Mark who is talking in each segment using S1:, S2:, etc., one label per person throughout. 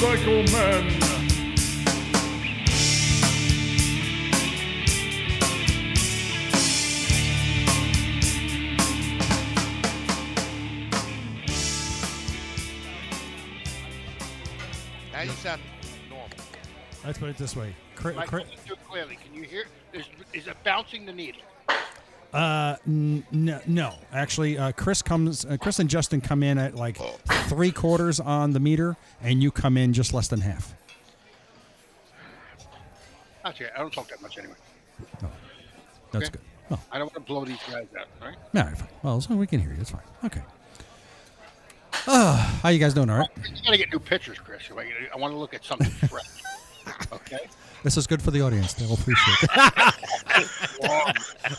S1: Psycho Man.
S2: Now you sound normal.
S3: Let's put it this way. Cri-
S2: Mike,
S3: cri-
S2: listen to it clearly. Can you hear? Is, is it bouncing the needle?
S3: uh, n- no, no, actually, uh, Chris comes. Uh, Chris and Justin come in at like three quarters on the meter, and you come in just less than half.
S2: Actually, I don't talk that much anyway.
S3: Oh, That's
S2: Okay.
S3: good. Oh,
S2: I don't want to blow these guys out, right?
S3: all right, fine. Well, so we can hear you. It's fine. Okay. Uh, how you guys doing? All right.
S2: You gotta get new pictures, Chris. I, I want to look at something fresh. okay.
S3: This is good for the audience. They'll appreciate it.
S2: Why,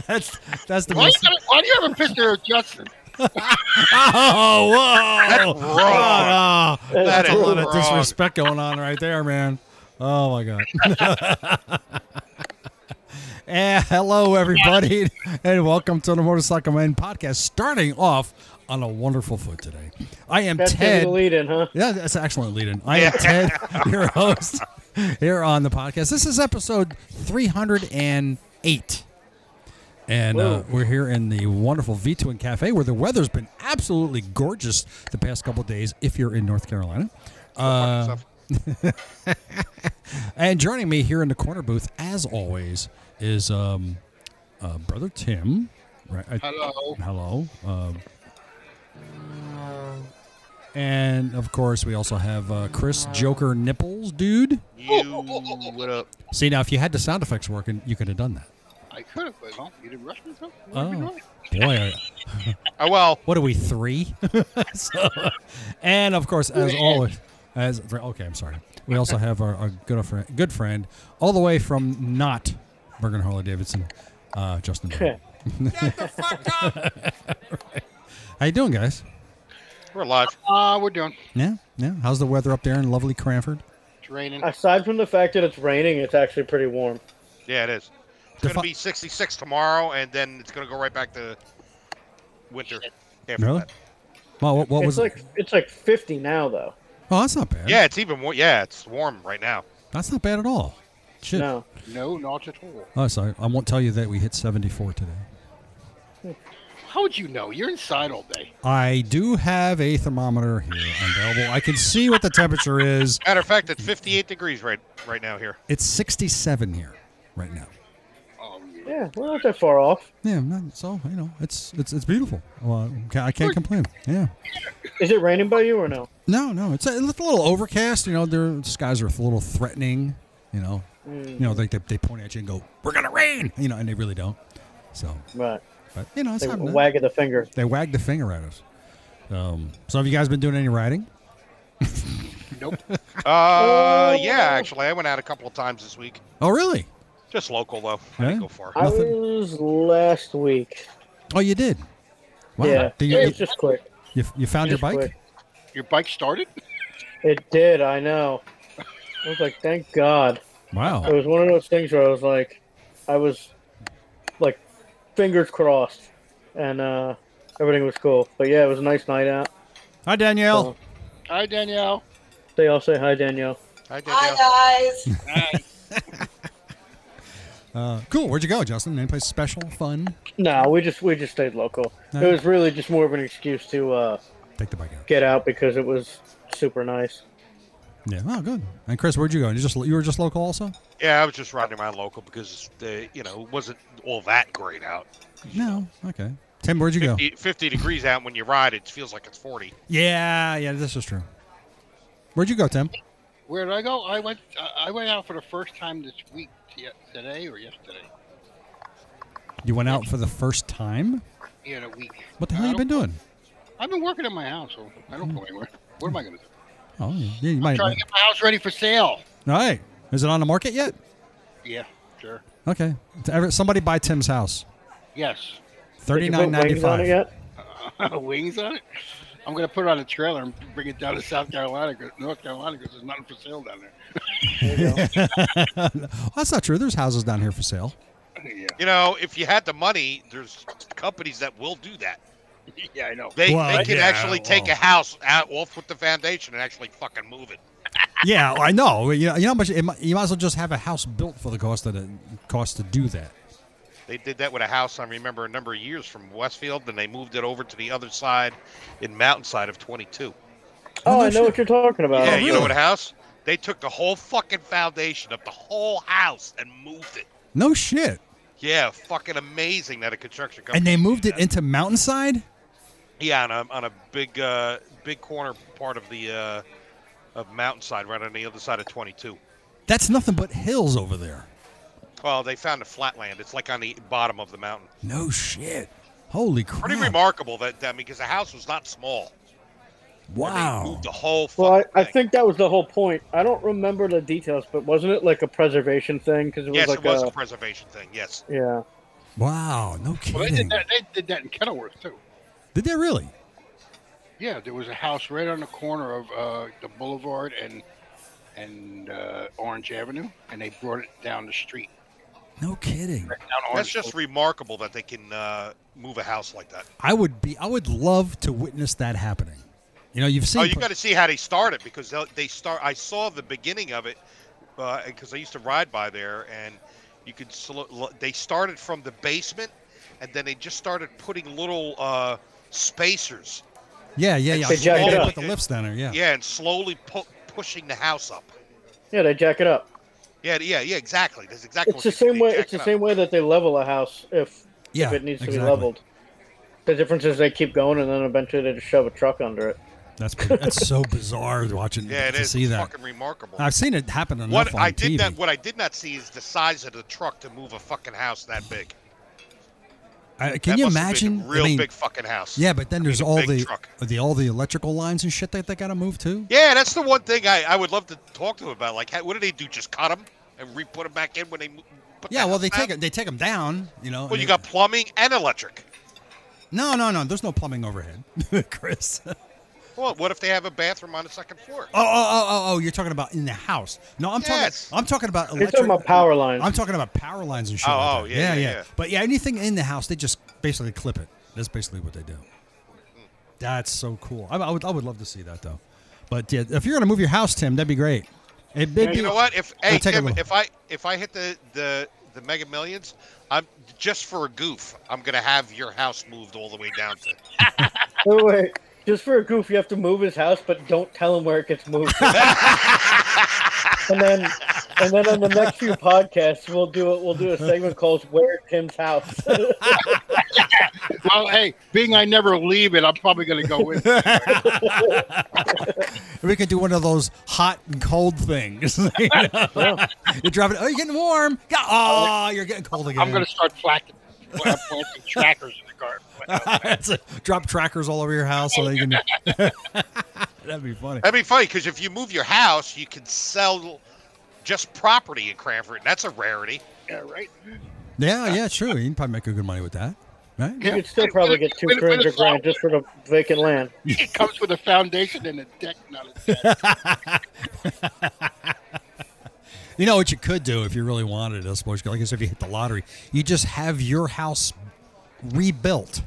S3: that's that's the
S2: why, you
S3: most.
S2: gotta, why do you have a picture of Justin?
S3: Oh, whoa! Oh, oh, that's
S2: That
S3: a
S2: is
S3: lot of
S2: wrong.
S3: disrespect going on right there, man. Oh my god. Eh, hello, everybody, and welcome to the Motorcycle Man podcast. Starting off on a wonderful foot today. I am
S4: That's gonna be
S3: Ted.
S4: the lead in, huh?
S3: Yeah, that's an excellent lead in. I am Ted, your host here on the podcast. This is episode 308. And uh,
S4: Whoa.
S3: we're here in the wonderful V2 and Cafe where the weather's been absolutely gorgeous the past couple days if you're in North Carolina. Uh, and joining me here in the corner booth, as always, is um, uh, Brother Tim. Right, I-
S2: Hello.
S3: Hello. Um, and of course, we also have uh, Chris Joker Nipples, dude.
S5: You what up?
S3: See, now if you had the sound effects working, you could have done that.
S2: I could have, but well, you didn't rush me, so what are we
S3: Oh,
S2: doing?
S3: boy. are-
S5: Oh well,
S3: What are we, three? so, and of course, as always, as okay, I'm sorry. We also have our, our good, friend, good friend, all the way from not Bergen Harley Davidson, uh, Justin. Bieber. How you doing, guys?
S5: we're live.
S2: Ah, we're doing.
S3: Yeah, yeah. How's the weather up there in lovely Cranford?
S2: It's raining.
S4: Aside from the fact that it's raining, it's actually pretty warm.
S5: Yeah, it is. It's
S3: The
S5: gonna
S3: fu-
S5: be 66 tomorrow, and then it's gonna go right back to winter. After
S3: Really?
S5: that.
S3: Well, what, what
S4: it's
S3: was
S4: like it's like 50 now though.
S3: Oh, that's not bad.
S5: Yeah, it's even more. Yeah, it's warm right now.
S3: That's not bad at all. Shit.
S4: No,
S2: No, not at all.
S3: Oh, sorry. I won't tell you that we hit 74 today.
S2: How would you know? You're inside all day.
S3: I do have a thermometer here available. I can see what the temperature is.
S5: Matter of fact, it's 58 degrees right right now here.
S3: It's 67 here right now.
S2: Oh, yeah.
S4: yeah, we're not that far off.
S3: Yeah, no, so you know, it's it's it's beautiful. Well, I ca- I can't complain. Yeah.
S4: Is it raining by you or no?
S3: No, no, it's a, it's a little overcast. You know, their skies are a little threatening. You know,
S4: Mm.
S3: you know, they, they they point at you and go, "We're gonna rain," you know, and they really don't. So,
S4: Right,
S3: but you know, it's
S4: they
S3: not bad.
S4: wag of the finger.
S3: They wagged the finger at us. Um, so have you guys been doing any riding?
S2: Nope.
S5: Uh, yeah, actually, I went out a couple of times this week.
S3: Oh, really?
S5: Just local though. I
S3: Yeah.
S5: didn't go far.
S4: I
S3: Nothing.
S4: was last week.
S3: Oh, you did. Wow.
S4: Yeah,
S3: Did you,
S4: it
S3: you,
S4: was just quick.
S3: you, you found your
S4: Just
S3: bike?
S4: quick.
S2: Your bike started?
S4: It did. I know. I was like, thank God. It
S3: Wow.
S4: was one of those things where I was like, I was like, fingers crossed, and uh, everything was cool. But yeah, it was a nice night out.
S3: Hi, Danielle.
S4: So,
S2: Hi, Danielle.
S4: they all say hi, Danielle.
S5: I did. yeah.
S6: Hi guys.
S3: Uh,
S4: Oh.
S3: cool. Where'd you go, Justin? Any place special, fun?
S4: No, we just we just stayed local.
S3: No.
S4: It was really just more of an excuse to uh,
S3: Take the bike out.
S4: get out because it was super nice.
S3: Yeah. Oh, good. And Chris, where'd you go? You just you were just local also?
S5: Yeah, I was just riding around local because the you know it wasn't all that great out.
S3: No. Okay. Tim, where'd you go?
S5: 50, 50 degrees out when you ride, it feels like it's 40.
S3: Yeah. Yeah. This is true. Where'd you go, Tim?
S2: Where did I go? I went. I I went out for the first time this week, t- today or yesterday.
S3: You went out for the first time.
S2: Yeah, in a week.
S3: What the hell you been Mm-hmm. doing?
S2: I've been working at my house, so I don't go anywhere. What am I going to do?
S3: Oh, yeah. You might.
S2: Trying to
S3: might-
S2: get my house ready for sale.
S3: All right. Is it on the market yet?
S2: Yeah, sure.
S3: Okay. To ever- Somebody buy Tim's house.
S2: Yes.
S3: Thirty
S4: Did you put
S3: nine ninety
S4: wings on it
S3: five.
S4: yet?
S2: Wings on it? I'm going to put it on a trailer and bring it down to South Carolina, 'cause- North Carolina, because there's nothing for sale down there.
S3: That's not true. There's houses down here for sale.
S2: yeah.
S5: You know, if you had the money, there's companies that will do that.
S2: Yeah, I know.
S5: They,
S3: Well,
S5: they can
S3: yeah,
S5: actually take
S3: well.
S5: a house out off with the foundation and actually fucking move it.
S3: yeah, I know. You know, you know how much it, mi- you might as well just have a house built for the cost that it costs to do that.
S5: They did that with a house I remember a number of years from Westfield, and they moved it over to the other side in Mountainside of 22.
S3: Oh,
S4: Oh,
S3: no
S4: I know
S3: shit.
S4: what you're talking about.
S5: yeah, you know
S3: really?
S5: what house? They took the whole fucking foundation of the whole house and moved it.
S3: No shit.
S5: Yeah, fucking amazing that a construction company.
S3: And they
S5: could do
S3: moved it
S5: that.
S3: into Mountainside.
S5: Yeah, on a, on a big uh, big corner part of the uh, of Mountainside, right on the other side of 22.
S3: That's nothing but hills over there.
S5: Well, they found a flat land. It's like on the bottom of the mountain.
S3: No shit. Holy crap!
S5: Pretty remarkable that, that because the house was not small. and They
S3: Wow.
S5: moved the whole.
S4: Well, I,
S5: fucking
S4: I
S5: thing.
S4: think that was the whole point. I don't remember the details, but wasn't it like a preservation thing? Because it was
S5: Yes,
S4: like
S5: it was
S4: a,
S5: a preservation thing. Yes.
S4: yeah.
S3: Wow. No
S2: Well, they
S3: kidding.
S2: did that. They did that in Kenilworth too.
S3: Did they really?
S2: Yeah, there was a house right on the corner of uh, the Boulevard and and uh, Orange Avenue, and they brought it down the street.
S3: No kidding.
S2: Right down Orange
S5: That's just remarkable that they can uh, move a house like that.
S3: I would be. I would love to witness that happening. You know, you've seen.
S5: Oh, you got to see how they started because they'll- they start. I saw the beginning of it because I used to ride by there, and you could. Sl- lo- they started from the basement, and then they just started putting little uh, spacers.
S3: yeah, yeah, yeah.
S5: They
S4: jack it
S3: They
S4: up.
S3: put the lifts down there. Yeah.
S5: Yeah, and slowly pu- pushing the house up.
S4: Yeah, they jack it up.
S5: Yeah, yeah, yeah. Exactly. That's exactly.
S4: It's
S5: what
S4: the
S5: you do.
S4: same
S5: They
S4: way.
S5: jack
S4: It's
S5: it
S4: the
S5: up.
S4: same way that they level a house if
S3: Yeah,
S4: if it needs to be
S3: exactly.
S4: leveled. The difference is they keep going, and then eventually they just shove a truck under it.
S3: That's pretty, that's so bizarre watching
S5: Yeah, it
S3: to
S5: is.
S3: see
S5: It's
S3: that.
S5: fucking remarkable.
S3: I've seen it happen enough
S5: what
S3: on
S5: I
S3: TV.
S5: did not, what I did not see is the size of the truck to move a fucking house that big.
S3: I- can
S5: That
S3: you
S5: must have been
S3: imagine?
S5: a Real
S3: I mean,
S5: big fucking house.
S3: Yeah, but then there's
S5: a
S3: all
S5: big
S3: the
S5: truck.
S3: the all the electrical lines and shit that they got to move too.
S5: Yeah, that's the one thing I, I would love to talk to him about. Like, how, what do they do? Just cut them and re-put them back in when they mo- put
S3: Yeah,
S5: the
S3: well
S5: house
S3: they
S5: down?
S3: take it. They take them down. You know.
S5: Well,
S3: and
S5: you
S3: they-
S5: got plumbing and electric.
S3: no, no, no. There's no plumbing overhead, Chris. Oh,
S5: Well, what if they have a bathroom on the second floor?
S3: oh, oh, oh, oh. You're talking about in the house. No, I'm
S5: Yes.
S3: talking. I'm talking about
S4: You're
S3: electric.
S4: talking about power lines.
S3: I'm talking about power lines and shit.
S5: Oh,
S3: like
S5: oh,
S3: that.
S5: yeah,
S3: yeah,
S5: yeah, yeah.
S3: But yeah, anything in the house, they just basically clip it. That's basically what they do. That's so cool. I, I would, I would love to see that though. But yeah, if you're gonna move your house, Tim, that'd be great. It, it'd be-
S5: You know what? If hey
S3: We'll take a
S5: Tim,
S3: look.
S5: if I if I hit the the the Mega Millions, I'm just for a goof. I'm gonna have your house moved all the way down to.
S4: Wait, wait, just for a goof, you have to move his house, but don't tell him where it gets moved. and then, and then on the next few podcasts, we'll do it. We'll do a segment called "Where Tim's House."
S2: Well, hey, being I never leave it, I'm probably going to go with. it.
S3: We could do one of those hot and cold things. you know? You're driving. Oh, you're getting warm. Go- Oh, you're getting cold again.
S2: I'm going to start planting, uh, planting trackers in the garden.
S3: That's it. drop trackers all over your house so that you can. That'd be funny.
S5: That'd be funny because if you move your house, you can sell just property in Cranford. That's a rarity.
S2: Yeah, right.
S3: Yeah, yeah, true. You can probably make a good money with that, right?
S4: You could still probably get two,
S2: With a-
S4: three
S2: with a
S4: hundred grand just for the vacant land.
S2: It comes with a foundation and a deck, not a deck.
S3: You know what you could do if you really wanted, I suppose. Like I said, if you hit the lottery, you just have your house rebuilt.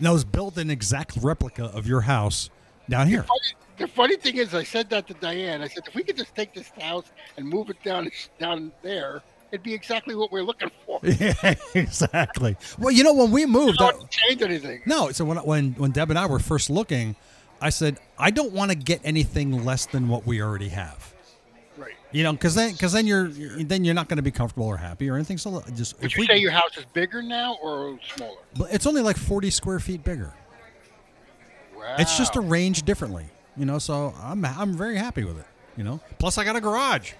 S3: No, it's built an exact replica of your house down here.
S2: The funny thing is, I said that to Diane. I said, if we could just take this house and move it down down there, it'd be exactly what we're looking for. We
S3: Yeah, exactly. Well, you know when we moved, I-
S2: don't change anything.
S3: no. So when when when Deb and I were first looking, I said I don't want to get anything less than what we already have.
S2: Right.
S3: You know, because then because then you're you're- then you're not going to be comfortable or happy or anything. So just
S2: Would
S3: if
S2: you
S3: we,
S2: say your house is bigger now or smaller?
S3: but it's only like forty square feet bigger.
S2: Wow.
S3: It's just arranged differently, you know. So I'm I'm very happy with it, you know. Plus I got a garage.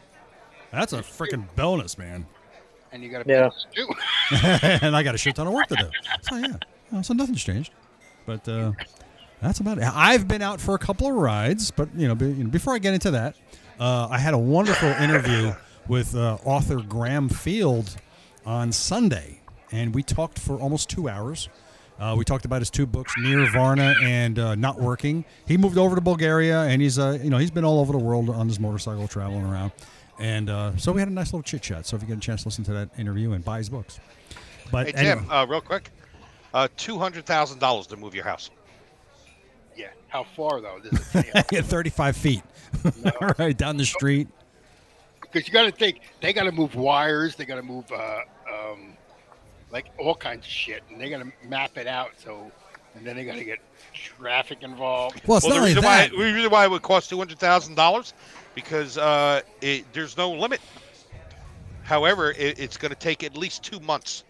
S3: That's a freaking bonus, man.
S2: and you got to
S4: Yeah.
S2: too.
S3: and I got a shit ton of work to do. So yeah, you know, so nothing's changed. But uh, that's about it. I've been out for a couple of rides, but you know, be, you know before I get into that, uh, I had a wonderful interview with uh, author Graham Field on Sunday, and we talked for almost two hours. Uh, we talked about his two books, Nirvana and uh, Not Working. He moved over to Bulgaria, and he's uh, you know he's been all over the world on his motorcycle traveling around. And uh, so we had a nice little chit chat. So if you get a chance to listen to that interview and buy his books, but
S5: Hey
S3: anyway.
S5: Tim, uh, real quick, uh, two hundred thousand dollars to move your house.
S2: Yeah. How far though? This is a
S3: Yeah, 35 feet. right down the street.
S2: because you got to think they got to move wires, they got to move uh, um, like all kinds of shit, and they got to map it out. So, and then they got to get traffic involved.
S3: Well, it's
S5: well,
S3: not
S5: the
S3: only
S5: reason why
S3: that.
S5: the reason why it would cost two hundred thousand dollars because uh, it, there's no limit. However, it, it's going to take at least two months.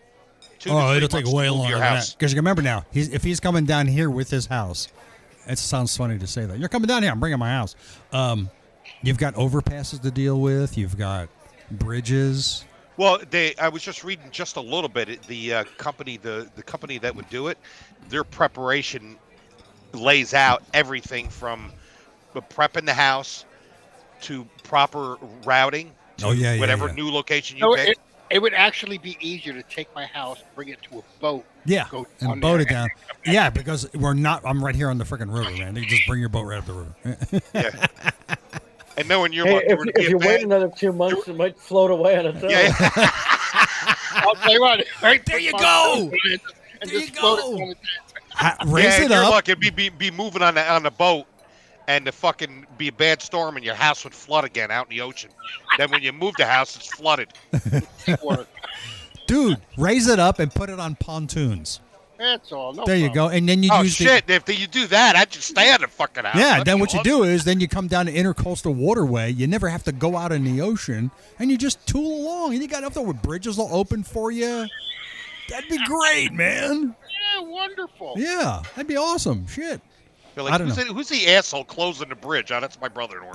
S5: Two to
S3: Oh,
S5: three
S3: it'll take
S5: months to
S3: way
S5: move
S3: longer
S5: Your
S3: than
S5: house.
S3: that. Because you remember now, he's, if he's coming down here with his house, it sounds funny to say that. You're coming down here, I'm bringing my house. Um, you've got overpasses to deal with, you've got bridges.
S5: Well, they. I was just reading just a little bit. It- The uh, company, the the company that would do it, their preparation lays out everything from the prepping the house to proper routing. To
S3: Oh, yeah, yeah,
S5: whatever
S3: yeah.
S5: new location you
S2: So
S5: pick.
S2: it, it would actually be easier to take my house, bring it to a boat.
S3: Yeah,
S2: Go
S3: and
S2: down
S3: boat
S2: there.
S3: it down. Yeah, because we're not, I'm right here on the freaking river, man. You just bring your boat right up the river.
S5: and knowing your
S4: Hey,
S5: luck, there
S4: if,
S5: would be
S4: if
S5: a
S4: you
S5: bad-
S4: wait another two months, it might float away on its own.
S5: Yeah, yeah.
S2: I'll tell you what. Right
S3: There you
S2: my-
S3: go.
S2: And just- and
S3: There
S2: just
S3: you
S2: float it
S3: go.
S2: down with that.
S3: Ha- raise
S5: yeah,
S3: it
S5: your
S3: up.
S5: luck, it'd be, be be moving on the on the boat, and the fucking be a bad storm, and your house would flood again out in the ocean. then when you move the house, it's flooded.
S2: Deep water.
S3: Dude, raise it up and put it on pontoons.
S2: That's all. No
S3: There you
S2: problem.
S3: go. And then you
S5: Oh
S3: use the-
S5: shit! If you do that, I'd just stay out of the fucking house.
S3: Yeah,
S5: I'd
S3: then
S5: be
S3: what you
S5: lost.
S3: do is then you come down to intercoastal waterway. You never have to go out in the ocean, and you just tool along. And you got up there with bridges all open for you. That'd be great, man.
S2: Yeah, wonderful.
S3: Yeah, that'd be awesome. Shit.
S5: You're like,
S3: I don't
S5: who's,
S3: know.
S5: The, who's the asshole closing the bridge? Oh, that's my brother in law.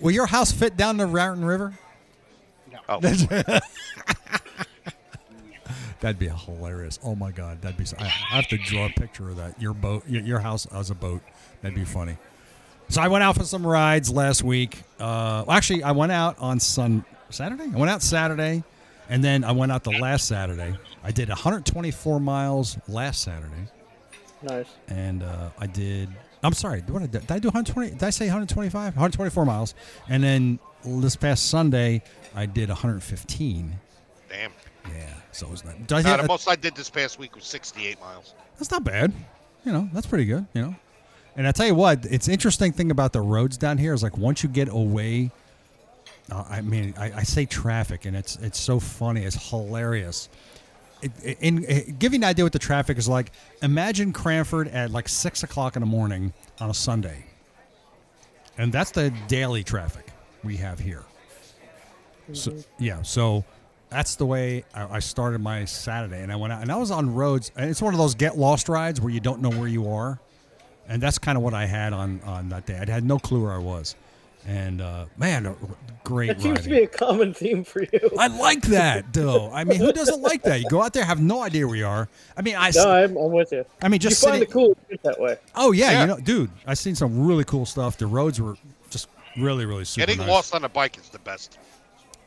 S3: Will your house fit down the Raritan River?
S5: Oh,
S3: That'd be hilarious. Oh my god, that'd be. So, I, I have to draw a picture of that. Your boat, your, your house as a boat. That'd be funny. So I went out for some rides last week. Uh, well, actually, I went out on Sun Saturday. I went out Saturday, and then I went out the last Saturday. I did 124 miles last Saturday,
S4: Nice.
S3: and uh, I did. I'm sorry. What did, I, do? did I do 120? Did I say 125? 124 miles, and then this past Sunday I did 115.
S5: damn.
S3: Yeah, so it was not. Did I
S5: Nah,
S3: hit-
S5: the most I did this past week was 68 miles.
S3: that's not bad. You know, that's pretty good. You know, and I tell you what, it's interesting thing about the roads down here is like once you get away, uh, I mean, I, I say traffic, and it's it's so funny, it's hilarious. It, it- in, it, give you an idea what the traffic is like. Imagine Cranford at like six o'clock in the morning on a Sunday, and that's the daily traffic we have here. So, yeah, so that's the way I, I started my Saturday, and I went out, and I was on roads, and it's one of those get lost rides where you don't know where you are, and that's kind of what I had on on that day. I had no clue where I was, and uh, man, uh, great
S4: That seems to
S3: riding.
S4: be a common theme for you.
S3: I like that though. I mean, who doesn't like that? You go out there, have no idea where you are. I mean, I s-
S4: No, I'm, I'm with you.
S3: I mean,
S4: You
S3: just
S4: find
S3: sitting-
S4: it cool shit that way.
S3: oh yeah,
S5: Yeah.
S3: you know, dude, I seen some really cool stuff. The roads were just really, really super.
S5: Getting
S3: nice.
S5: lost on a bike is the best.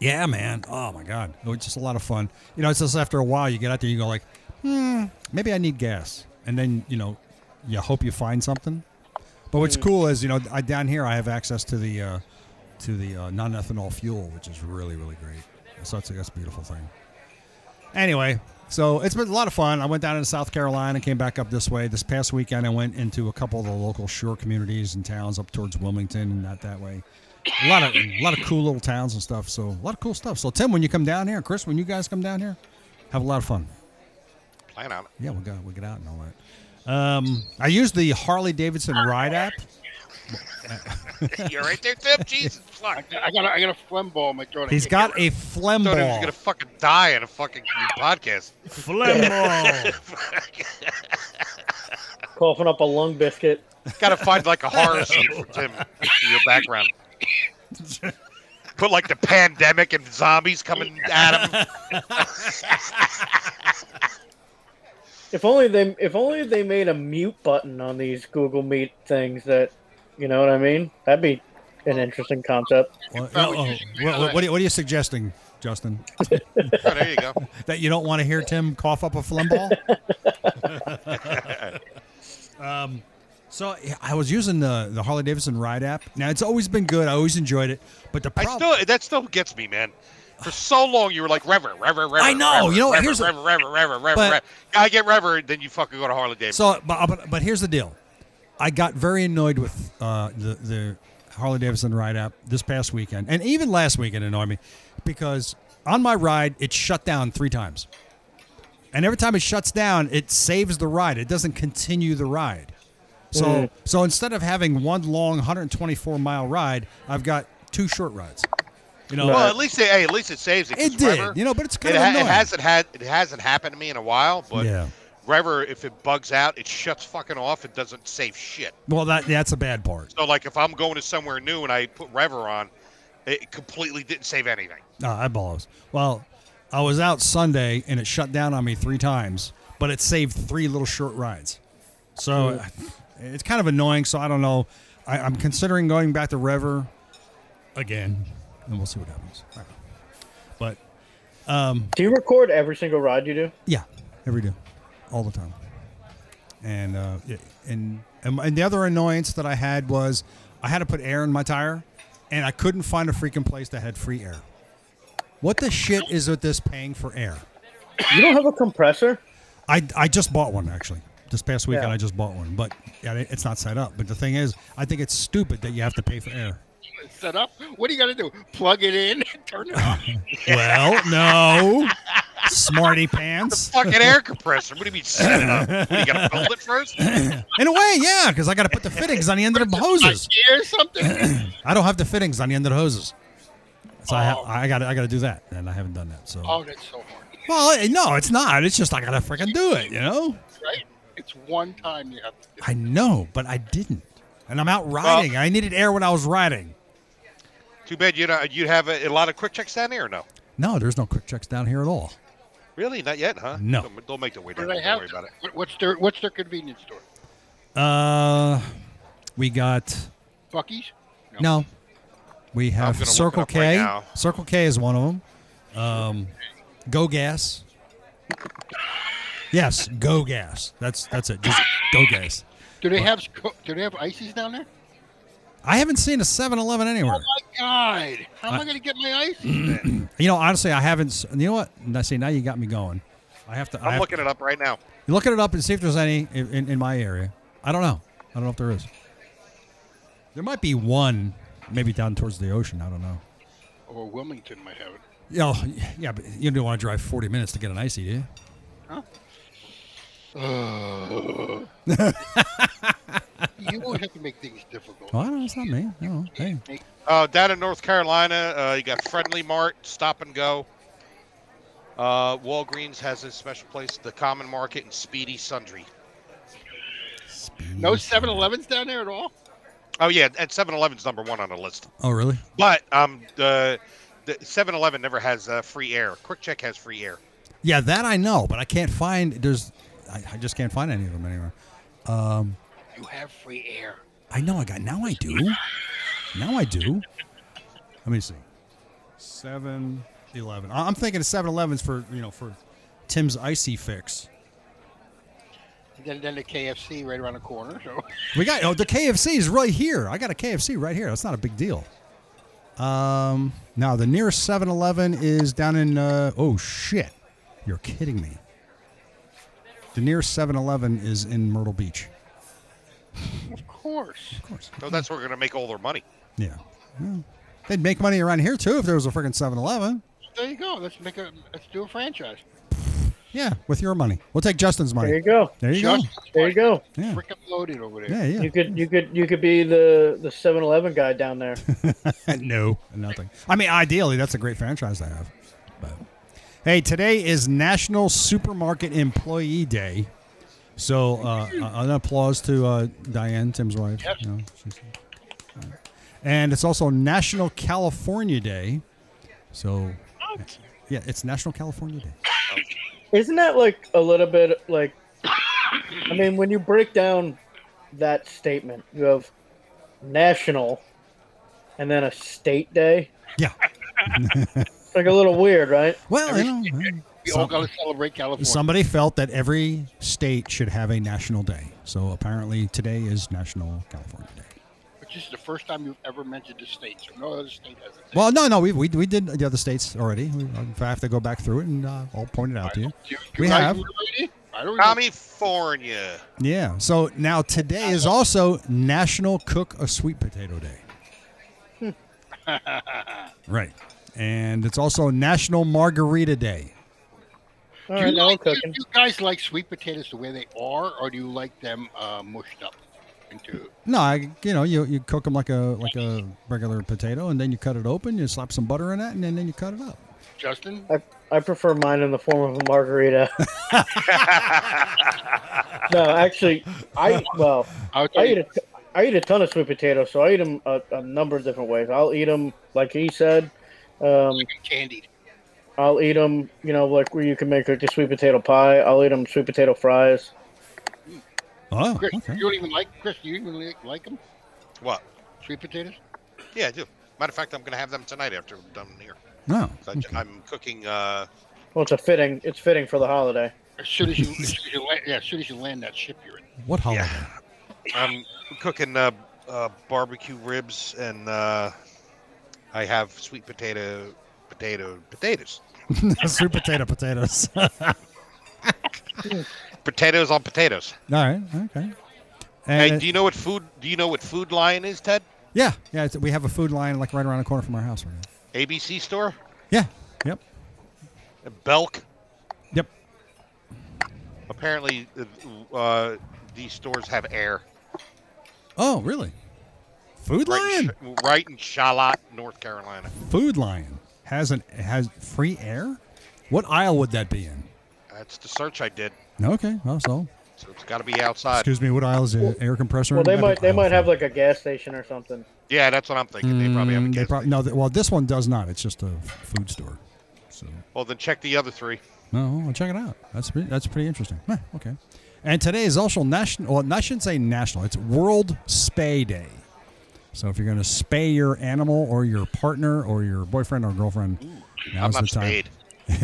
S3: Yeah, man. Oh my god, it was just a lot of fun. You know, it's just after a while you get out there, you go like, hmm, maybe I need gas, and then you know, you hope you find something. But what's cool is you know, I down here I have access to the uh, to the uh, non-ethanol fuel, which is really really great. So it's that's a beautiful thing. Anyway, so it's been a lot of fun. I went down into South Carolina, came back up this way. This past weekend, I went into a couple of the local shore communities and towns up towards Wilmington and that that way. A lot of a lot of cool little towns and stuff. So a lot of cool stuff. So Tim, when you come down here, Chris, when you guys come down here, have a lot of fun.
S5: Plan on it.
S3: Yeah, we got we get out and all that. Um, I use the Harley Davidson ride app.
S5: You're right there, Tim. Jesus, fuck.
S2: I got. a- I got a phlegm ball in my throat. I
S3: He's
S2: can't
S3: got
S2: get
S3: a phlegm
S5: Thought he was
S3: ball.
S5: gonna fucking die in a fucking podcast.
S3: Phlegm ball.
S4: Coughing up a lung biscuit.
S5: Gotta find like a horror scene for Tim in your background. Put like the pandemic and zombies coming at him.
S4: If only they if only they made a mute button on these Google Meet things that you know what I mean? That'd be an interesting concept.
S3: Well,
S2: probably
S3: uh-oh.
S2: just
S3: What- what- what are you- what are you suggesting, Justin?
S5: Oh, there you go.
S3: that you don't want to hear Tim cough up a phlegm ball. um, so yeah, I was using the the Harley Davidson ride app. Now it's always been good. I always enjoyed it, but the
S5: I
S3: problem
S5: still that still gets me, man. For so long, you were like Rever, Rever, Rever.
S3: I know,
S5: Rever,
S3: you know what,
S5: Rever,
S3: here's the-
S5: Rever, Rever, Rever, Rever,
S3: But-
S5: Rever. I get Rever, then you fucking go to Harley Davidson.
S3: So, but, uh, but, but here's the deal. I got very annoyed with uh, the the Harley Davidson ride app this past weekend, and even last weekend annoyed me because on my ride it shut down three times, and every time it shuts down, it saves the ride. It doesn't continue the ride. So
S4: Mm.
S3: so instead of having one long 124 mile ride, I've got two short rides. You know,
S5: well, at least they, hey, at least it saves it. 'cause
S3: it did.
S5: Rever,
S3: You know, but it's kind
S5: it,
S3: of
S5: ha-
S3: annoying.
S5: it hasn't had it hasn't happened to me in a while, but
S3: Yeah.
S5: Rever, if it bugs out, it shuts fucking off. It doesn't save shit.
S3: well, that that's a bad part.
S5: So like if I'm going to somewhere new and I put Rever on, it completely didn't save anything.
S3: No, I balls. Well, I was out Sunday and it shut down on me three times, but it saved three little short rides. So it's kind of annoying. So I don't know. I, I'm considering going back to Rever again, and we'll see what happens. I don't know. But
S4: Do you record every single ride you do?
S3: yeah, every day, all the time. And uh, yeah, and and and the other annoyance that I had was I had to put air in my tire, and I couldn't find a freaking place that had free air. What the shit is with this paying for air?
S4: You don't have a compressor?
S3: I, I just bought one actually this past weekend.
S4: Yeah.
S3: I just bought one, but yeah, it- it's not set up. But the thing is, I think it's stupid that you have to pay for air.
S2: set up. What do you got to do? Plug it in and turn
S5: Oh,
S2: it off.
S3: Well, no, smarty pants.
S5: Fucking air compressor. What do you mean set it up? What, you gotta build it first?
S3: In a way, yeah, because I got to put the fittings on the end of the hoses.
S2: Or something.
S3: I don't have the fittings on the end of the hoses, so I have,
S2: Oh.
S3: I got I got to do that, and I haven't done that. So
S2: Oh, that's so hard.
S3: well, eh, no, it's not. It's just I got to freaking do it. You know,
S2: Right? It's one time you have to do.
S3: I know, but I didn't, and I'm out riding. I needed air when I was riding.
S5: Too bad you know you have a, a lot of quick checks down there or no?
S3: No, there's no quick checks down here at all.
S5: Really? Not yet, huh?
S3: No.
S5: Don't, don't make the way
S2: What
S5: down.
S2: do they
S5: Don't
S2: have?
S5: worry about it.
S2: What- What's their What's their convenience store?
S3: Uh, we got
S2: Bucky's?
S3: no. We
S5: I'm
S3: have
S5: gonna look it
S3: Circle
S5: up right
S3: K.
S5: now.
S3: Circle K is one of them. Um, Go Gas. Yes, Go Gas. That's that's it. Just Go Gas.
S2: Do they have Sco- Do they have ices down there?
S3: I haven't seen a 7-Eleven anywhere.
S2: Oh my God! How
S5: Uh,
S2: am I going to get my ices? then?
S3: You know, honestly, I haven't. s- You know what? Now, See, now you got me going. I have to. I
S5: I'm
S3: have
S5: looking it up right now.
S3: to, looking it up and see if there's any in, in, in my area. I don't know. I don't know if there is. There might be one, maybe down towards the ocean. I don't know.
S2: Or Oh, Wilmington might have it.
S3: Yeah, oh, yeah, but you don't want to drive 40 minutes to get an icy, do you?
S2: You always have to make things difficult.
S3: Well, I don't know. It's not me. I don't know. Hey.
S5: Uh, down in North Carolina, uh, you got Friendly Mart, Stop and Go. Uh, Walgreens has a special place, the Common Market, and Speedy Sundry.
S2: No 7-Elevens down there at all.
S5: Oh yeah, and 7-Eleven's number one on the list.
S3: Oh, really?
S5: But um, the the 7-Eleven never has uh, free air. Quick Check has free air.
S3: Yeah, that I know, but I can't find. There's, I, I just can't find any of them anywhere.
S2: You have free air.
S3: I know. I got now. I do. Now I do. Let me see. Seven Eleven. I- I'm thinking of Seven Elevens for you know for Tim's icy fix.
S2: And then, then the KFC right around the corner. So
S3: We got oh the KFC is right here. I got a KFC right here. That's not a big deal. Um, now the nearest 7-Eleven is down in uh, oh shit, you're kidding me. The nearest 7-Eleven is in Myrtle Beach.
S2: of course.
S3: Of course.
S5: So that's where we're gonna make all their money.
S3: Yeah. Well, they'd make money around here too if there was a freaking 7-Eleven.
S2: There you go. Let's make a let's do a franchise.
S3: Yeah, with your money. We'll take Justin's money.
S4: There you go.
S3: There you go.
S2: Just
S4: There you go.
S3: Yeah.
S2: Frickin' loaded over there.
S3: Yeah, yeah.
S4: You could you could you could be the the 7-Eleven guy down there.
S3: no, nothing. I mean, ideally, that's a great franchise to have. But hey, today is National Supermarket Employee Day, so uh, an applause to uh, Diane, Tim's wife.
S2: Yep.
S3: you know, she's- uh, and it's also National California Day, so yeah, it's National California Day.
S4: Isn't that like a little bit like I mean when you break down that statement, you have national and then a state day.
S3: Yeah.
S4: It's like a little weird, right?
S3: Well, you know,
S2: We all
S3: some-
S2: got to celebrate California.
S3: somebody felt that every state should have a national day, so apparently today is National California Day.
S2: But this is the first time you've ever mentioned the state, so no other state has it.
S3: Well, no, no, we, we, we did the other states already. We, um, if I have to go back through it and uh, I'll point it out to you.
S2: Do you
S3: we
S2: guys
S3: have.
S2: know the lady? I don't know.
S5: California.
S3: Yeah. So now today is also National Cook a Sweet Potato Day. right. And it's also National Margarita Day.
S4: All
S2: Do you,
S4: right, now we're
S2: like, do
S4: cooking.
S2: you guys like sweet potatoes the way they are, or do you like them uh, mushed up into?
S3: No, I, you know, you, you cook them like a like a regular potato, and then you cut it open, you slap some butter in it, and then, then you cut it up.
S2: Justin,
S4: I, I prefer mine in the form of a margarita. no, actually, I well,
S2: I would
S4: I
S2: say-
S4: eat a, t- I eat a ton of sweet potatoes, so I eat them a, a number of different ways. I'll eat them like he said. Um,
S2: like candied.
S4: I'll eat them, you know, like where you can make like a sweet potato pie. I'll eat them sweet potato fries.
S3: Oh,
S2: Chris,
S3: okay.
S2: you don't even like Chris. You even like, like them?
S5: What?
S2: Sweet potatoes?
S5: Yeah, I do. Matter of fact, I'm going to have them tonight after we're done here.
S3: No.
S5: 'Cause I ju- I'm cooking. Uh,
S4: Well, it's a fitting. It's fitting for the holiday.
S2: As soon as you, as soon as you land, yeah, as soon as you land that ship you're in.
S3: What holiday?
S5: I'm cooking uh, uh, barbecue ribs, and uh, I have sweet potato, potato, potatoes,
S3: Sweet potato potatoes. All
S5: potatoes on potatoes.
S3: right. Okay.
S5: Hey,
S3: And-
S5: do you know what food? Do you know what Food Lion is, Ted?
S3: yeah, yeah. It's, we have a food line like right around the corner from our house right now.
S5: ABC store,
S3: Yeah. Yep.
S5: Belk.
S3: Yep.
S5: Apparently, uh, these stores have air.
S3: Oh, really? Food
S5: Right in,
S3: Lion.
S5: Ch- right in Charlotte, North Carolina.
S3: Food Lion has an has free air. What aisle would that be in?
S5: That's the search I did,
S3: Okay, well, so
S5: so it's got to be outside.
S3: excuse me. What aisle is the air compressor?
S4: Well,
S3: in?
S4: they
S3: That'd be
S4: might they
S3: aisle
S4: might have
S3: four.
S4: like a gas station or something.
S5: yeah, that's what I'm thinking. They probably have a
S3: Mm, they
S5: gas
S3: prob-
S5: station.
S3: no. th- well, this one does not. It's just a f- food store. So
S5: Well, then check the other three.
S3: no, well, check it out. That's pretty, that's pretty interesting. Huh, okay, and today is also national. Well, I shouldn't say national. It's World Spay Day. So if you're going to spay your animal or your partner or your boyfriend or girlfriend,
S5: I'm
S3: now's
S5: not
S3: the time.
S5: spayed.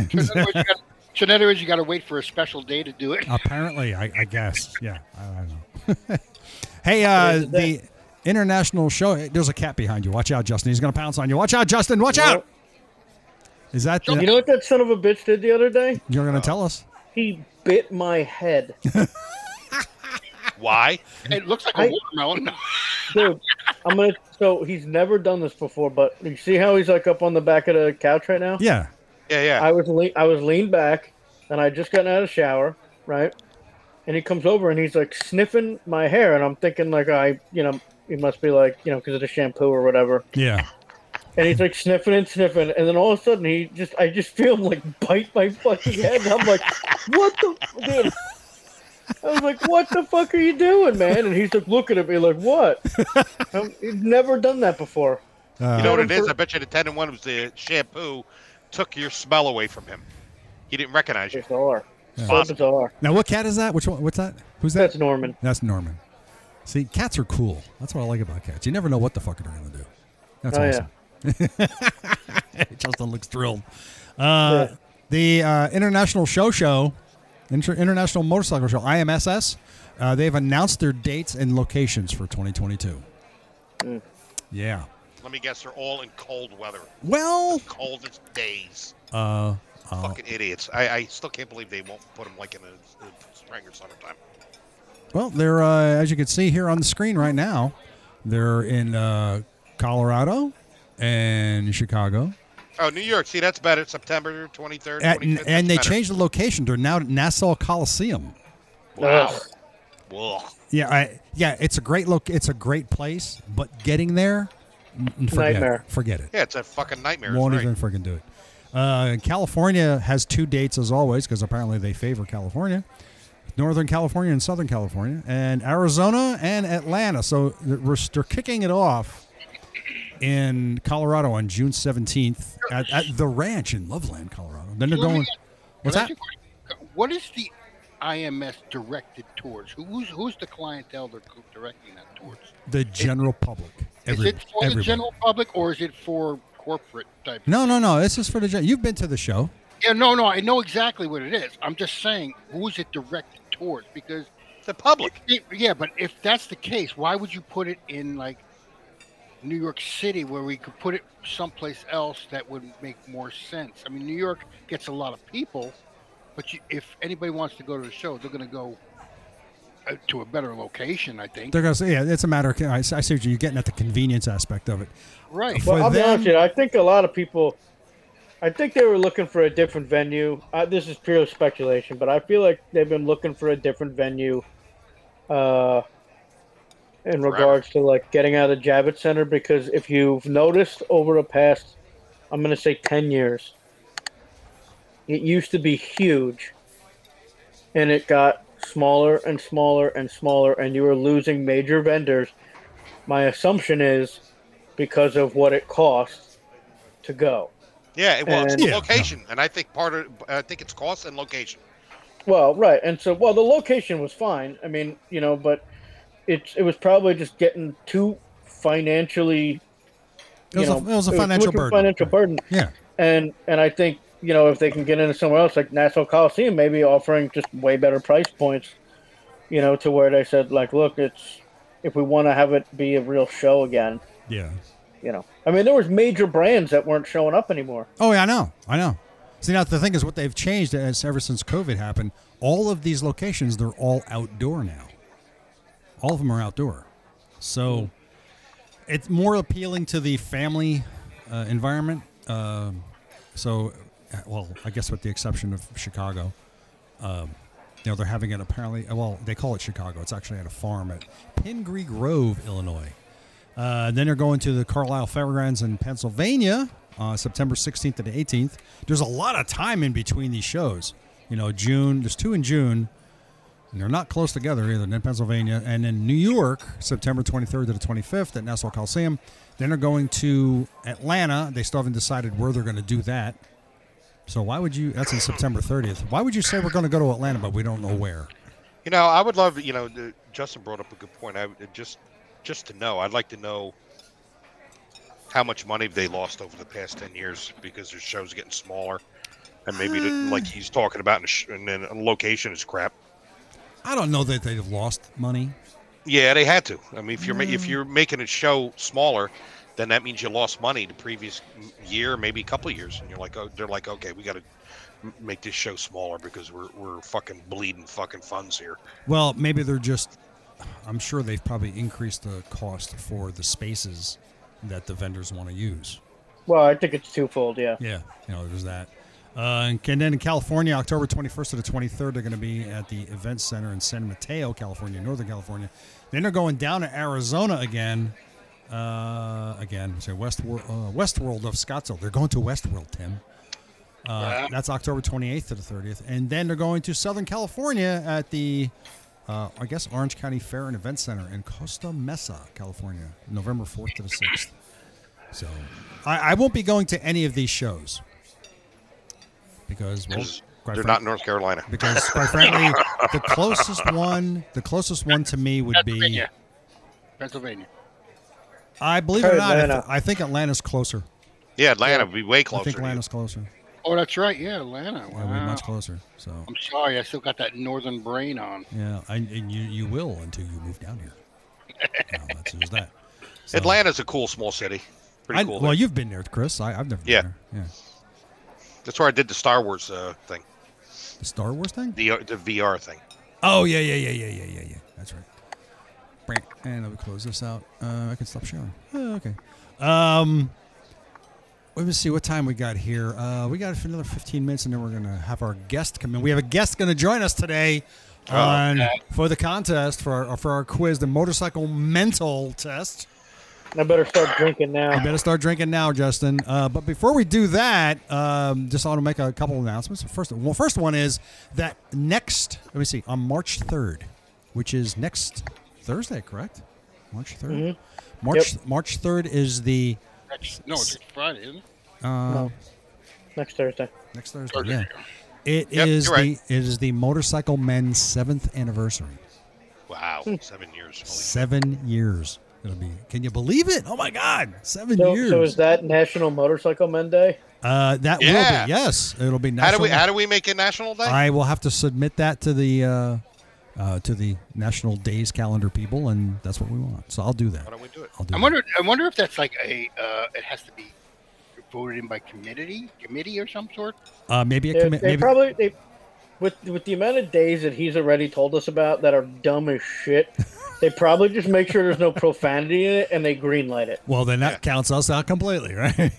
S2: So in other words, you gotta- so in other words, you got to wait for a special day to do it.
S3: Apparently, I, I guess. Yeah, I, I don't know. hey, uh,
S4: There's
S3: the
S4: that.
S3: international show. hey, There's a cat behind you. Watch out, Justin. He's gonna pounce on you. Watch out, Justin. Watch out. Is that
S4: You
S3: the,
S4: know what that son of a bitch did the Oh. other day?
S3: you're gonna tell us?
S4: He bit my head,
S5: Why?
S2: It looks like a
S4: I-
S2: watermelon.
S4: dude. I'm gonna. So he's never done this before, but you see how he's like up on the back of the couch right now.
S3: Yeah.
S5: Yeah, yeah.
S4: I was le- I was leaned back, and I just gotten out of the shower, right? And he comes over and he's like sniffing my hair, and I'm thinking like I, you know, he must be like, you know, because of the shampoo or whatever.
S3: Yeah.
S4: And he's like sniffing and sniffing, and then all of a sudden he just, I just feel him like bite my fucking head. And I'm like, what the, f- dude? I was like, what the fuck are you doing, man? And he's like looking at me like, what? I'm, he's never done that before.
S3: Uh,
S5: You know what it is? I bet you the ten and one was the shampoo took your smell away from him. He didn't recognize you.
S4: Bizarre. So
S5: Bob.
S4: bizarre.
S3: now, what cat is that? Which one? What's that? Who's that?
S4: That's Norman.
S3: That's Norman. See, cats are cool. That's what I like about cats. You never know what the fuck they're gonna do. That's
S4: Oh, yeah.
S3: awesome. Justin looks thrilled. Uh, The uh, International Show Show, Inter- International Motorcycle Show, IMSS, uh, they've announced their dates and locations for 2022.
S4: Mm.
S3: Yeah.
S5: Let me guess, they're all in cold weather,
S3: Well,
S5: coldest days.
S3: uh, uh,
S5: Fucking idiots! I, I still can't believe they won't put them like in a, a spring or summertime.
S3: well, they're uh, as you can see here on the screen right now, they're in uh, Colorado and Chicago,
S5: Oh, New York! See, that's better. September twenty third,
S3: and,
S5: twenty fifth.
S3: and they changed the location. They're now at Nassau Coliseum.
S5: Wow.
S4: Ugh.
S5: Whoa.
S3: Yeah, I, yeah, it's a great look. It's a great place, but getting there, n- n- forget
S4: Nightmare.
S3: It, forget it.
S5: Yeah, it's a fucking nightmare.
S3: Won't
S5: It's
S3: even
S5: right.
S3: freaking do it. Uh, California has two dates as always because apparently they favor California, Northern California and Southern California, and Arizona and Atlanta. So they're, we're- they're kicking it off in Colorado on June seventeenth at, at the ranch in Loveland, Colorado. Then they're
S2: Let me
S3: going.
S2: ask-
S3: What's
S2: can I
S3: that?
S2: ask you a question? What is the IMS directed towards? Who- Who's who's the clientele they're co- directing that towards?
S3: The general public. Every-
S2: is it for the
S3: everybody.
S2: general public or is it for corporate type?
S3: No, no, no. This is for the. gen- You've been to the show.
S2: Yeah, no, no. I know exactly what it is. I'm just saying, who is it directed towards? Because
S5: The public.
S2: E, It- yeah, but if that's the case, why would you put it in like New York City where we could put it someplace else that would make more sense. I mean, New York gets a lot of people, but you, if anybody wants to go to the show, they're going to go uh, to a better location, I think.
S3: They're gonna say, yeah, it's a matter of. I I see what you're getting at the convenience aspect of it.
S2: right.
S3: For
S4: Well, I'll be
S3: them-
S4: honest with you. I think a lot of people, I think they were looking for a different venue. Uh, this is pure speculation, but I feel like they've been looking for a different venue, uh, in regards to like getting out of the Javits Center. Because if you've noticed over the past, I'm gonna say ten years, it used to be huge, and it got smaller and smaller and smaller, and you were losing major vendors. My assumption is because of what it costs to go.
S5: Yeah, well, it's
S4: And-
S5: the
S3: Yeah, no.
S5: location, and I think part of I think it's cost and location.
S4: Well, right, and so well, the location was fine. I mean, you know, but it's it was probably just getting too financially.
S3: It was,
S4: you
S3: a,
S4: know,
S3: it was a financial
S4: too much
S3: burden.
S4: Financial burden,
S3: Yeah,
S4: and and I think you know if they can get into somewhere else like Nassau Coliseum, maybe offering just way better price points. You know, to where they said like, look, it's if we want to have it be a real show again.
S3: yeah.
S4: You know, I mean, there was major brands that weren't showing up anymore.
S3: Oh yeah, I know, I know. See now the thing is, what they've changed is ever since COVID happened, all of these locations they're all outdoor now. All of them are outdoor, so it's more appealing to the family uh, environment. Um so, uh, well, I guess with the exception of Chicago, um, you know they're having it apparently. Well, they call it Chicago. It's actually at a farm at Pingree Grove, Illinois. Uh, then they're going to the Carlisle Fairgrounds in Pennsylvania, uh, September 16th to the 18th. There's a lot of time in between these shows. You know, June, there's two in June, and they're not close together either. Then Pennsylvania, and then New York, September 23rd to the 25th at Nassau Coliseum. Then they're going to Atlanta. They still haven't decided where they're going to do that. So why would you? That's in September 30th. Why would you say we're going to go to Atlanta, but we don't know where?
S5: You know, I would love. You know, the- Justin brought up a good point. I would- just just to know, I'd like to know how much money they lost over the past ten years because their show's getting smaller, and maybe the- like he's talking about, and, sh- and then location is crap.
S3: I don't know that they've lost money.
S5: Yeah, they had to. I mean, if you're ma- if you're making a show smaller, then that means you lost money the previous m- year, maybe a couple of years, and you're like, oh, they're like, okay, we got to make this show smaller because we're we're fucking bleeding fucking funds here.
S3: Well, maybe they're just. I'm sure they've probably increased the cost for the spaces that the vendors want to use.
S4: Well, I think it's twofold. Yeah.
S3: Yeah, you know, there's that. Uh, and, and then in California, October 21st to the 23rd, they're going to be at the Event Center in San Mateo, California, Northern California. Then they're going down to Arizona again. Uh, again, so Westworld, uh, Westworld of Scottsdale. They're going to Westworld, Tim. Uh, that's October 28th to the 30th. And then they're going to Southern California at the, uh, I guess, Orange County Fair and Event Center in Costa Mesa, California, November 4th to the 6th. So I, I won't be going to any of these shows because, well,
S5: 'Cause
S3: quite
S5: they're
S3: frank-
S5: not in North Carolina.
S3: because quite frankly, the closest one, the closest one to me would be,
S2: Pennsylvania. Pennsylvania.
S3: I believe it or not, I, th-
S4: Atlanta.
S3: I think Atlanta's closer.
S5: Yeah, Atlanta would be way
S3: I think
S5: closer. to you.
S3: Atlanta's closer.
S2: Oh, that's right. Yeah, Atlanta.
S3: Yeah, we're
S2: Wow.
S3: much closer. So
S2: I'm sorry. I still got that northern brain on.
S3: yeah, I, and you you will until you move down here. No, that's just that. So-
S5: Atlanta's a cool small city. Pretty
S3: I-
S5: cool.
S3: well,
S5: there.
S3: you've been there, Chris. I, I've never
S5: Yeah.
S3: been there. Yeah.
S5: That's where I did the Star Wars uh, thing,
S3: The Star Wars thing?
S5: the uh, the VR thing.
S3: Oh yeah, yeah, yeah, yeah, yeah, yeah, yeah. That's right. Brink. And let me close this out. Uh, I can stop sharing. Oh, okay. Um, let me see what time we got here. Uh, we got for another 15 minutes, and then we're gonna have our guest come in. We have a guest gonna join us today
S5: Oh,
S3: on for the contest for our for our quiz, the motorcycle mental test.
S4: I better start drinking now.
S3: You better start drinking now, Justin. Uh, but before we do that, um, just want to make a couple announcements. First, well, first one is that next. Let me see. On March third, which is next Thursday, correct? March 3rd
S4: Mm-hmm.
S3: March March third is the
S2: That's, no, it's Friday, isn't it?
S3: uh,
S4: Next Thursday.
S3: next Thursday.
S2: Thursday.
S3: Oh, Yeah, It is
S5: Yep,
S3: the
S5: you're right.
S3: it is the Motorcycle Men's seventh anniversary.
S5: Wow,
S3: Hmm.
S5: seven years. Holy
S3: Seven years. It'll be. Can you believe it? Oh my God! Seven
S4: So,
S3: years.
S4: so is that National Motorcycle Men Day?
S3: uh, that will
S5: Yeah.
S3: be yes. It'll be.
S5: How do
S3: National
S5: we how do we make it national day?
S3: I will have to submit that to the uh, uh, to the National Days calendar people, and that's what we want. So I'll do that.
S5: Why don't we do it?
S3: I'll do.
S2: I
S3: that.
S2: wonder. I wonder if that's like a. Uh, it has to be voted in by committee, committee or some sort.
S3: Uh, maybe a
S4: They,
S3: commi-
S4: they
S3: maybe
S4: probably they with with the amount of days that he's already told us about that are dumb as shit. they probably just make sure there's no profanity in it and they greenlight it.
S3: Well, then that counts us out completely, right?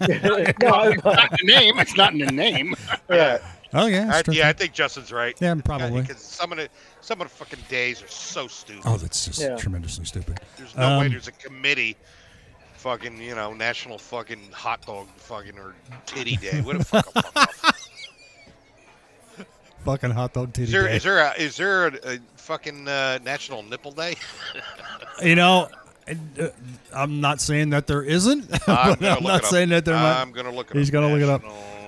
S4: no, I-
S2: It's not in the name. It's not in the name.
S4: yeah.
S3: oh yeah,
S5: I,
S3: that's true.
S5: Uh, yeah, I think Justin's right.
S3: Yeah, probably.
S5: Because some of the some of the fucking days are so stupid.
S3: Oh, that's just
S4: Yeah.
S3: tremendously stupid.
S5: There's no way
S3: Um,
S5: there's a committee, fucking you know, national fucking hot dog fucking or titty day. What the fuck? a fuck off.
S3: Fucking hot dog titty.
S5: Is there
S3: day.
S5: is there a, is there a, a fucking uh, national nipple day?
S3: you know, I- uh, I'm not saying that there isn't. but
S5: Ah, I'm,
S3: I'm,
S5: gonna look
S3: not
S5: it up. Um,
S3: saying that there
S5: I'm gonna look it
S3: He's
S5: up.
S3: gonna look it up.
S5: National-
S3: not.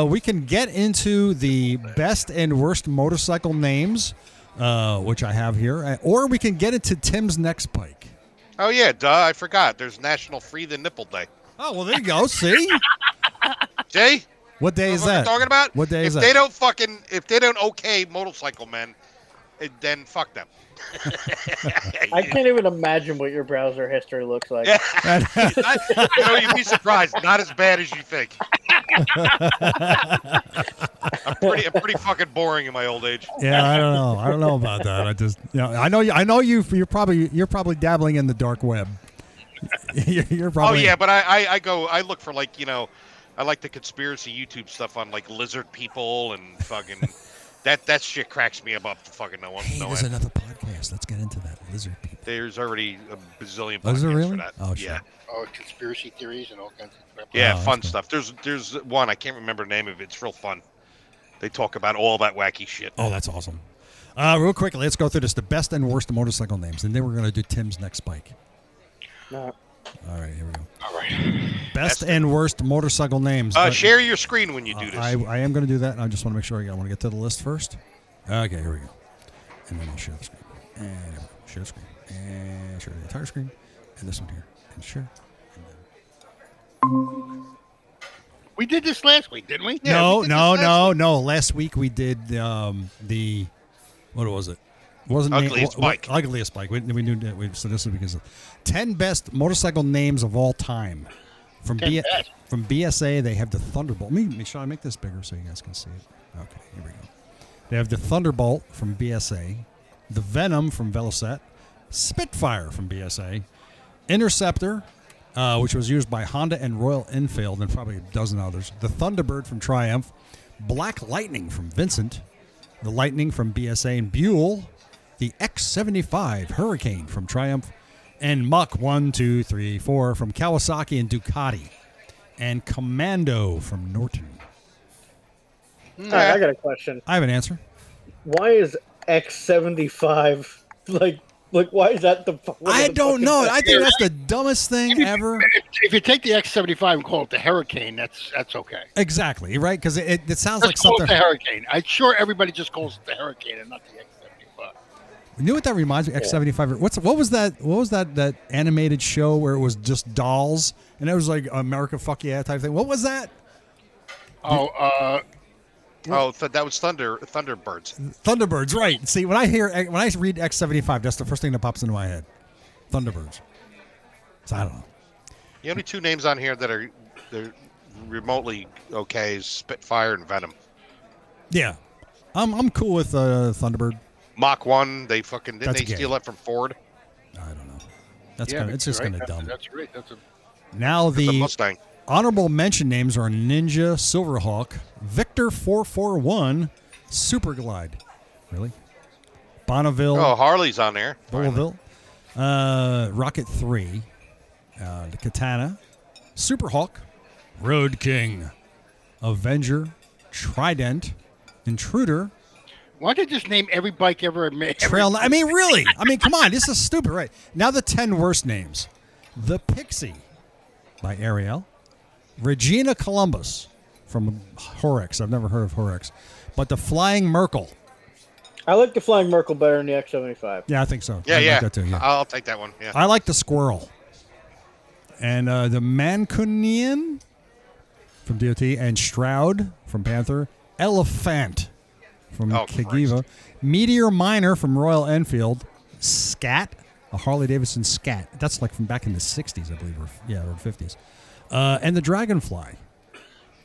S3: Uh, we can get into the best and worst motorcycle names, uh, which I have here, uh, or we can get into Tim's next bike.
S5: Oh yeah, duh! I forgot. There's National Free the Nipple Day.
S3: Oh well, there you go. See,
S5: Jay,
S3: what day
S5: what
S3: is
S5: the fuck
S3: that?
S5: I'm talking about?
S3: What day
S5: if
S3: is
S5: they
S3: that?
S5: don't fucking if they don't okay motorcycle men, eh, then fuck them.
S4: I can't even imagine what your browser history looks like.
S5: Yeah. Not- you know, you'd be surprised. Not as bad as you think. I'm pretty, I'm pretty fucking boring in my old age.
S3: yeah, I don't know. I don't know about that. I just, you know, I know you. I know you. You're probably you're probably dabbling in the dark web. you're, you're probably.
S5: Oh yeah, but I, I, I go, I look for like you know, I like the conspiracy YouTube stuff on like lizard people and fucking that that shit cracks me up to fucking no one.
S3: Hey,
S5: no
S3: there's
S5: end.
S3: another podcast. Letlet's get into that lizard people.
S5: There's already a bazillion.
S3: Oh, is there
S5: podcasts
S3: really?
S5: For that.
S3: Oh, shit.
S5: yeah,
S2: Oh, conspiracy theories and all kinds of crap.
S5: yeah,
S3: Oh,
S5: fun
S3: that's cool.
S5: stuff. There's there's one I can't remember the name of. it. It's real fun. They talk about all that wacky shit.
S3: Oh, that's awesome. Uh, real quick, let's go through this: the best and worst motorcycle names, and then we're gonna do Tim's next bike.
S4: No.
S3: All right, here we go.
S2: All right.
S3: Best and worst motorcycle names.
S5: Uh,
S3: Let- uh,
S5: share your screen when you do this.
S3: I, I am going to do that, and I just want to make sure I want to get to the list first. Okay, here we go. And then I'll share the screen. And there we go. share the screen. And share the entire screen. And this one here. And share. And then-
S2: We did this last week, didn't we?
S3: no,
S5: we did
S3: no,
S5: this last
S3: no, no. Last week we did um, the what was it? Wasn't
S5: Ugliest
S3: wa- wa-
S5: bike.
S3: Ugliest bike. We, we knew that. We, so this is because of ten best motorcycle names of all time from
S2: 10
S3: B,
S2: best.
S3: from BSA. They have the Thunderbolt. Let me make sure I make this bigger so you guys can see it. Okay, here we go. They have the Thunderbolt from BSA, the Venom from Velocet, Spitfire from BSA, Interceptor, uh, which was used by Honda and Royal Enfield and probably a dozen others, the Thunderbird from Triumph, Black Lightning from Vincent, the Lightning from BSA and Buell, the X75 Hurricane from Triumph, and Mach 1234 from Kawasaki and Ducati, and Commando from Norton.
S4: All right, I got a question.
S3: I have an answer.
S4: Why is X seventy five like like why is that the? one of
S3: I
S4: the
S3: don't
S4: fucking
S3: know.
S4: best-
S3: I think that's the dumbest thing ever.
S2: If, if you take the X75 and call it the Hurricane, that's that's okay.
S3: Exactly right because it, it, it sounds like
S2: Just call
S3: something.
S2: it the Hurricane. I'm sure everybody just calls it the Hurricane and not the X75.
S3: You know what that reminds me? X seventy five. What's what was that? What was that that animated show where it was just dolls and it was like America fuck yeah type thing? What was that?
S2: Oh, uh,
S5: Oh, th- that was Thunder Thunderbirds.
S3: Thunderbirds, right? See, when I hear when I read X seventy five, that's the first thing that pops into my head. Thunderbirds. So I don't know.
S5: The only two names on here that are they're remotely okay is Spitfire and Venom.
S3: Yeah, I'm I'm cool with uh, Thunderbird.
S5: Mach one, they fucking didn't
S3: That's
S5: they
S3: gay.
S5: steal that from Ford?
S3: I don't know. That's
S2: yeah,
S3: kind of, it's just
S2: right.
S3: kind of
S2: That's-
S3: dumb.
S2: That's right. That's a
S3: Now
S5: The
S3: the
S5: Mustang.
S3: Honorable mention names are Ninja Silverhawk, Victor 441, Superglide. Really? Bonneville,
S5: Oh, Harley's on there. Finally.
S3: Bonneville, uh, Rocket 3, uh, the Katana, Superhawk, Road King, Avenger, Trident, Intruder,
S2: Why don't they just name every bike ever made?
S3: Trail. I mean, really? I mean, come on. This is stupid, right? Now the 10 worst names The Pixie by Ariel, Regina Columbus from Horex. I've never heard of Horex, but The Flying Merkel.
S4: I like the flying Merkel better than the X seventy five.
S3: Yeah, I think so.
S5: Yeah,
S3: I
S5: yeah.
S3: Like that too, yeah.
S5: I'll take that one. Yeah.
S3: I like The Squirrel. And uh, The Mancunian from DOT, and Stroud from Panther, Elephant from
S5: Oh,
S3: Kagiva, Meteor Miner from Royal Enfield, Scat, a Harley Davidson Scat. That's like from back in the 60s, I believe, or yeah, or 50s. Uh, and the Dragonfly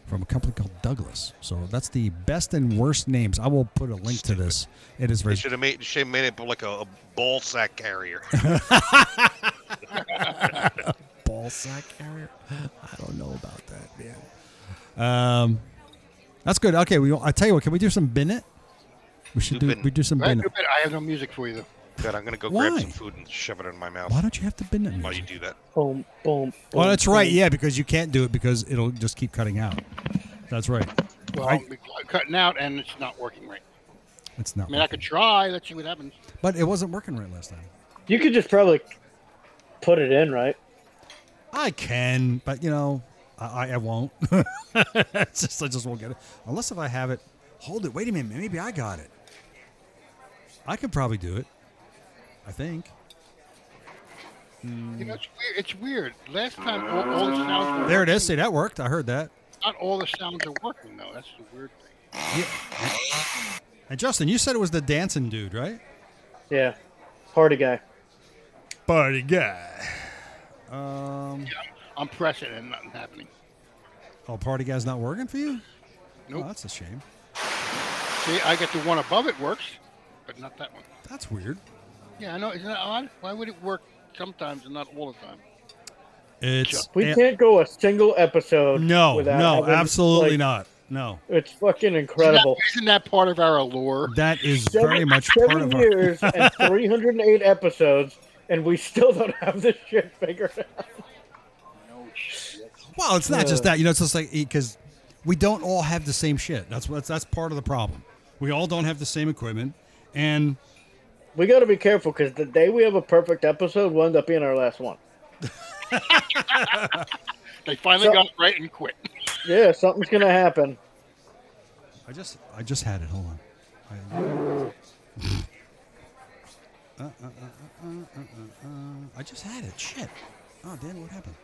S3: from a company called Douglas. So that's the best and worst names. I will put a link to this. It is
S5: They
S3: very
S5: should have made, should have made it like a, a ball sack carrier.
S3: ball sack carrier. I don't know about that, man. Um, that's good. Okay, we. I tell you what, can we do some Bennett? We should
S5: Do
S3: do.
S5: Bennett.
S3: We do some
S2: I,
S3: Bennett.
S2: I have no music for you though.
S5: Good, I'm gonna go
S3: Why?
S5: grab some food and shove it in my mouth
S3: Why don't you have the Bennett?
S5: while you
S3: music?
S5: do that.
S4: Boom, boom.
S3: Well,
S4: boom,
S3: that's right.
S4: boom.
S3: Yeah, because you can't do it because it'll just keep cutting out. That's right.
S2: Well,
S3: I-
S2: I'm cutting out and it's not working right.
S3: It's not.
S2: I mean, I
S3: working.
S2: could try. Let's see what happens.
S3: but it wasn't working right last time.
S4: You could just probably put it in, right?
S3: I can, but you know, I, I- I won't. it's just, I just won't get it unless if I have it. Hold it. Wait a minute. Maybe I got it. I could probably do it. I think.
S2: You know, it's weird. It's weird. Last time, all, all the sounds were
S3: There it is. See,
S2: working.
S3: that worked. I heard that.
S2: Not all the sounds are working though. That's the weird thing.
S3: And Justin, you said it was the dancing dude, right?
S4: Yeah. Party guy.
S3: Party guy. Um,
S2: I'm pressing and nothing happening.
S3: oh, party guy's not working for you?
S2: Nope.
S3: Oh, that's a shame.
S2: See, I get the one above it works, but not that one.
S3: That's weird.
S2: Yeah, I know. Isn't that odd? Why would it work sometimes and not all the time?
S3: It's
S4: We can't go a single episode.
S3: no,
S4: without
S3: no,
S4: having,
S3: absolutely
S4: like,
S3: not. No,
S4: It's fucking incredible.
S2: Isn't that part of our allure?
S3: that is
S4: Seven-
S3: very much part
S4: Seven
S3: of our.
S4: years and 308 episodes, and we still don't have this shit figured out.
S2: No shit.
S3: Well, it's not just
S4: Yeah.
S3: that. You know, it's just like because we don't all have the same shit. That's what that's part of the problem. We all don't have the same equipment, and
S4: We got to be careful because the day we have a perfect episode will end up being our last one.
S2: They finally
S4: So-
S2: got it right and quit.
S4: Yeah, something's going to happen.
S3: I just I just had it. Hold on. I- Uh, uh, uh, uh, uh, uh, uh, I just had it. Shit. Oh damn! What happened?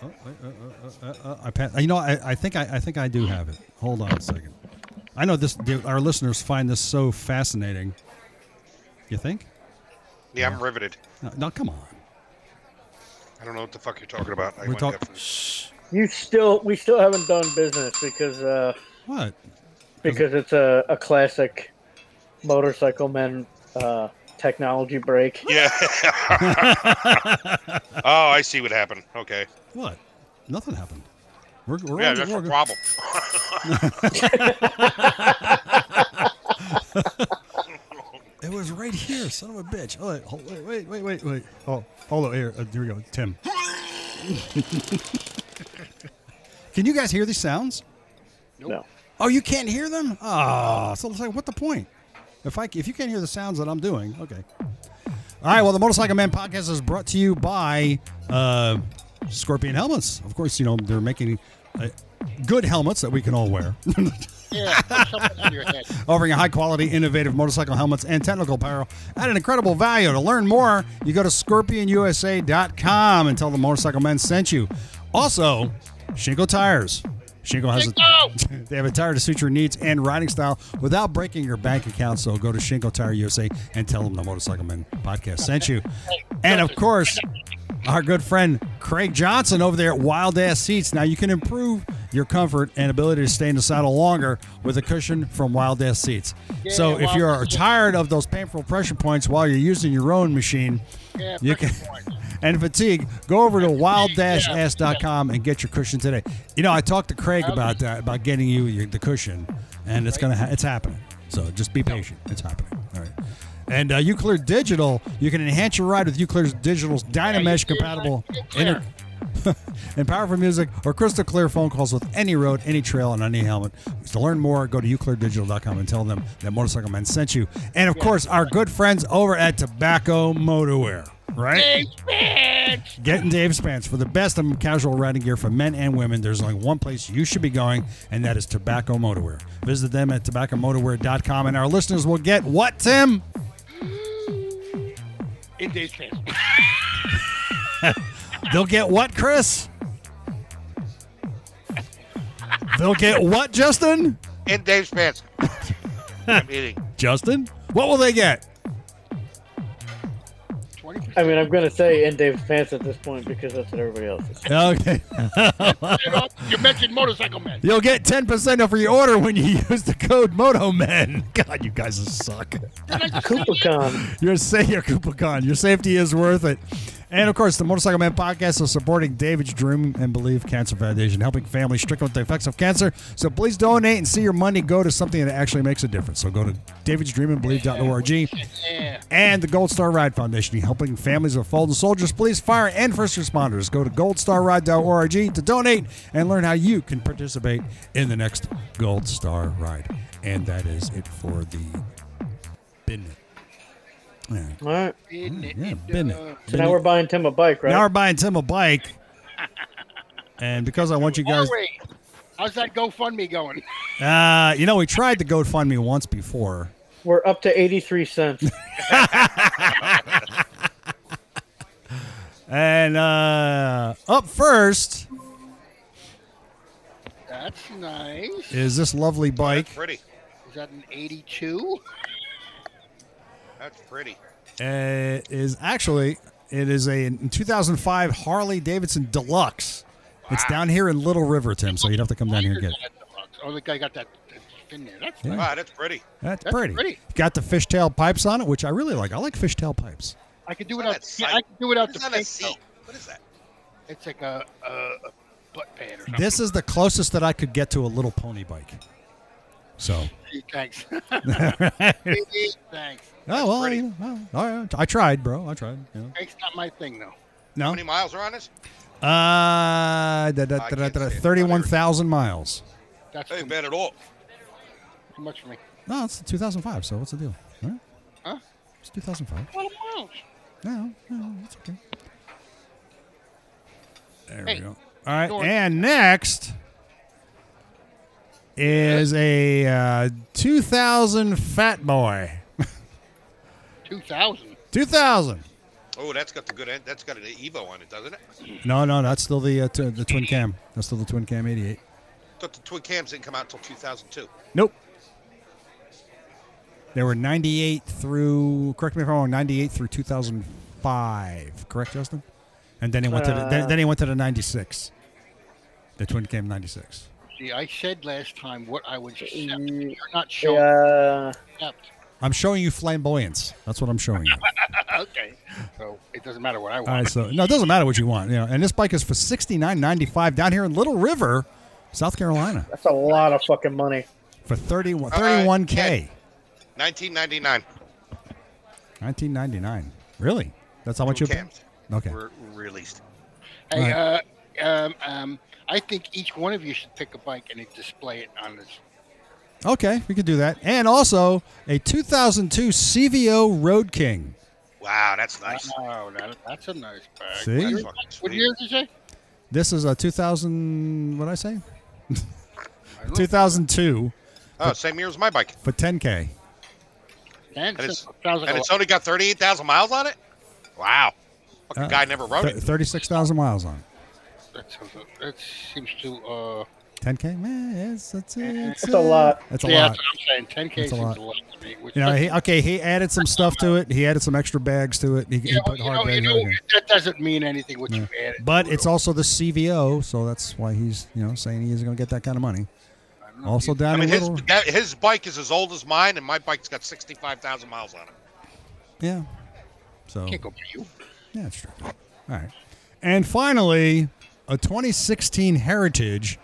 S3: Oh, wait, uh, uh, uh, uh, uh, I pa- You know, I, I think I, I think I do have it. Hold on a second. I know this. Our listeners find this so fascinating. You think?
S5: Yeah, I'm riveted.
S3: No, no come on.
S5: I don't know what the fuck you're talking about. I
S3: We're
S5: went
S3: talking.
S5: there for-
S4: You still, we still haven't done business because, uh,
S3: What?
S4: because it's a, a classic motorcycle men uh, technology break.
S5: Yeah. oh, I see what happened. Okay.
S3: What? Nothing happened. We're, we're
S5: Yeah,
S3: on-
S5: that's
S3: we're
S5: the
S3: good.
S5: problem.
S3: It was right here, son of a bitch. Oh, wait, hold- wait, wait, wait, wait, wait. Oh, hold on. Here, uh, here we go. Tim. Can you guys hear these sounds?
S4: No.
S3: Oh, you can't hear them? Ah, so it's like, what the point? If I if you can't hear the sounds that I'm doing, okay. All right. Well, the Motorcycle Man podcast is brought to you by uh, Scorpion Helmets. Of course, you know they're making uh, good helmets that we can all wear.
S2: Yeah, put something on your head.
S3: offering high quality, innovative motorcycle helmets and technical apparel at an incredible value. To learn more, you go to scorpionusa.com and tell the motorcycle men sent you. Also, Shinko Tires. Shinko has a,
S2: Shinko!
S3: they have a tire to suit your needs and riding style without breaking your bank account. So go to Shinko Tire USA and tell them the Motorcycle Men podcast sent you. And of course, our good friend Craig Johnson over there at Wild Ass Seats. Now you can improve your comfort and ability to stay in the saddle longer with a cushion from Wild Ass Seats. so
S2: Yeah,
S3: if you
S2: Wild
S3: are
S2: Ass
S3: tired of those painful pressure points while you're using your own machine,
S2: Yeah,
S3: you can
S2: pressure points.
S3: and fatigue, go over to
S2: yeah.
S3: wild-ass.com and get your cushion today. You know, I talked to Craig
S2: Okay.
S3: about that, about getting you your, the cushion, and it's gonna ha- it's happening. So just be patient. It's happening. All right. And uh, Uclear Digital, you can enhance your ride with Uclear's Digital's Dynamesh compatible
S2: Uclear.
S3: inner and powerful music or crystal clear phone calls with any road, any trail, and any helmet. To learn more, go to ucleardigital.com and tell them that Motorcycle Man sent you. And of course, our good friends over at Tobacco Motorwear, right? Getting Dave Spence for the best of casual riding gear for men and women. There's only one place you should be going, and that is Tobacco Motorwear. Visit them at tobaccomotorwear.com, and our listeners will get what, Tim?
S2: In days past.
S3: They'll get what, Chris? They'll get what, Justin?
S5: In Dave's pants. I'm eating.
S3: Justin, what will they get?
S2: Twenty
S4: I
S2: percent.
S4: mean, I'm gonna say in Dave's pants at this point because that's what everybody else is.
S3: Okay.
S2: You mentioned motorcycle man.
S3: You'll get 10% off your order when you use the code MOTOMEN. God, you guys suck.
S4: KoopaCon.
S3: Your say your KoopaCon. Your safety is worth it. And of course, the Motorcycle Man podcast is supporting David's Dream and Believe Cancer Foundation, helping families stricken with the effects of cancer. So please donate and see your money go to something that actually makes a difference. So go to davidsdreamandbelieve.org
S2: Yeah.
S3: and the Gold Star Ride Foundation, helping families of fallen soldiers, police, fire, and first responders. Go to goldstarride.org to donate and learn how you can participate in the next Gold Star Ride. And that is it for the bin. Yeah.
S4: All right.
S3: Oh, Yeah, bin
S2: uh,
S3: it.
S4: So now we're buying Tim a bike, right?
S3: Now we're buying Tim a bike. And because I want you guys,
S2: Corey, how's that GoFundMe going?
S3: uh, you know, we tried the GoFundMe once before.
S4: we're up to 83 cents.
S3: And uh, up first
S2: That's nice.
S3: is this lovely bike.
S5: That's pretty.
S2: Is that an 82?
S5: That's pretty.
S3: uh, is actually it is a in 2005 Harley Davidson Deluxe. It's down here in Little River, Tim. So you'd have to come down here and get it.
S2: Oh, the guy got that that fin there. That's
S3: Yeah.
S2: nice.
S5: Wow, that's pretty.
S3: That's,
S2: That's
S3: pretty.
S2: pretty.
S3: Got the fishtail pipes on it, which I really like. I like fishtail pipes.
S2: I could do
S5: It's
S2: it
S5: not
S2: out.
S5: a
S2: Yeah,
S5: sight.
S2: I could do it out
S5: It's
S2: the
S5: not a
S2: pink,
S5: seat. What is that?
S2: though. It's like a, a, a butt pad or something.
S3: This is the closest that I could get to a little pony bike. So,
S2: Thanks.
S3: oh
S2: Thanks.
S3: well,
S5: pretty.
S3: you know, well, all right. I tried, bro. I tried. You know.
S2: Thanks not my thing though.
S5: How
S3: No,
S5: many miles are on this?
S3: uh, da, da, da,
S5: I
S3: da,
S5: can't
S3: da,
S5: see it.
S3: thirty-one thousand miles.
S2: That's
S5: Hey,
S2: too,
S5: bad at all.
S2: too much for me.
S3: No, it's 2005. So what's the deal? All right.
S2: Huh?
S3: It's 2005.
S2: What miles?
S3: No, no, it's okay. There
S2: Hey,
S3: we go. All right,
S2: North.
S3: and next is a uh, 2000 Fat Boy.
S2: 2,000.
S3: 2000.
S5: Oh, that's got the good end. That's got an Evo on it, doesn't it?
S3: No, no, that's still the uh, t- the twin cam. That's still the twin cam 88.
S5: Thought the twin cams didn't come out until 2002.
S3: Nope. There were 98 through. Correct me if I'm wrong. 98 through 2005. Correct, Justin? And then he went to the, then,
S4: Uh.
S3: then he went to the 96. The twin cam 96.
S2: See, I said last time what I would accept. You're
S4: Mm,
S2: not showing
S4: Yeah.
S2: accept.
S3: I'm showing you flamboyance. That's what I'm showing you.
S2: Okay. So it doesn't matter what I
S3: All
S2: want.
S3: right, so no, it doesn't matter what you want. You know, and this bike is for sixty nine ninety five down here in Little River, South Carolina,
S4: That's a lot of fucking money.
S3: for 31
S5: All right,
S3: 31 k,
S5: 1999.
S3: nineteen ninety nine. Really? That's how much you
S5: Twin cams
S3: Okay.
S5: were released.
S2: Hey,
S3: Alright.
S2: uh, um, um, I think each one of you should pick a bike and then display it on this.
S3: Okay, we could do that. And also a two thousand two CVO Road King.
S5: Wow, that's nice.
S2: Oh, that, that's a nice bag.
S3: See?
S5: That's
S2: What,
S5: fucking
S2: what
S5: sweet.
S2: year did you say?
S3: This is a two thousand. What did I say? two thousand two
S5: Oh, same year as my bike.
S3: for ten k.
S2: Dan,
S5: And it's,
S2: sounds
S5: and
S2: like a
S5: it's
S2: lot.
S5: only got 38,000 miles on it? Wow. Fucking
S3: Uh,
S5: guy never rode it.
S3: Thirty six thousand miles on.
S2: That, sounds, that seems to. Uh,
S3: Ten k. Man, it's it's, it's
S4: That's a lot.
S3: That's a
S2: yeah,
S3: lot.
S2: that's what I'm saying. 10K
S3: That's a
S2: seems
S3: lot.
S2: a lot to me. Which
S3: You know, he, okay, he added some stuff to it. He added some extra bags to it. He, he
S2: you know,
S3: put
S2: you
S3: hard
S2: know, you
S3: bags
S2: know,
S3: on it.
S2: that doesn't mean anything what you added.
S3: But it's also the CVO, so that's why he's you know saying he isn't going to get that kind of money. Also down
S5: I mean,
S3: in
S5: his,
S3: Little,
S5: that, his bike is as old as mine, and my bike's got 65,000 miles on it.
S3: yeah. So
S2: can't go by you.
S3: yeah, it's true. All right, and finally a 2016 Heritage,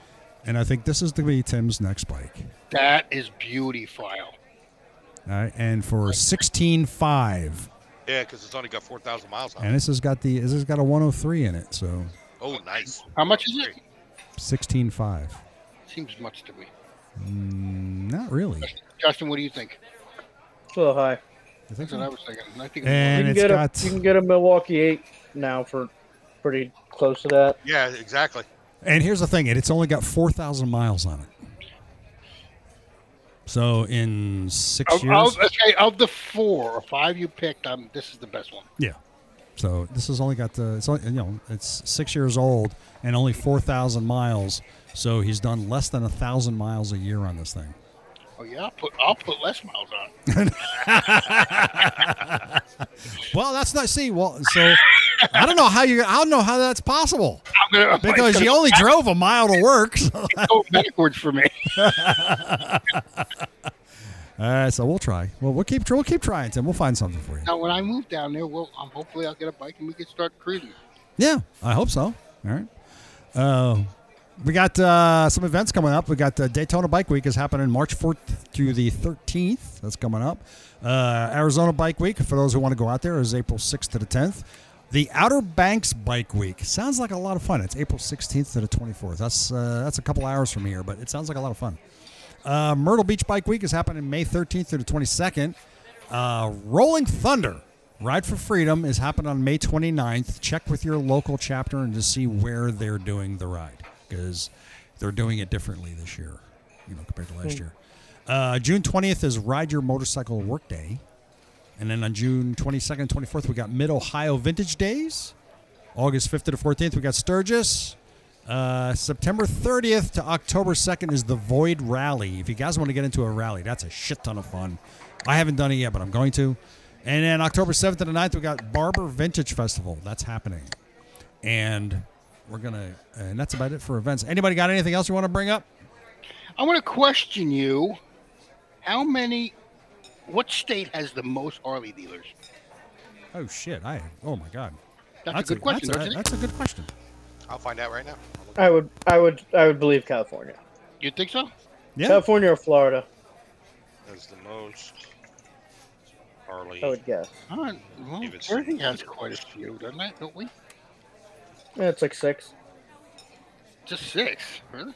S3: and I think this is going to be Tim's next bike.
S2: That is beauty file.
S3: All right, and for 16.5,
S5: Yeah, because it's only got 4,000 miles on
S3: and
S5: it.
S3: this has got the this has got a 103 in it, so
S5: Oh, nice.
S2: How much is it?
S3: 16.5.
S2: Seems much to me.
S3: Mm, not really.
S2: Justin, what do you think?
S4: It's a little high.
S3: I think
S2: That's
S3: so.
S2: what I was thinking. I think
S3: And
S4: You can,
S3: it's
S4: get
S3: got
S4: a, you can get a Milwaukee 8 now for pretty close to that.
S5: Yeah, exactly.
S3: And here's the thing, and it's only got 4,000 miles on it. So in six
S2: of,
S3: years,
S2: of- okay, of the four or five you picked, um, this is the best one.
S3: yeah. So this has only got the it's only, you know it's six years old and only 4,000 miles. So he's done less than a thousand miles a year on this thing.
S2: Oh yeah, I'll put I'll put less miles on.
S3: Well, that's not see. Well, so I don't know how you. I don't know how that's possible
S2: I'm gonna I'm
S3: because
S2: gonna
S3: you only drove a mile to work. so-
S2: go backwards for me.
S3: Uh, so we'll try. Well, we'll keep. We'll keep trying, Tim. We'll find something for you.
S2: Now when I move down there, well, um, hopefully I'll get a bike and we can start cruising.
S3: Yeah, I hope so. All right. Uh, we got uh, some events coming up. We got uh, Daytona Bike Week is happening March 4th through the 13th. That's coming up. Uh, Arizona Bike Week, for those who want to go out there, is April 6th to the 10th. The Outer Banks Bike Week sounds like a lot of fun. It's April 16th to the 24th. That's uh, that's a couple hours from here, but it sounds like a lot of fun. Uh, Myrtle Beach Bike Week is happening May 13th through the 22nd. Uh, Rolling Thunder Ride for Freedom is happening on May 29th. Check with your local chapter and to see where they're doing the ride because they're doing it differently this year, you know, compared to last year. Uh, June 20th is Ride Your Motorcycle Work Day. And then on June 22nd, 24th, we got Mid Ohio Vintage Days. August 5th to the 14th, we got Sturgis. Uh, September 30th to October 2nd is the Void Rally. If you guys want to get into a rally, that's a shit ton of fun. I haven't done it yet, but I'm going to. And then October 7th and the 9th, we got Barber Vintage Festival. That's happening. And we're going to, and that's about it for events. Anybody got anything else you want to bring up?
S2: I want to question you: How many? What state has the most Harley dealers?
S3: Oh, shit. I, oh my God.
S2: That's, a good question,
S3: That's a,
S2: isn't it?
S3: that's a good question.
S5: I'll find out right now.
S4: I would, I would, I would believe California,
S2: You think so?
S3: Yeah.
S4: California or Florida.
S5: As the most Harley.
S4: I would guess.
S2: All right. Well,
S5: If it's-
S2: Jersey has quite a few, doesn't it? Don't we?
S4: Yeah, it's like six.
S2: Just six, really?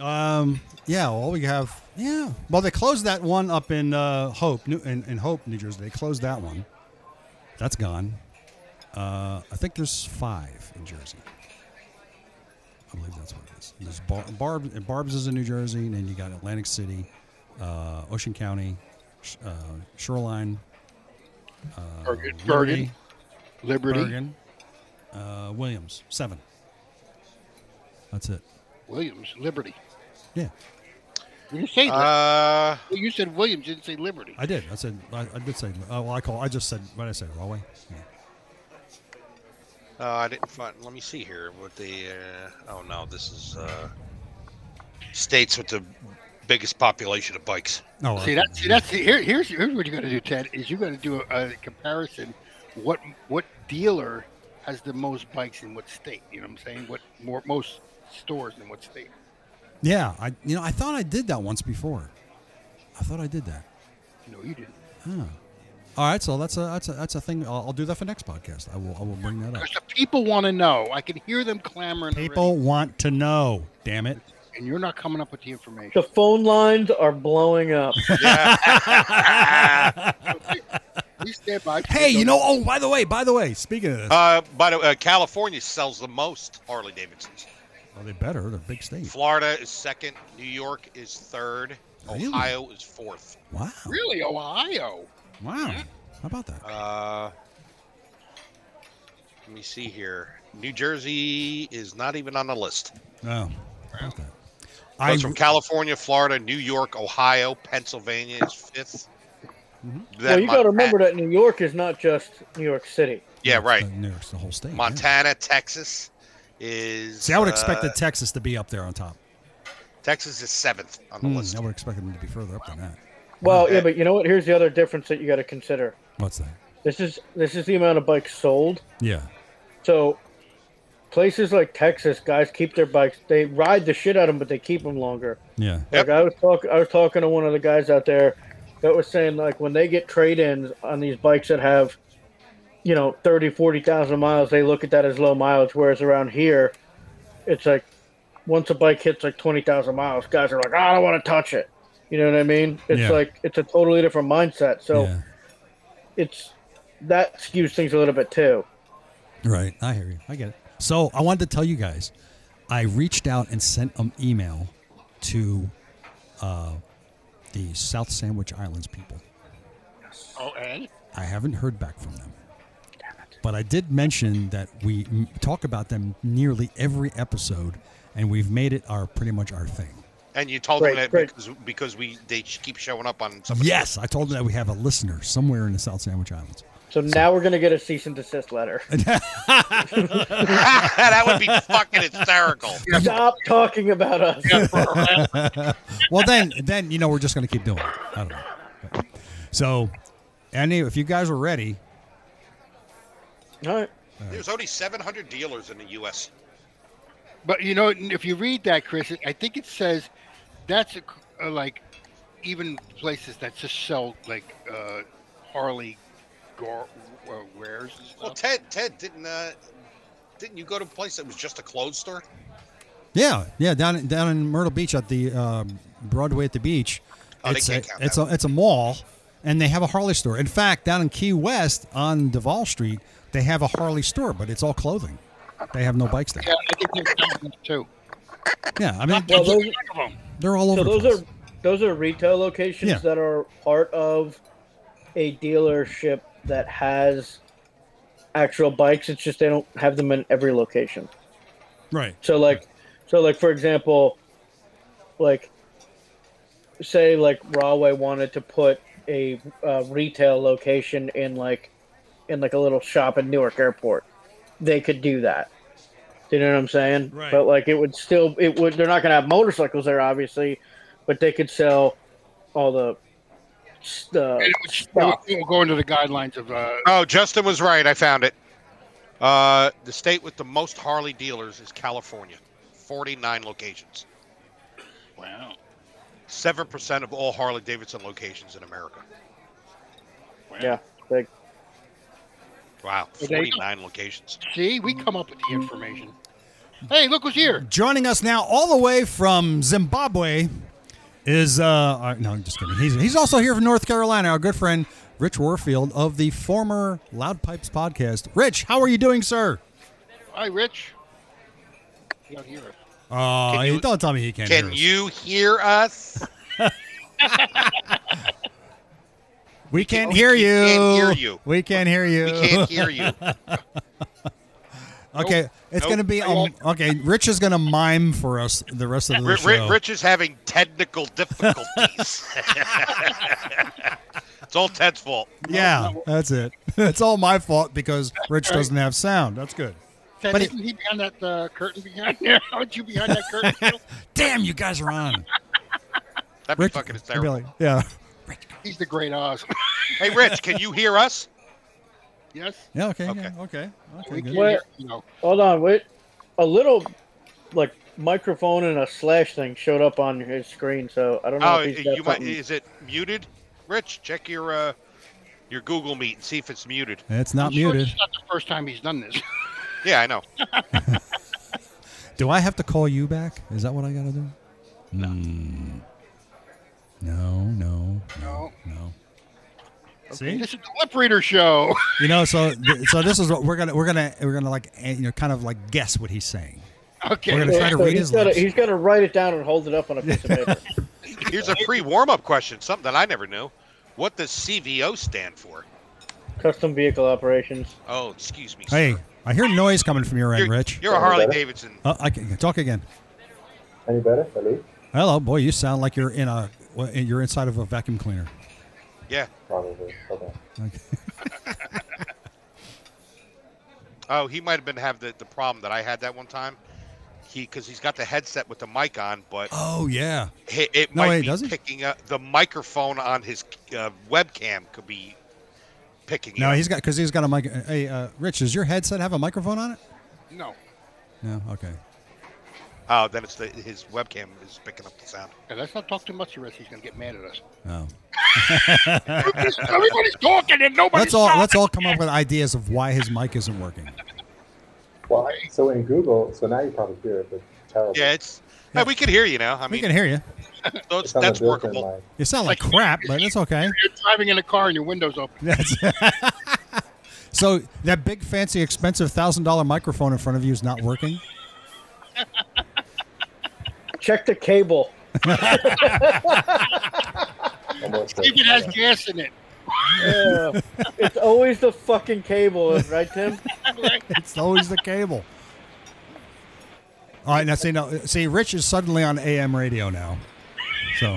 S3: Um, yeah, well, we have, yeah. Well, they closed that one up in uh, Hope, New, in, in Hope, New Jersey. They closed that one. That's gone. Uh, I think there's five in Jersey. I believe that's what it is. There's Bar- Barb, and Barb's is in New Jersey, and then you got Atlantic City, uh, Ocean County, sh- uh, Shoreline, uh,
S2: Bergen, Bergen, Liberty,
S3: Bergen, uh, Williams, seven. That's it.
S2: Williams, Liberty.
S3: Yeah.
S2: You say Li-
S5: Uh,
S2: you said Williams, you didn't say Liberty.
S3: I did. I said. I, I did say. Uh, well, I call. I just said. What did I say? Railway. Yeah.
S5: uh, I didn't find. Let me see here. What the? Uh, oh no, this is uh, states with the biggest population of bikes.
S3: Oh,
S2: See that? See that's here. Here's here's what you got to do, Ted. Is you got to do a, a comparison. What what dealer has the most bikes in what state? You know what I'm saying? What more most stores in what state?
S3: Yeah, I. You know, I thought I did that once before. I thought I did that.
S2: No, you didn't.
S3: Huh. All right, so that's a that's a that's a thing. I'll, I'll do that for next podcast. I will I will bring that up.
S2: Because the people want to know. I can hear them clamoring. already,
S3: People want to know. Damn it!
S2: and you're not coming up with the information.
S4: The phone lines are blowing up.
S5: Yeah.
S2: We stand by.
S3: Hey, you know. Oh, by the way, by the way, speaking of this,
S2: Oh.
S5: uh, by the way, uh, California sells the most Harley Davidsons.
S3: well, oh, they better. They're a big state.
S5: Florida is second. New York is third.
S3: Really?
S5: Ohio is fourth.
S3: Wow.
S2: really Ohio.
S3: Wow. How about that?
S5: Uh, let me see here. New Jersey is not even on the list.
S3: Oh, how about that?
S5: That's from California, Florida, New York, Ohio, Pennsylvania is 5th
S3: Mm-hmm.
S4: well, you got to remember that New York is not just New York City.
S5: Yeah, right.
S3: Uh, New York's the whole state. yeah.
S5: Montana, Texas is.
S3: See, I would
S5: uh,
S3: expect the Texas to be up there on top.
S5: Texas is seventh on the
S3: Hmm,
S5: list.
S3: I would expect them to be further up than that.
S4: Well,
S5: Okay.
S4: yeah, but you know what? Here's the other difference that you got to consider.
S3: What's that?
S4: This is this is the amount of bikes sold.
S3: Yeah.
S4: So, places like Texas, guys keep their bikes. They ride the shit out of them, but they keep them longer.
S3: Yeah.
S5: Yep.
S4: Like I was talking, I was talking to one of the guys out there that was saying like when they get trade-ins on these bikes that have, you know, 30, 40,000 miles, they look at that as low mileage. Whereas around here, it's like once a bike hits like 20,000 miles, guys are like, "Ah, I don't want to touch it. You know what I mean? It's
S3: Yeah.
S4: like, it's a totally different mindset. So
S3: Yeah.
S4: it's, that skews things a little bit too.
S3: Right. I hear you. I get it. So I wanted to tell you guys, I reached out and sent an email to uh, the South Sandwich Islands people.
S2: Oh, and
S3: I haven't heard back from them. But I did mention that we m- talk about them nearly every episode, and we've made it our pretty much our thing.
S5: And you told
S4: Great,
S5: them that
S4: great.
S5: because because we they sh- keep showing up on some.
S3: Yes, I told them that we have a listener somewhere in the South Sandwich Islands.
S4: So now we're gonna get a cease and desist letter.
S5: that would be fucking hysterical.
S4: Stop talking about us.
S3: well, then, then you know we're just going to keep doing it. I don't know. But- So, any if you guys are ready,
S4: All right.
S5: There's only 700 dealers in the U.S.
S2: But you know, if you read that, Chris, I think it says that's a, uh, like even places that just sell like uh, Harley gar- uh, wares and
S5: Well,
S2: stuff.
S5: Ted, Ted, didn't uh, didn't you go to a place that was just a clothes store?
S3: yeah, yeah, down down in Myrtle Beach at the um, Broadway at the beach,
S5: Oh, they
S3: it's
S5: can't
S3: a
S5: count
S3: it's
S5: that.
S3: a it's a mall, and they have a Harley store. In fact, down in Key West on Duval Street, they have a Harley store, but it's all clothing. They have no bikes there.
S2: Yeah, I think there's something too.
S3: Yeah, I mean
S4: Well, those,
S3: they're all over.
S4: so
S3: the
S4: those
S3: place.
S4: are those are retail locations
S3: Yeah.
S4: that are part of a dealership that has actual bikes. It's just they don't have them in every location.
S3: right.
S4: So like, so like for example, like say like Rahway wanted to put a uh, retail location in like in like a little shop in Newark Airport, they could do that. Do you know what I'm saying?
S3: Right.
S4: But like it would still it would they're not gonna have motorcycles there obviously, but they could sell all the s- the
S2: It was, it was, it was going to the guidelines of uh,
S5: Oh, Justin was right. I found it. Uh, the state with the most Harley dealers is California, 49 locations.
S2: wow,
S5: Seven percent of all Harley Davidson locations in America.
S2: wow.
S4: yeah like
S5: Wow,
S2: Well, there you
S5: 49 locations.
S2: See, we come up with the information. Hey, look who's here!
S3: Joining us now, all the way from Zimbabwe, is uh, uh, no, I'm just kidding. He's he's also here from North Carolina. Our good friend Rich Warfield of the former Loud Pipes podcast. Rich, how are you doing, sir?
S2: Hi, Rich. You don't hear us.
S3: Uh,
S5: Can you-
S3: don't tell me he can't.
S5: Can
S3: hear
S5: you
S3: us.
S5: hear us?
S3: We can't
S5: we
S3: hear
S5: can't
S3: you.
S5: hear you.
S3: We can't hear you.
S5: We can't hear you.
S3: okay, it's
S5: Nope.
S3: gonna be um, okay. Rich is gonna mime for us the rest of the
S5: Ri- Ri-
S3: show.
S5: Rich is having technical difficulties. it's all Ted's fault.
S3: Yeah, that's it. it's all my fault because Rich doesn't have sound. That's good.
S2: Ted,
S3: But it-
S2: isn't he behind that uh, curtain behind there? Aren't you behind that curtain? Phil?
S3: Damn, you guys are on.
S5: That'd be
S3: Rich,
S5: fucking
S3: I'd be
S5: hysterical.
S3: like, yeah.
S2: He's the Great Oz.
S5: Hey, Rich, can you hear us?
S2: yes.
S3: Yeah, okay,
S5: Okay.
S3: okay, yeah, okay, okay,
S2: we
S3: good.
S2: can
S4: Well-
S2: hear, you know,
S4: hold on wait a little like microphone and a slash thing showed up on his screen so I don't know
S5: Oh,
S4: if he's got
S5: you might,
S4: something.
S5: is it muted? Rich, check your uh, your Google Meet and see if it's muted.
S3: It's not
S2: I'm sure
S3: muted.
S2: It's not the first time he's done this.
S5: Yeah, I know.
S3: Do I have to call you back? Is that what I gotta do? No. No, no, no, no. See,
S2: This is the lip reader show.
S3: you know, so th- so this is what we're gonna we're gonna we're gonna like eh, you know kind of like guess what he's saying.
S2: Okay.
S3: We're gonna try to
S4: So
S3: read
S4: he's
S3: his
S4: got to
S3: lips.
S4: he's got to write it down and hold it up on a piece of paper.
S5: Here's a free warm up question, something that I never knew. What does CVO stand for?
S4: Custom vehicle operations.
S5: Oh, excuse me.
S3: Hey,
S5: sir.
S3: I hear noise coming from your end,
S5: you're,
S3: Rich.
S5: you're a Harley Davidson.
S3: Oh, I can talk again.
S1: Any better? Hello?
S3: Hello, boy. You sound like you're in a well, you're inside of a vacuum cleaner.
S5: Yeah.
S1: Probably. Okay.
S3: Okay.
S5: Oh, he might have been have the, the problem that I had that one time. He because he's got the headset with the mic on, but
S3: Oh yeah.
S5: it, it
S3: No,
S5: might
S3: it
S5: be
S3: doesn't.
S5: picking up the microphone on his uh, webcam could be picking.
S3: No,
S5: it up.
S3: he's got because he's got a mic. Hey, uh, Rich, does your headset have a microphone on it?
S2: No.
S3: No. Okay.
S5: Oh, then it's the, his webcam is picking up the sound.
S2: Okay, let's not talk too much, or else he's gonna get mad at us.
S3: Oh.
S2: Everybody's talking and nobody's.
S3: Let's all
S2: talking.
S3: let's all come up with ideas of why his mic isn't working.
S1: Well, so in Google, so now you probably hear it, but terrible.
S5: Yeah, it's. hey, we can hear you now. I
S3: We
S5: mean,
S3: can hear you.
S5: those-
S1: on the
S5: that's
S1: built-in
S5: workable.
S1: mic.
S3: You sound like crap, but it's okay.
S2: You're driving in a car and your windows open.
S3: That's so that big fancy expensive thousand dollar microphone in front of you is not working.
S4: Check the cable.
S1: Almost
S2: See if it
S1: there.
S2: has gas in it.
S4: Yeah. it's always the fucking cable, right, Tim?
S2: Right?
S3: It's always the cable. All right, now see now see Rich is suddenly on AM radio now. So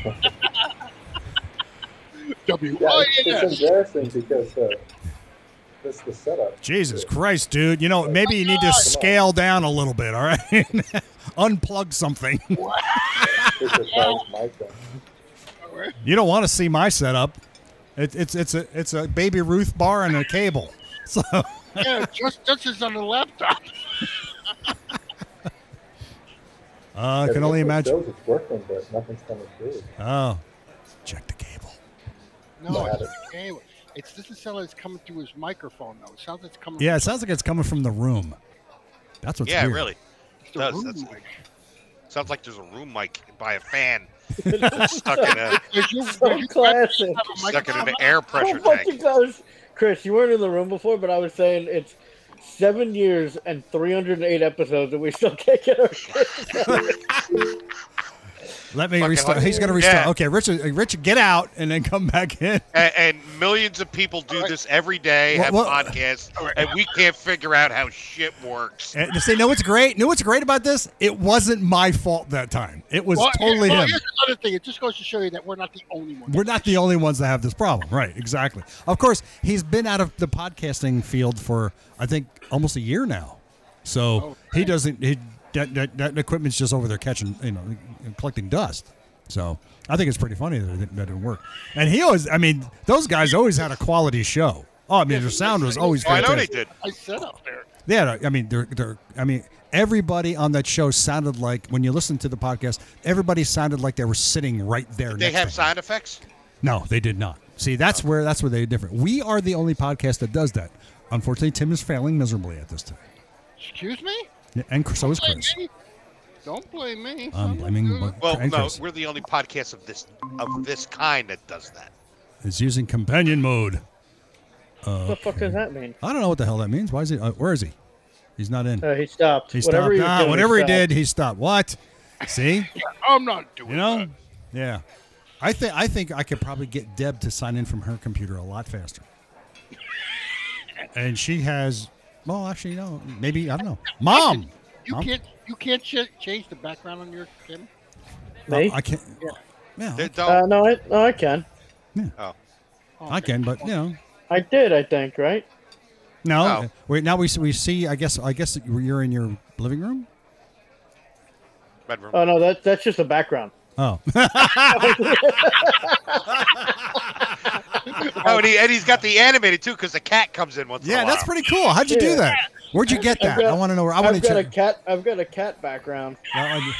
S2: W
S1: Yeah,
S2: Y
S1: it's,
S2: N
S1: it's
S2: S.
S1: embarrassing because uh, this the setup.
S3: Jesus Christ, dude. You know, maybe you need to scale down a little bit, all right? Unplug something.
S1: It's a size micro.
S3: You don't want to see my setup. It, it's it's a it's a baby Ruth bar and a cable. So
S2: Yeah, just just as on the laptop.
S3: uh, I can only
S1: Everything
S3: imagine.
S1: shows It's working, but nothing's coming through.
S3: Oh, check the cable.
S2: No,
S1: Got
S2: it's
S1: it.
S2: the cable. It's this is how it's coming through his microphone though. It sounds like it's coming.
S3: Yeah, it sounds like it's coming from the room. That's what's
S5: yeah,
S3: weird.
S5: really.
S2: It's
S5: does.
S2: room
S5: That's-
S2: mic.
S5: Sounds like there's a room mic by a fan that's stuck in a
S2: Did you-
S4: So
S2: did you
S4: classic.
S2: have a
S5: stuck in
S2: microphone?
S5: an air pressure
S4: Oh fucking
S5: tank.
S4: gosh. Chris, you weren't in the room before, but I was saying it's seven years and 308 episodes, and we still can't get our shit.
S3: Let me
S5: Fucking
S3: restart.
S5: like-
S3: He's gonna restart.
S5: Yeah.
S3: Okay, Richard, uh, Richard, get out and then come back in.
S5: And, and millions of people do this every day,
S3: Well,
S5: have
S3: well-
S5: podcasts, and we can't figure out how shit works.
S3: And to say, no, it's great. No, what's great about this? It wasn't my fault that time. It was
S2: Well,
S3: totally
S2: well,
S3: him.
S2: Here's another thing. It just goes to show you that we're not the only ones.
S3: We're not the only ones that have this problem, right? Exactly. Of course, he's been out of the podcasting field for I think almost a year now, so
S5: Oh,
S3: he doesn't. He, that, that, that equipment's just over there catching, you know, collecting dust. So I think it's pretty funny that it, didn't- that didn't work. And he always, I mean, those guys always had a quality show. Oh, I mean, their sound was always
S5: Oh, I know
S3: fantastic.
S5: they did.
S2: I said up there.
S3: Yeah, I mean, they're, they're, I mean, everybody on that show sounded like when you listen to the podcast, everybody sounded like they were sitting right there.
S5: They
S3: next
S5: have
S3: to him.
S5: sound effects.
S3: No, they did not. See, that's where that's where they're different. We are the only podcast that does that. Unfortunately, Tim is failing miserably at this time,
S2: Excuse me?
S3: Yeah, and so is
S2: Blame
S3: Chris.
S2: me? Don't blame me.
S3: I'm blaming Bo-
S5: Well,
S3: and
S5: no,
S3: Chris
S5: we're the only podcast of this of this kind that does that.
S3: is using companion mode.
S4: What the fuck does that mean?
S3: I don't know what the hell that means. Why is he? Uh, where is he? He's not in.
S4: Uh, he stopped.
S3: he
S4: whatever
S3: stopped.
S4: He was
S3: Ah,
S4: doing,
S3: whatever he
S4: stopped.
S3: did, he stopped. What? See,
S2: I'm not doing
S3: you know? Yeah. I think I think I could probably get Deb to sign in from her computer a lot faster. And she has. Well, actually, no. Maybe I don't know. Mom.
S2: that. You
S3: Mom?
S2: can't you can't ch- change the background on your camera.
S4: Me?
S3: I can't. Yeah,
S5: They
S4: Uh,
S5: don't.
S4: no, I, no, I can.
S5: Oh,
S2: Oh,
S3: I can, but you know,
S4: I did, I think, right?
S3: no.
S5: Oh.
S3: Wait, now we we see. I guess I guess you're in your living room.
S5: bedroom.
S4: Oh, no, that, that's just the background.
S3: Oh,
S5: Oh, and, he, and he's got the animated too, because the cat comes in once. in
S3: yeah,
S5: a while.
S3: that's pretty cool. How'd you do
S4: Yeah.
S3: that? Where'd you get that?
S4: got-
S3: I want to know. Where, I
S4: I've
S3: want to
S4: got a
S3: check.
S4: cat. I've got a cat background.
S3: Well, I-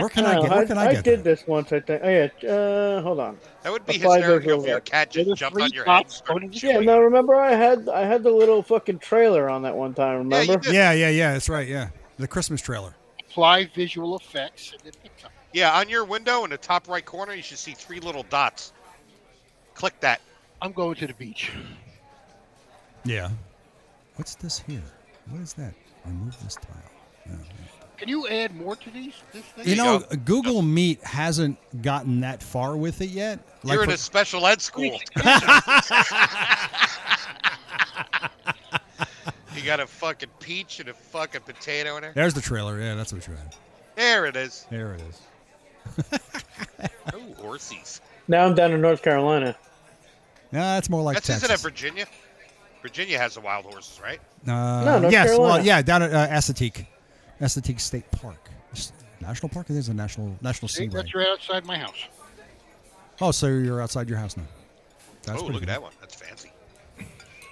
S3: Where can
S4: No,
S3: I get? Where can I get?
S4: Uh, did
S3: that?
S4: this once, I think. Oh, yeah. Uh, hold on.
S5: That would be
S4: Apply those
S5: hysterical if
S4: rules.
S5: your cat
S2: There's
S5: just jumped
S2: three
S5: on your head. and
S2: dots
S5: started-
S2: going this
S4: Yeah,
S2: way.
S4: no, remember I had I had the little fucking trailer on that one time.
S5: Yeah, you
S4: Remember?
S5: did.
S3: Yeah, yeah, yeah. That's right. Yeah, the Christmas trailer.
S2: Apply visual effects. And it picks up.
S5: Yeah, on your window in the top right corner, you should see three little dots. Click that.
S2: I'm going to the beach.
S3: Yeah. What's this here? What is that? Remove this tile. Oh, yeah.
S2: Can you add more to these? This thing?
S3: You
S5: you
S3: know, uh,
S5: go.
S3: Google Meet hasn't gotten that far with it yet.
S5: You're
S3: for-
S5: in a special ed school. you got a fucking peach and a fucking potato in there.
S3: there's the trailer. Yeah, that's what you had.
S5: There it is.
S3: There it is.
S5: Oh, horsies.
S4: Now I'm down in North Carolina.
S3: No, that's more like
S5: That's
S3: Texas.
S5: isn't that Virginia? Virginia has the wild horses, right?
S3: Uh,
S4: No, North
S3: yes, well,
S4: Carolina.
S3: yeah, down at uh, Assateague, Assateague State Park, S- National Park. There's a national national
S2: See,
S3: sea.
S2: that's
S3: right?
S2: right outside my house.
S3: Oh, so you're outside your house now. That's
S5: oh,
S3: pretty
S5: look at
S3: cool.
S5: that one. That's fancy.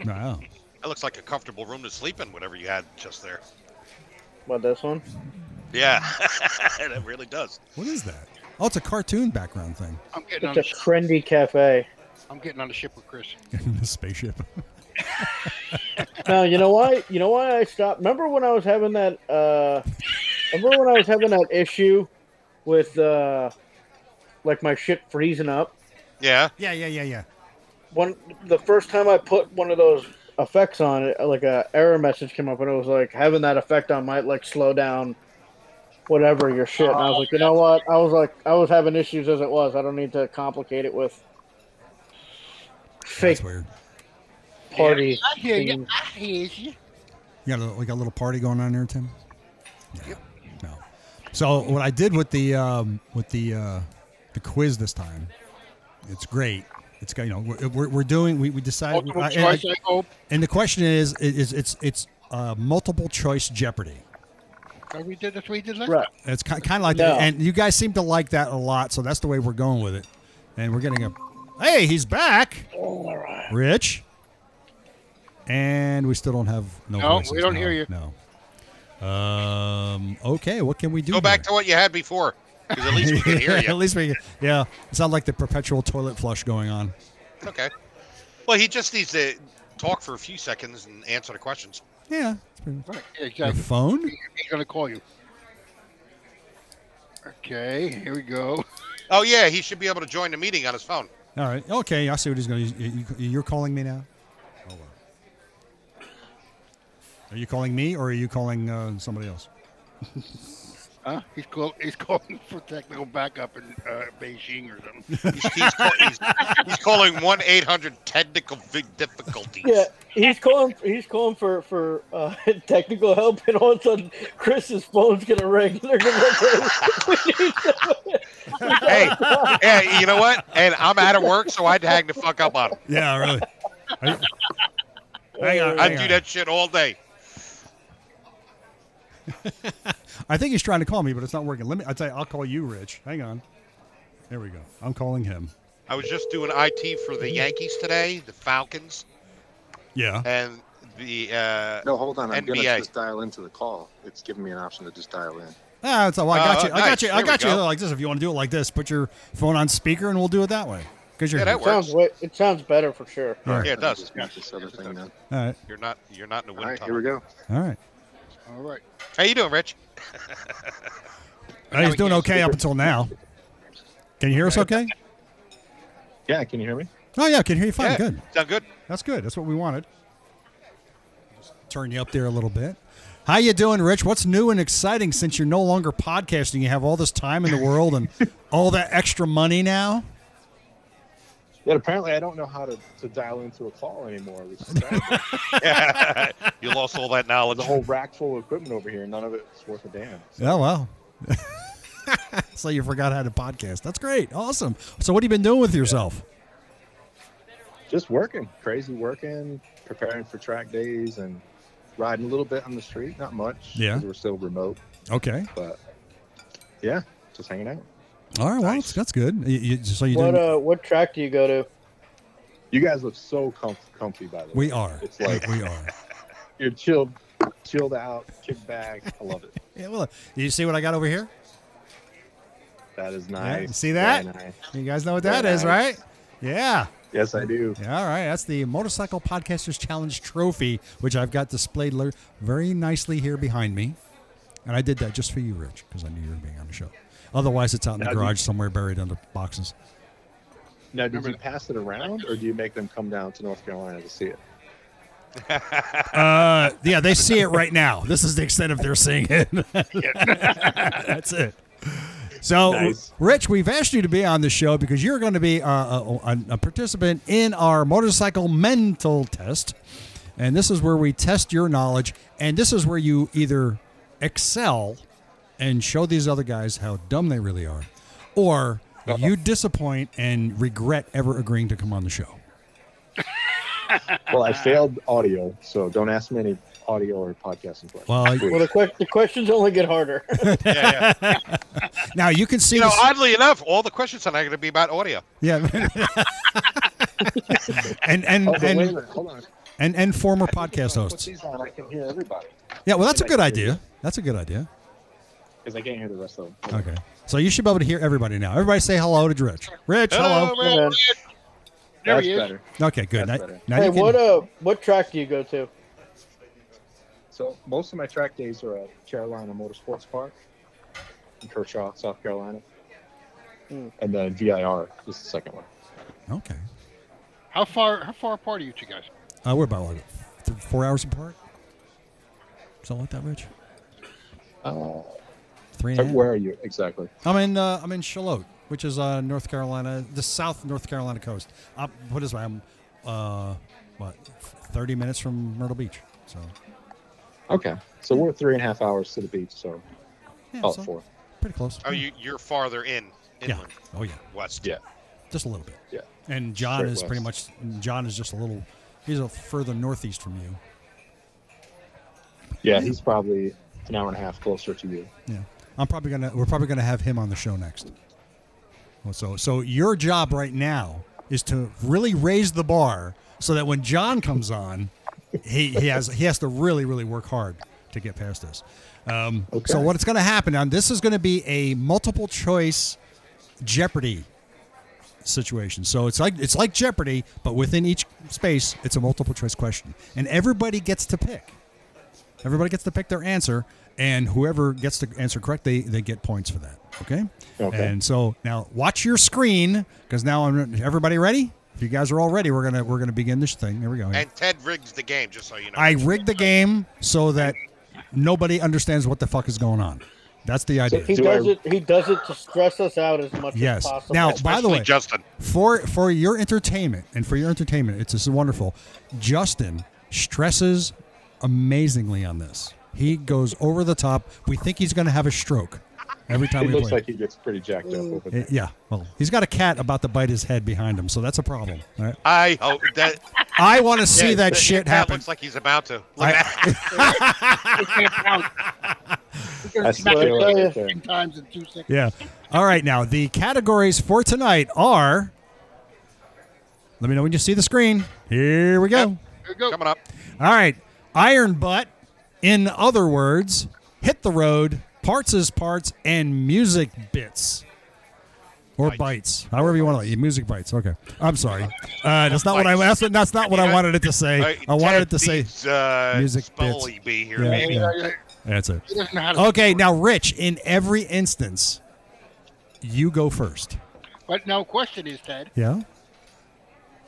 S3: Wow.
S5: That looks like a comfortable room to sleep in, whatever you had just there.
S4: What this one?
S5: Yeah, it really does.
S3: What is that? Oh, it's a cartoon background thing.
S2: I'm getting on
S4: It's
S2: the
S4: a
S2: ship.
S4: trendy cafe.
S2: I'm getting on the ship with Chris.
S3: the spaceship.
S4: Now you know why? You know why I stopped? Remember when I was having that? Uh, remember when I was having that issue with uh, like my shit freezing up?
S5: Yeah.
S3: yeah, yeah, yeah, yeah.
S4: One the first time I put one of those effects on it, like a error message came up, and it was like having that effect on might like slow down whatever your shit. And I was like, you know what? I was like, I was having issues as it was. I don't need to complicate it with fake
S3: That's weird.
S4: party.
S2: I hear you.
S4: thing.
S2: I hear you.
S3: You got a, we got a little party going on there, Tim. Yeah. No. So what I did with the um, with the uh, the quiz this time, it's great. It's got you know we're, we're, we're doing we, we decided
S2: Multiple
S3: I- and,
S2: choice, I hope.
S3: and the question is is it's it's uh, multiple choice Jeopardy.
S2: Oh, we did that's what we did last
S4: Right.
S2: time.
S3: It's kind of like
S4: No.
S3: that, and you guys seem to like that a lot. So that's the way we're going with it, and we're getting a hey, he's back, Rich, and we still don't have no.
S2: No, we
S3: voices.
S2: don't
S3: No,
S2: hear you.
S3: No. Um. Okay, what can we do?
S5: Go back
S3: here?
S5: to what you had before, because at least we can hear
S3: at
S5: you.
S3: least we. Yeah, it's not like the perpetual toilet flush going on.
S5: Okay. Well, he just needs to talk for a few seconds and answer the questions.
S3: Yeah. it's pretty-
S2: Right. Yeah,
S3: Your
S2: exactly.
S3: phone?
S2: He's gonna call you. Okay, here we go.
S5: Oh yeah, he should be able to join the meeting on his phone.
S3: All right. Okay, I see what he's going to. You, you- you're calling me now. Oh, well. Are you calling me or are you calling uh, somebody else?
S2: Huh? He's call, he's calling for technical backup in uh, Beijing or something.
S5: He's, he's, call, he's, he's calling one eight hundred technical big difficulties.
S4: Yeah, he's calling. He's calling for for uh, technical help, and all of a sudden, Chris's phone's gonna ring. They're gonna like, "We need someone."
S5: Hey, hey, you know what? And I'm out of work, so I'd hang the fuck up on him.
S3: Yeah, really. Hang on,
S5: I'd
S3: hang
S5: do
S3: on.
S5: that shit all day.
S3: I think he's trying to call me, but it's not working. Let me. I tell you, I'll call you, Rich. Hang on. There we go. I'm calling him.
S5: I was just doing IT for the Yankees today, the Falcons,
S3: Yeah.
S5: and the uh,
S1: No, hold on. I'm going
S5: NBA.
S1: to just dial into the call. It's giving me an option to just dial in.
S3: Ah, it's all. I got
S5: Oh,
S3: you. I got
S5: nice.
S3: you. I
S5: There we
S3: got you.
S5: go.
S3: Like this. If you want to do it like this, put your phone on speaker, and we'll do it that way. Because you're.
S5: Yeah, that
S3: here.
S5: works.
S4: sounds way, it sounds better for sure.
S3: All right.
S5: yeah, it
S1: Let
S5: does.
S1: me Just mute this other thing now.
S3: All right.
S5: You're not you're not in the
S1: All
S5: wind
S1: right, here
S5: tunnel.
S1: we go.
S3: All right.
S2: All right.
S5: How you doing, Rich?
S3: Uh, he's
S5: we
S3: doing
S5: can-
S3: okay up until now. Can you hear us okay?
S1: Yeah, can you hear me?
S3: Oh yeah, I can hear you fine.
S5: yeah,
S3: Good.
S5: Sound good.
S3: That's good. That's what we wanted. Just turn you up there a little bit. How you doing, Rich? What's new and exciting since you're no longer podcasting? You have all this time in the world and all that extra money now.
S1: Yeah, apparently I don't know how to, to dial into a call anymore. Which is bad.
S5: you lost all that knowledge.
S1: the whole rack full of equipment over here. None of it's worth a damn.
S3: Oh wow. so you forgot how to podcast. That's great. Awesome. So what have you been doing with yourself?
S1: Just working, crazy working, preparing for track days and riding a little bit on the street. Not much.
S3: Yeah.
S1: 'cause We're still remote,
S3: Okay.
S1: but yeah, just hanging out.
S3: All right. Well,
S5: Nice.
S3: that's good. You- you- so you
S4: What
S3: doing?
S4: uh, what track do you go to?
S1: You guys look so comf- comfy, by the way.
S3: we are.
S1: It's like-
S3: we are.
S1: You're chilled, chilled out, kicked back. I love it.
S3: Yeah, well, you see what I got over here?
S1: That is
S3: Yeah,
S1: nice.
S3: you see
S1: Very
S3: that?
S1: nice.
S3: You guys know what
S1: Very
S3: that is,
S1: nice.
S3: right? Yeah.
S1: Yes, I do.
S3: Yeah, all right. That's the Motorcycle Podcasters Challenge trophy, which I've got displayed le- very nicely here behind me. And I did that just for you, Rich, because I knew you were being on the show. Otherwise, it's out in the
S1: Now, do-
S3: garage somewhere buried under boxes.
S1: Now, did
S2: Remember
S1: you pass it around, or do you make them come down to North Carolina to see it?
S3: Uh, yeah, they see it right now. This is the extent of their seeing it. That's it. So,
S1: Nice.
S3: Rich, we've asked you to be on the show because you're going to be uh, a, a, a participant in our motorcycle mental test. And this is where we test your knowledge. And this is where you either excel and show these other guys how dumb they really are, or you disappoint and regret ever agreeing to come on the show.
S1: Well, I failed audio, so don't ask me any audio or podcasting questions.
S3: Well,
S4: Well, the, que- the questions only get harder.
S5: Yeah, yeah.
S3: now you can see
S5: You know,
S3: this-
S5: oddly enough, all the questions are not going to be about audio.
S3: Yeah. and and,
S1: oh, but wait a
S3: and,
S1: minute. Hold on.
S3: and and former
S1: I think
S3: podcast
S1: if I Put
S3: hosts.
S1: these on. I can hear everybody
S3: Yeah, well, that's a
S1: I can
S3: good
S1: hear
S3: idea. That's a good idea.
S1: because I can't hear the rest of them.
S3: Okay, so you should be able to hear everybody now. Everybody say hello to Rich. Rich, hello.
S2: Rich.
S4: Hello.
S2: There
S1: That's
S2: he is.
S1: better.
S3: Okay, good.
S1: That's
S3: Now,
S1: better.
S3: now
S4: hey,
S3: you can-
S4: what uh, what track do you go to?
S1: So most of my track days are at Carolina Motorsports Park in Kershaw, South Carolina,
S2: Hmm.
S4: Mm.
S1: and then VIR is the second one.
S3: okay,
S2: How far how far apart are you two guys?
S3: uh, we're about what, th- four hours apart. Something like that, Rich.
S2: Oh.
S1: Uh,
S3: Three and a half.
S1: Where are you exactly?
S3: I'm in uh, I'm in Charlotte, which is uh, North Carolina, the South North Carolina coast. Up, what is my? I'm uh, what, thirty minutes from Myrtle Beach. So
S1: Okay, so we're three and a half hours to the beach, so
S3: yeah,
S1: call
S3: so-
S1: it four.
S3: Pretty close.
S5: Oh, you you're farther in
S3: Yeah.
S5: inland
S3: Oh yeah,
S5: west.
S1: Yeah.
S3: just a little bit.
S1: Yeah.
S3: And John
S1: Straight
S3: is pretty much. John is just a little. He's a further northeast from you.
S1: Yeah, he's probably an hour and a half closer to you.
S3: Yeah. I'm probably gonna. We're probably gonna have him on the show next. Well, So, so your job right now is to really raise the bar so that when John comes on, he, he has he has to really really work hard to get past this. Um, So
S1: Okay.
S3: what's going to happen now? This is going to be a multiple choice Jeopardy situation. So it's like it's like Jeopardy, but within each space, it's a multiple choice question, and everybody gets to pick. Everybody gets to pick their answer, and whoever gets the answer correct, they they get points for that. Okay.
S1: Okay.
S3: And so now watch your screen because now I'm everybody ready. If you guys are all ready, we're gonna we're gonna begin this thing. Here we go.
S5: And Ted rigs the game, just so you know.
S3: I rigged the game so that nobody understands what the fuck is going on. That's the idea.
S4: He
S1: Do
S4: does
S1: I-
S4: it. He does it to stress us out as much
S3: Yes.
S4: as possible.
S3: Now-
S5: Especially
S3: by the way-
S5: Justin.
S3: for for your entertainment and for your entertainment, it's just wonderful. Justin stresses amazingly on this. He goes over the top. We think he's going to have a stroke every time
S1: He
S3: we
S1: looks
S3: play.
S1: like he gets pretty jacked up over
S3: Eh,
S1: there.
S3: yeah, well, he's got a cat about to bite his head behind him, so that's a problem. All right.
S5: I hope that
S3: I want to see
S5: yeah,
S3: that shit
S5: Pat
S3: happen.
S5: Looks like he's about to. Look
S3: I-
S5: at that.
S1: That's
S2: Smack
S1: the
S2: it
S1: killer right there.
S2: ten times in two seconds.
S3: Yeah. All right, now the categories for tonight are. Let me know when you see the screen. Here we go.
S2: Here we go.
S5: coming up.
S3: All right, Iron Butt. In other words, hit the road, parts is parts, and music bits. Or bites, however you want to. Music bites. Okay, I'm sorry. Uh, that's not what I. That's, that's not what I wanted it to say. I wanted it to say.
S5: uh,
S3: music
S5: Spoley
S3: bits.
S5: be here.
S3: Yeah,
S5: maybe.
S3: yeah.
S2: He
S3: That's it.
S2: doesn't know how to
S3: Okay,
S2: score.
S3: now Rich. In every instance, you go first.
S2: But now, question is, Ted,
S3: Yeah.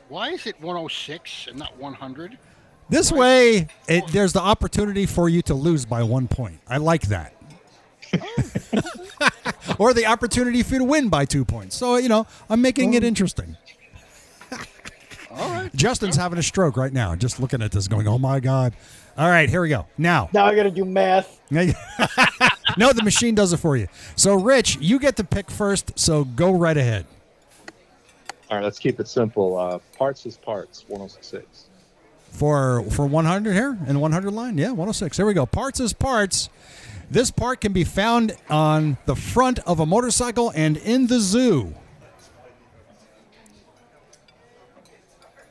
S2: why is it 106 and not 100?
S3: This way, it, there's the opportunity for you to lose by one point. I like that.
S2: Oh.
S3: or the opportunity for you to win by two points. So, you know, I'm making it interesting.
S2: Oh. All right.
S3: Justin's having a stroke right now, just looking at this, going, oh my God. All right, here we go. Now,
S4: Now I got to do math.
S3: no, the machine does it for you. So, Rich, you get to pick first, so go right ahead.
S1: All right, let's keep it simple. Uh, parts is parts, 106.
S3: for for 100 here and 100 line. Yeah, 106. Here we go. Parts is parts. This part can be found on the front of a motorcycle and in the zoo.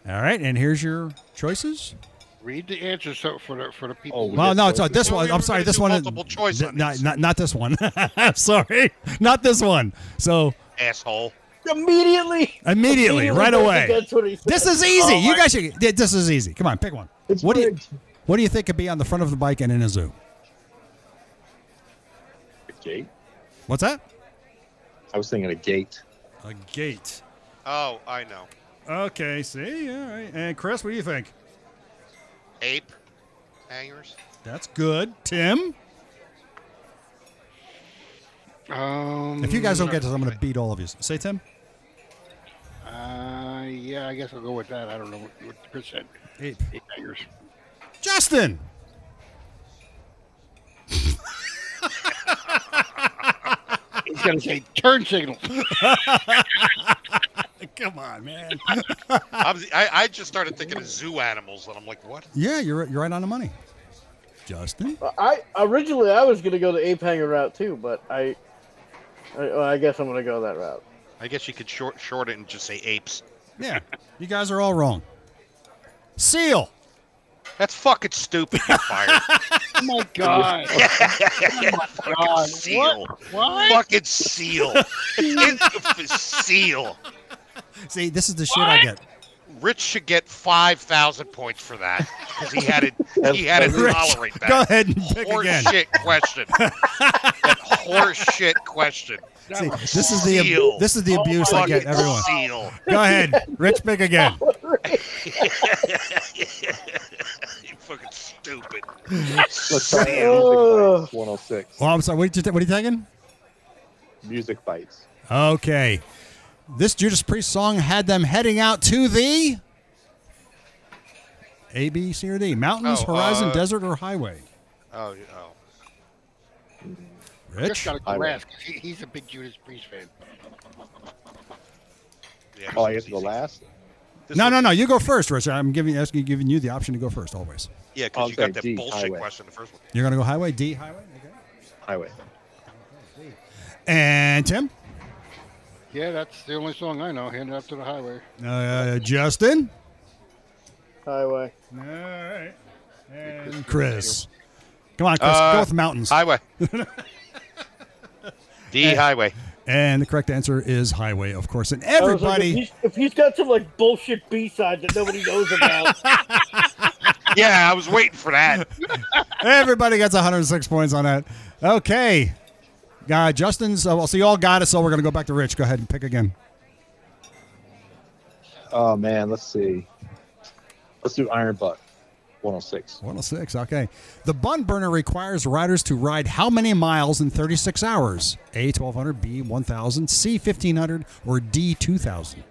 S3: All right, and here's your choices.
S2: Read the answer so for the for the people.
S1: Oh,
S2: who-
S3: Well,
S1: did
S3: no, it's not
S1: choices.
S3: this
S5: No,
S3: one.
S5: we
S3: I'm
S5: were
S3: sorry,
S5: gonna
S3: this
S5: do
S3: one.
S5: multiple choice on
S3: Not,
S5: these.
S3: not, not this one. I'm sorry, not this one. So
S5: Asshole.
S4: Immediately.
S3: immediately, right
S4: goes
S3: away.
S4: against what he said.
S3: This is easy. you guys should. yeah, This is easy. Come on, pick one.
S1: It's
S3: what do you
S1: rigged.
S3: What do you think could be on the front of the bike and in a zoo?
S1: A gate?
S3: What's that?
S1: I was thinking a gate.
S3: A gate.
S5: Oh, I know.
S3: Okay, see, all right. And Chris, what do you think?
S5: Ape hangers.
S3: That's good. Tim?
S2: Um,
S3: If you guys don't get this, I'm
S5: Mm.
S3: going to beat all of you. Say, Tim?
S2: Uh, yeah, I guess I'll go with that. I don't know what, what Chris said.
S3: Ape.
S2: Eight fingers.
S3: Justin!
S2: He's gonna say turn signal.
S3: Come on, man.
S5: I, was, I, I just started thinking of zoo animals, and I'm like, what?
S3: yeah, you're, you're right on the money. Justin?
S4: I originally I was gonna go the ape hanger route too, but I, I, well, I guess I'm gonna go that route.
S5: I guess you could short short it and just say apes.
S3: Yeah. You guys are all wrong. Seal!
S5: That's fucking stupid. You're fired.
S2: Oh my god! oh my god!
S5: seal.
S2: What? What?
S5: fucking seal. It's a seal.
S3: See, this is the shit I get.
S5: Rich should get five thousand points for that because he had it. He had to
S3: Rich,
S5: tolerate that.
S3: Go ahead and pick
S5: horse
S3: again.
S5: shit question. that horse shit question.
S3: See, this is the
S5: Seal. Oh
S3: this is the abuse I get.
S5: Fucking
S3: Everyone,
S5: seal.
S3: go ahead, Rich, pick again.
S5: You fucking stupid.
S1: Let's try
S4: Ugh.
S1: music bites, 106.
S3: Well, Oh, I'm sorry. What, did you ta- what are you taking?
S1: Music bites.
S3: Okay. This Judas Priest song had them heading out to the A, B, C, or D mountains,
S5: Oh,
S3: horizon,
S5: uh,
S3: desert, or highway.
S5: Oh, oh.
S2: Chris
S3: bitch.
S2: got a
S1: I
S2: cool
S1: will.
S2: ass 'cause he, he's a big Judas Priest fan.
S5: Yeah,
S1: Oh, I
S5: this
S1: get to go
S5: one's easy.
S1: last.
S5: This
S3: No,
S5: one-
S3: no, no. You go first, Richard. I'm giving asking, giving you the option to go first. Always.
S5: Yeah,
S1: I'll
S5: because you got
S1: say
S5: that
S1: D,
S5: bullshit
S1: highway.
S5: question. The first one.
S3: You're gonna go highway D highway. Okay.
S1: Highway.
S3: And Tim,
S2: Yeah, that's the only song I know. Hand it up to the highway.
S3: uh, Justin,
S4: Highway.
S3: all right, and Chris. Come on, Chris.
S5: Uh,
S3: go with mountains.
S5: Highway. D highway.
S3: and the correct answer is highway, of course. And
S4: I was like,
S3: everybody.
S4: if, he's, if he's got some like bullshit B side that nobody knows about,
S5: Yeah, I was waiting for that.
S3: Everybody gets 106 points on that. Okay. Uh, Justin's, uh, well, so you all got it, so we're going to go back to Rich. Go ahead and pick again.
S1: Oh man, let's see. Let's do Iron oh Butt. 106.
S3: 106, okay. The bun burner requires riders to ride how many miles in 36 hours? A, 1200, B, 1000, C, 1500, or D, 2000?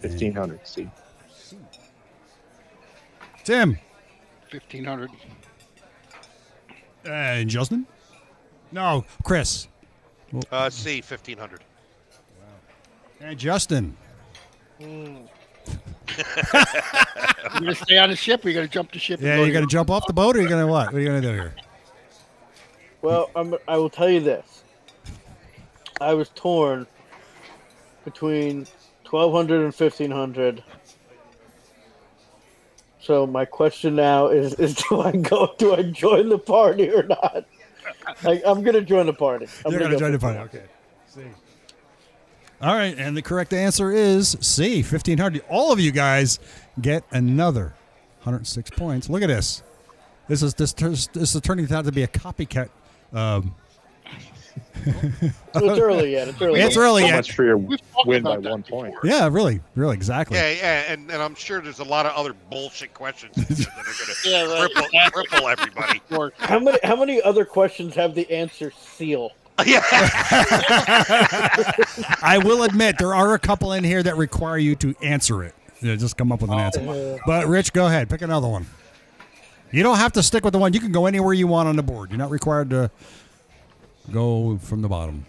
S1: 1500. See.
S3: Tim.
S2: Fifteen hundred.
S3: Uh, And Justin? No, Chris.
S5: Uh, C fifteen hundred.
S3: And Justin.
S2: You gonna stay on the ship? Or you gonna jump the ship? and
S3: Yeah,
S2: go
S3: you're
S2: to
S3: going to
S2: your-
S3: jump off the boat or you're going to what? What are you going to do here?
S4: well, I'm, I will tell you this: I was torn between 1200 and 1500. So my question now is: Is do I go? Do I join the party or not? Like, I'm gonna join the party. I'm
S3: You're going to
S4: go
S3: join the
S4: for
S3: party. Okay. C. All right, and the correct answer is C, 1500. All of you guys get another 106 points. Look at this. This is this tur- this is turning out to be a copycat. Um,
S4: It's early yet. It's early.
S3: it's
S4: yet.
S3: early
S1: So
S3: yet.
S1: much for your
S2: We've talked
S1: win by
S2: about that
S1: one point.
S2: before.
S3: Yeah, really, really, exactly.
S5: Yeah, yeah, and, and I'm sure there's a lot of other bullshit questions that are
S2: Yeah,
S5: gonna
S2: right.
S5: cripple, cripple everybody.
S2: Or-
S4: How many? How many other questions have the answer seal?
S5: yeah,
S3: I will admit there are a couple in here that require you to answer it. Yeah, just come up with an answer. But Rich, go ahead, pick another one. You don't have to stick with the one. You can go anywhere you want on the board. You're not required to go from the bottom.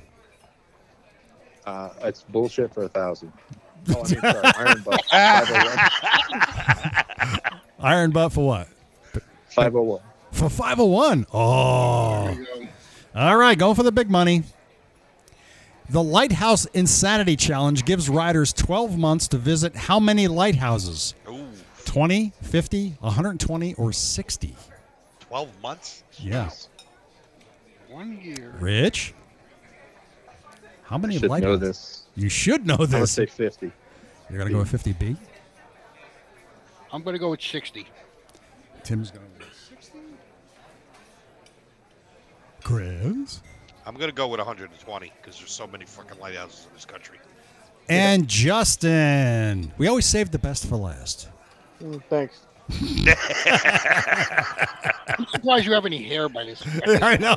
S1: Uh, it's bullshit for a thousand. Ah! Oh, I mean, sorry, Iron Butt. 501.
S3: Iron butt for what?
S1: 501.
S3: For 501. Oh. All right, going for the big money. The Lighthouse Insanity Challenge gives riders 12 months to visit how many lighthouses?
S5: Ooh,
S3: 20, 50, 120, or 60?
S5: twelve months.
S3: Yeah.
S2: One year.
S3: Rich? How many
S1: Should know
S3: lighthouses?
S1: this.
S3: You should know
S1: I would
S3: this.
S1: say 50.
S3: You're going to go with 50B?
S2: I'm gonna go with sixty.
S3: Tim's going with 60. Chris?
S5: I'm gonna go with 120 because there's so many fucking lighthouses in this country.
S3: And Justin. We always save the best for last.
S4: Mm, Thanks.
S2: I'm surprised you have any hair by this.
S3: I know.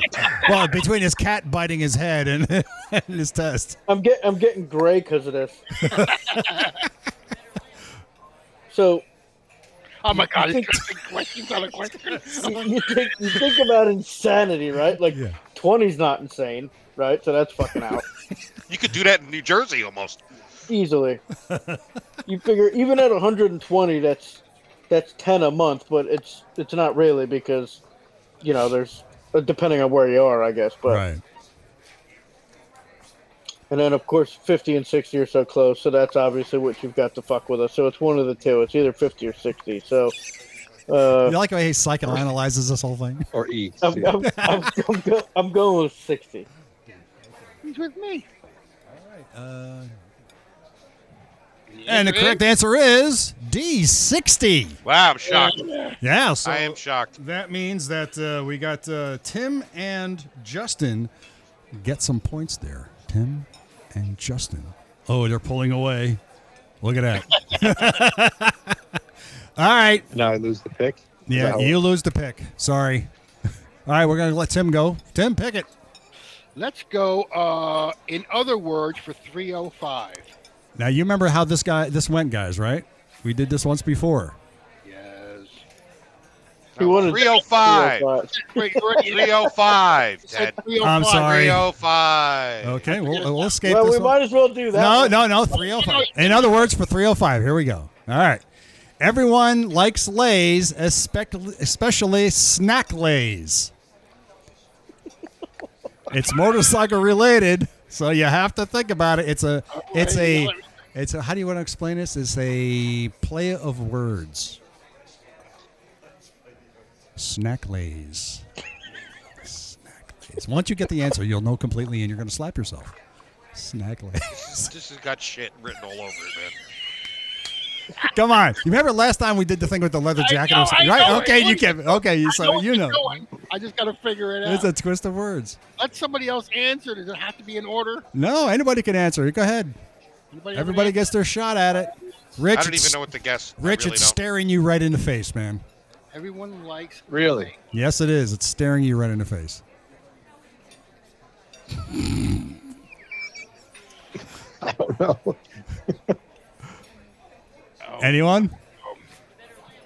S3: Well, between his cat biting his head and, and his test.
S4: I'm get I'm getting gray because of this. so
S2: Oh my god! It's just a question on a question.
S4: you, you think you think about insanity, right? Like
S3: Yeah.
S4: twenty's not insane, right? So that's fucking out
S5: You could do that in New Jersey almost.
S4: easily. You figure even at 120, that's that's 10 a month, but it's it's not really because you know there's uh, depending on where you are, I guess. But uh,
S3: Right.
S4: And then, of course, 50 and 60 are so close, so that's obviously what you've got to fuck with us. So it's one of the two. It's either 50 or 60. So uh,
S3: You like the way he psychoanalyzes this whole thing?
S1: Or E.
S4: I'm, I'm, I'm, I'm, go- I'm going with 60.
S2: He's with me.
S3: And the correct answer is D60.
S5: Wow, I'm shocked.
S3: Yeah, so
S5: I am shocked.
S3: that means that uh, we got uh, Tim and Justin get some points there. Tim and Justin. Oh, they're pulling away. Look at that. All right.
S1: now I lose the pick. Is that
S3: Yeah,
S1: how-
S3: you lose the pick. Sorry. All right, we're going to let Tim go. Tim, pick it.
S2: Let's go. Uh, in other words, for 305.
S3: Now you remember how this guy this went, guys, right? We did this once before.
S2: Yes.
S4: He wanted
S5: 305.
S2: Wait, you're right, you
S5: 305.
S2: said
S5: Dad.
S2: 305.
S3: I'm sorry.
S5: 305.
S3: Okay, we'll, we'll escape
S4: Well,
S3: this
S4: we
S3: one.
S4: might as well do that.
S3: No,
S4: one.
S3: no, no. 305. In other words, for 305. Here we go. All right. Everyone likes lays, espec- especially snack lays. It's motorcycle related, so you have to think about it. It's a, it's a, it's a. How do you want to explain this? It's a play of words. Snack lays. Snack lays. Once you get the answer, you'll know completely, and you're going to slap yourself. Snack lays.
S5: This has got shit written all over it, man.
S3: Come on. You remember last time we did the thing with the leather
S2: I
S3: jacket
S2: know,
S3: or something,
S2: I
S3: right?
S2: know.
S3: okay, you
S2: It's-
S3: can. Okay, you
S2: I
S3: so
S2: know what
S3: you
S2: you're
S3: know.
S2: doing. I just got to figure it out.
S3: It's a twist of words.
S2: Let somebody else answer. Does it have to be in order?
S3: No, anybody can answer. Go ahead.
S2: Anybody have an
S3: Everybody
S2: answer?
S3: gets their shot at it. Rich,
S5: I don't even
S3: it's-
S5: know what to guess. I
S3: Rich,
S5: really
S3: it's
S5: don't.
S3: staring you right in the face, man.
S2: Everyone likes.
S1: Really?
S3: Yes, it is. It's staring you right in the face.
S1: I don't know.
S5: Oh.
S3: Anyone?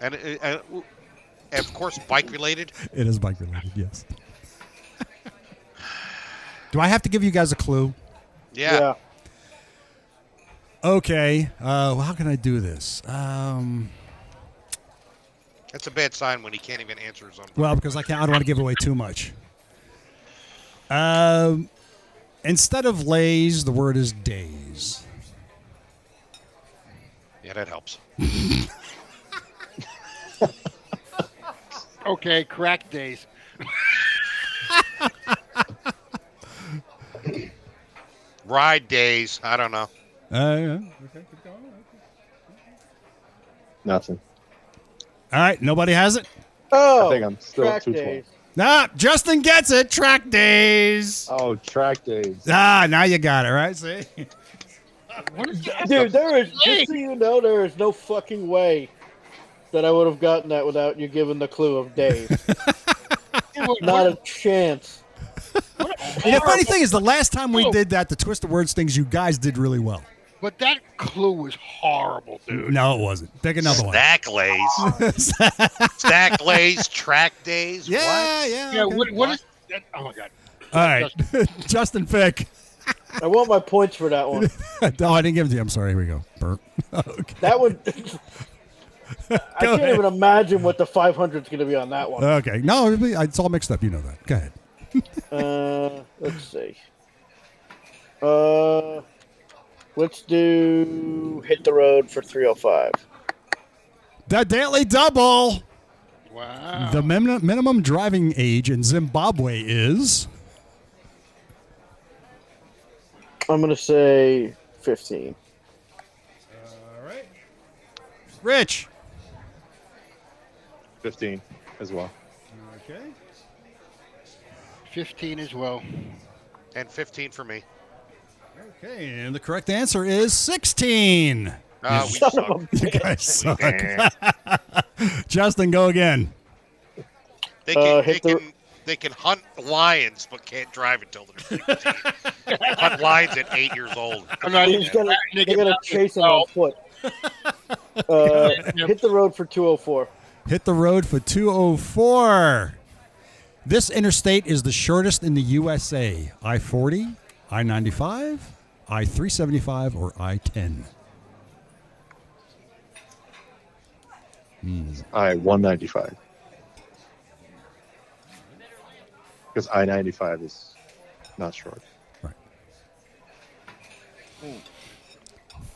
S5: and, uh, uh, and of course, bike related.
S3: It is bike related. Yes. Do I have to give you guys a clue?
S5: Yeah.
S3: Okay. Uh, well, how can I do this? Um,
S5: That's a bad sign when he can't even answer his own.
S3: Well, because I can't. I don't want to give away too much. Um, instead of lays, the word is days.
S5: Yeah, that helps.
S2: Okay, crack days.
S5: Ride days. I don't know.
S3: Uh,
S1: Nothing.
S3: all right, nobody has it.
S4: Oh,
S1: I think I'm still
S4: track
S1: at 212.
S4: days.
S3: Nah, Justin gets it. Track days.
S1: Oh, track days.
S3: Ah, now you got it right. See,
S2: What is that?
S4: Dude, there is
S2: Hey.
S4: just so you know, there is no fucking way that I would have gotten that without you giving the clue of days.
S2: What-
S4: Not a chance.
S3: And the funny thing is, the last time we
S2: Oh.
S3: did that, the twist of words things, you guys did really well.
S2: But that clue was horrible, dude.
S3: No, it wasn't. Take another one.
S5: Stack lays. Stack lays. Track days.
S3: yeah,
S5: What?
S3: yeah.
S2: Yeah,
S3: okay.
S2: what, what is that? Oh my god.
S3: All right, Justin Fick.
S4: I want my points for that one.
S3: no, Oh, I didn't give it to you. I'm sorry. Here we go. Burp. okay.
S4: That one. I
S3: Go
S4: can't
S3: ahead.
S4: even imagine what the 500 is going to be on that one.
S3: Okay. No, it's all mixed up. You know that. Go ahead.
S4: Uh, let's see. Uh, let's do hit the road for 305.
S3: The Daily Double.
S2: Wow.
S3: The min- minimum driving age in Zimbabwe is.
S4: I'm going to say 15.
S3: Rich.
S1: 15 as well.
S3: Okay.
S2: 15 as well.
S5: And 15 for me.
S3: Okay. And the correct answer is 16.
S5: Uh, we
S4: Son of
S5: suck.
S4: a
S3: You
S4: bitch.
S3: guys suck.
S5: Eh.
S3: Justin, go again.
S5: They can,
S4: Uh,
S5: they,
S4: hit the-
S5: can, they can hunt lions, but can't drive until they're 15. hunt lions at eight years old.
S2: I'm not
S4: He's gonna, they're
S2: Nigga,
S4: gonna
S2: not
S4: chase him
S2: yourself.
S4: on foot. Uh, hit the road for 204.
S3: Hit the road for 204. This interstate is the shortest in the USA I 40, I 95, I 375, or I 10.
S1: I 195. Because I 95 is not short.
S3: Right.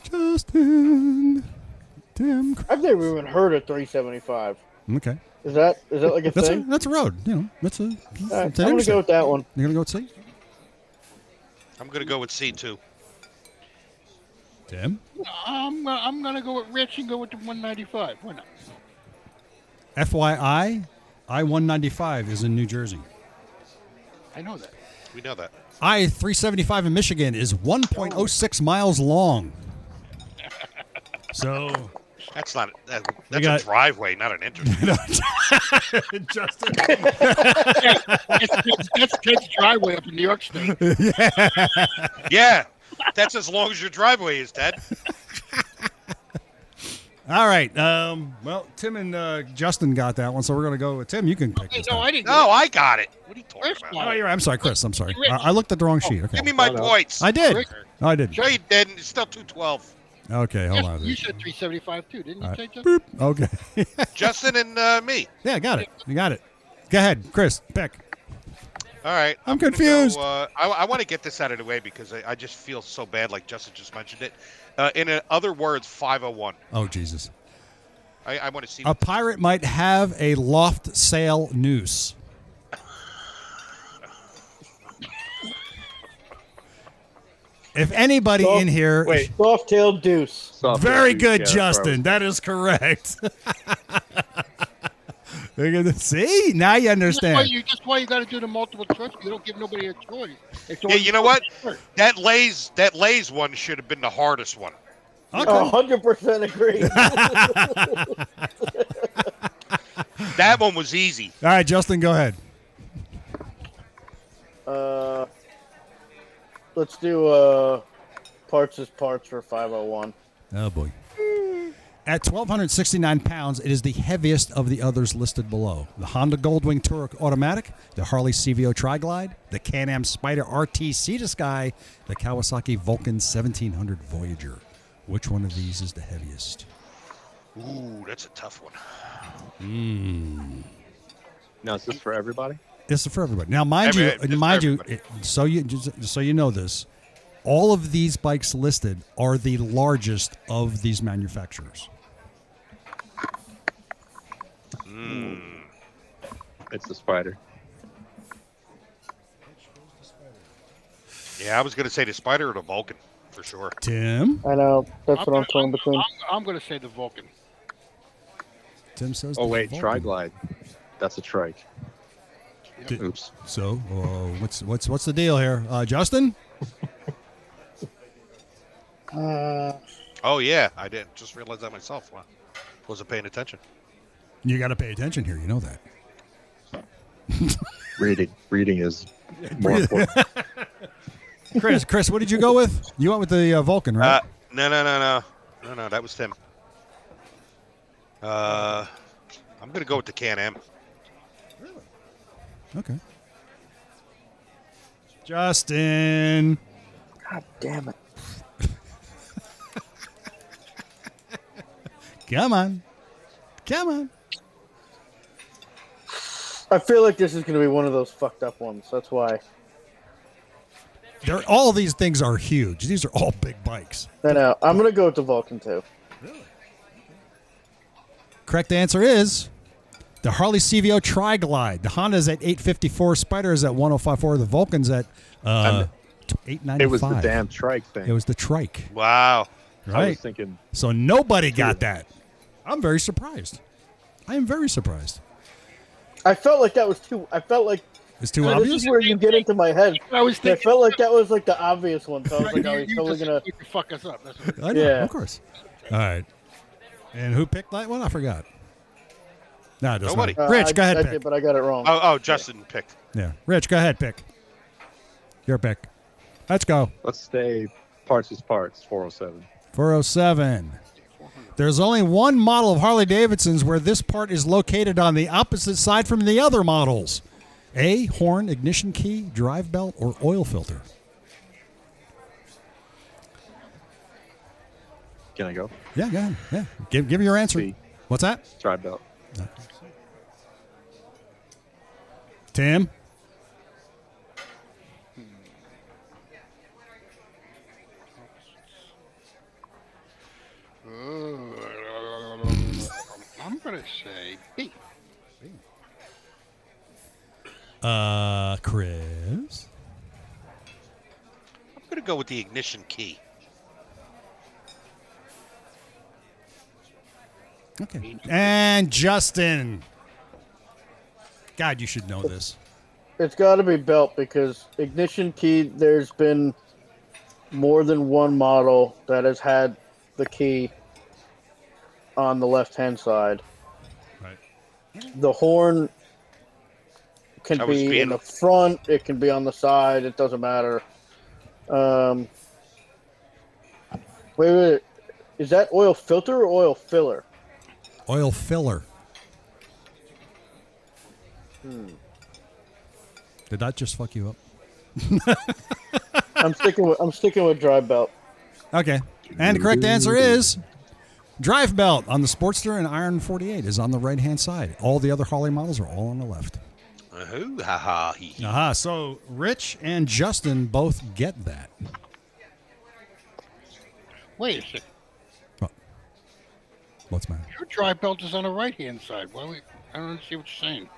S3: Justin. Tim.
S4: I've never even heard of 375.
S3: Okay.
S4: Is that is that like a
S3: That's a,
S4: thing?
S3: that's a road. You know, that's a.
S4: All right,
S3: it's an
S4: I'm gonna
S3: interstate.
S4: go with that one.
S3: You're gonna go see
S5: I'm going to go with C2.
S3: Tim.
S2: I'm, gonna- I'm gonna go with Rich and go with the 195. Why not?
S3: FYI, I 195 is in New Jersey.
S2: I know that.
S5: We know that.
S3: I 375 in Michigan is 1.06 miles long. So,
S5: That's not that,
S3: We
S5: that's
S3: got-
S5: a driveway, not an entrance.
S3: Justin.
S2: That's, that's, that's Ted's driveway up in New York State.
S5: yeah, that's as long as your driveway is, Dad.
S3: All right. Um, well, Tim and uh, Justin got that one, so we're going to go with Tim. You can pick.
S2: Hey,
S3: this
S2: no,
S3: time.
S2: I didn't.
S5: No, I got it. What are you talking
S2: Where's
S5: about?
S2: my-
S3: Oh, you're right. I'm sorry, Chris. I'm sorry.
S2: Rich. Oh,
S3: I, I looked at the wrong sheet. Okay.
S5: Give me my
S1: Hold on.
S5: points.
S3: I did.
S2: Rich.
S3: No, I didn't.
S5: Sure you didn't. It's still 212.
S3: Okay, hold
S2: Yes,
S3: on.
S2: you said 375 too, didn't you,
S3: All right.
S2: say, Justin?
S3: Boop. Okay.
S5: Justin and uh, me.
S3: yeah, got it. You got it. Go ahead, Chris. Pick.
S5: All right.
S3: I'm
S5: gonna
S3: confused.
S5: Go, uh, I, I want to get this out of the way because I, I just feel so bad, like Justin just mentioned it. Uh, in uh, other words, 501.
S3: Oh Jesus.
S5: I, I want to see.
S3: A pirate might have a loft sail noose. If anybody
S4: Well,
S3: in here,
S1: wait.
S4: Soft-tailed deuce.
S1: Soft
S3: very
S1: tissue,
S3: good,
S1: yeah,
S3: Justin. That is correct. They're gonna- See, now you
S2: That's why
S3: understand.
S2: you, that's why you got to do the multiple choice. You don't give nobody a choice. It's
S5: yeah,
S2: always-
S5: you know what? That lays that lays one should have been the hardest one.
S3: Okay.
S4: hundred percent agree.
S5: That one was easy.
S3: All right, Justin, go ahead.
S4: uh, let's do uh, parts as parts for five hundred one.
S3: Oh boy. At 1,269 pounds, it is the heaviest of the others listed below. The Honda Goldwing Turok Automatic, the Harley CVO Triglide, the Can-Am Spider RT Sea to Sky, the Kawasaki Vulcan 1700 Voyager. Which one of these is the heaviest?
S5: Ooh, that's a tough one.
S1: Now is this for everybody?
S3: This is for everybody. Now, mind
S5: Every-
S3: you,
S5: just
S3: mind you,
S5: everybody.
S3: it, so you just, so you know this, all of these bikes listed are the largest of these manufacturers.
S1: It's the spider.
S5: Yeah, I was gonna say the spider or the Vulcan for sure.
S1: Oh,
S3: Tim,
S4: I know that's
S2: I'm
S4: what I'm
S2: gonna-
S4: torn between.
S2: I'm, I'm going to say the Vulcan.
S3: Tim says.
S1: Oh
S3: the
S1: wait,
S3: Vulcan.
S1: triglide. That's a trike.
S3: Did-
S1: Oops.
S3: So, uh, what's what's what's the deal here, uh, Justin?
S5: Oh yeah, I did not just realize that myself. Wow, wasn't paying attention.
S3: You got to pay attention here. You know that.
S1: Reading. Reading is more important.
S3: Chris, Chris, what did you go with? You went with the uh, Vulcan, right?
S5: Uh, no, no, no, no, no, no. That was Tim. Uh, I'm gonna go with the Can Am.
S3: okay. Justin,
S4: God damn it!
S3: come on, come on.
S4: I feel like this is going to be one of those fucked up ones. That's why.
S3: They're, all these things are huge. These are all big bikes.
S4: No, no, I'm going to go with the Vulcan too.
S3: Correct answer is the Harley CVO Triglide. The Honda is at 854. Spider is at 1054. The Vulcan's at uh, 895.
S1: Um, It was the damn trike thing.
S3: It was the trike,
S5: Wow.
S1: I
S3: right?
S1: was thinking
S3: So nobody got that. I'm very surprised. I am very surprised.
S4: I felt like that was too. I felt like
S3: It's too
S4: this
S3: obvious.
S4: is where you get into my head.
S2: I was
S4: I
S2: thinking.
S4: felt like that was like the obvious one. So I was
S2: You,
S4: like, oh, he's
S2: you
S4: totally
S2: just
S4: going to.
S2: you can fuck us up. That's what-
S3: I know,
S4: Yeah.
S3: of course. All right. And who picked that one? I forgot. No, it doesn't.
S5: Nobody.
S3: matter. Rich,
S4: uh, I,
S3: go ahead.
S4: I
S3: pick.
S4: did, but I got it wrong.
S5: Oh, oh, Justin picked.
S3: yeah, Rich, go ahead. Pick your pick. Let's go.
S1: let's stay parts is parts. 407.
S3: 407. There's only one model of Harley Davidson's where this part is located on the opposite side from the other models. A horn, ignition key, drive belt, or oil filter.
S1: Can I go?
S3: Yeah, go ahead. Yeah, give give me your answer.
S1: See.
S3: What's that,
S1: Tri belt.
S3: Tim?
S2: I'm going to say B.
S3: Uh, Chris.
S5: I'm gonna go with the ignition key.
S3: Okay. And Justin. God, you should know this.
S4: It's got to be belt because ignition key. There's been more than one model that has had the key on the left hand side.
S3: Right.
S4: The horn can
S5: I was
S4: be
S5: being-
S4: in the front. It can be on the side. It doesn't matter. Um, wait, wait. Is that oil filter or oil filler?
S3: Oil filler. Hmm. Did that just fuck you up?
S4: I'm sticking with I'm sticking with dry belt.
S3: Okay. And the correct answer is drive belt on the Sportster and Iron 48 is on the right hand side. All the other Harley models are all on the left.
S5: Ooh, ha ha. hee, hee.
S3: Aha. So Rich and Justin both get that.
S2: Wait a second.
S3: What's the matter?
S2: Your dry belt is on the right hand side. Why we? I don't see what you're saying.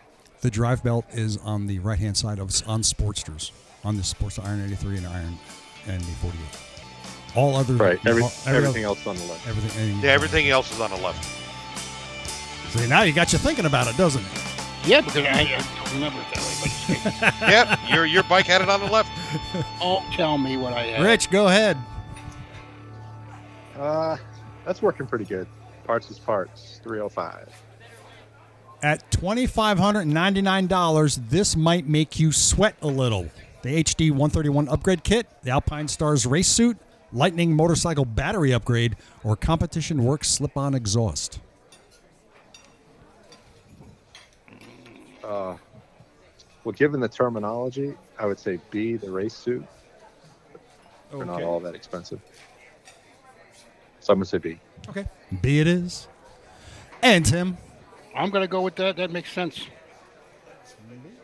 S3: The drive belt is on the right hand side of on Sportsters on the Sportster Iron 83 and Iron and the 48. All other
S1: Right. Every,
S3: all- every
S1: everything
S3: other-
S1: else on the left.
S3: Everything.
S5: Yeah, everything else is on the left.
S3: See, now you got you thinking about it, doesn't it?
S2: Yeah, because I, I don't remember it that way. But
S5: yep, your your bike had it on the left.
S2: don't tell me what I have.
S3: Rich, go ahead.
S1: Uh, that's working pretty good. Parts is parts. 305.
S3: At $2,599, this might make you sweat a little. The HD 131 upgrade kit, the Alpine Stars race suit, Lightning motorcycle battery upgrade, or Competition Works slip on exhaust.
S1: Uh, well, given the terminology, I would say B, the race suit. They're not all that expensive. So I'm going to say B.
S3: Okay. B it is. And Tim,
S2: I'm gonna go with that. That makes sense.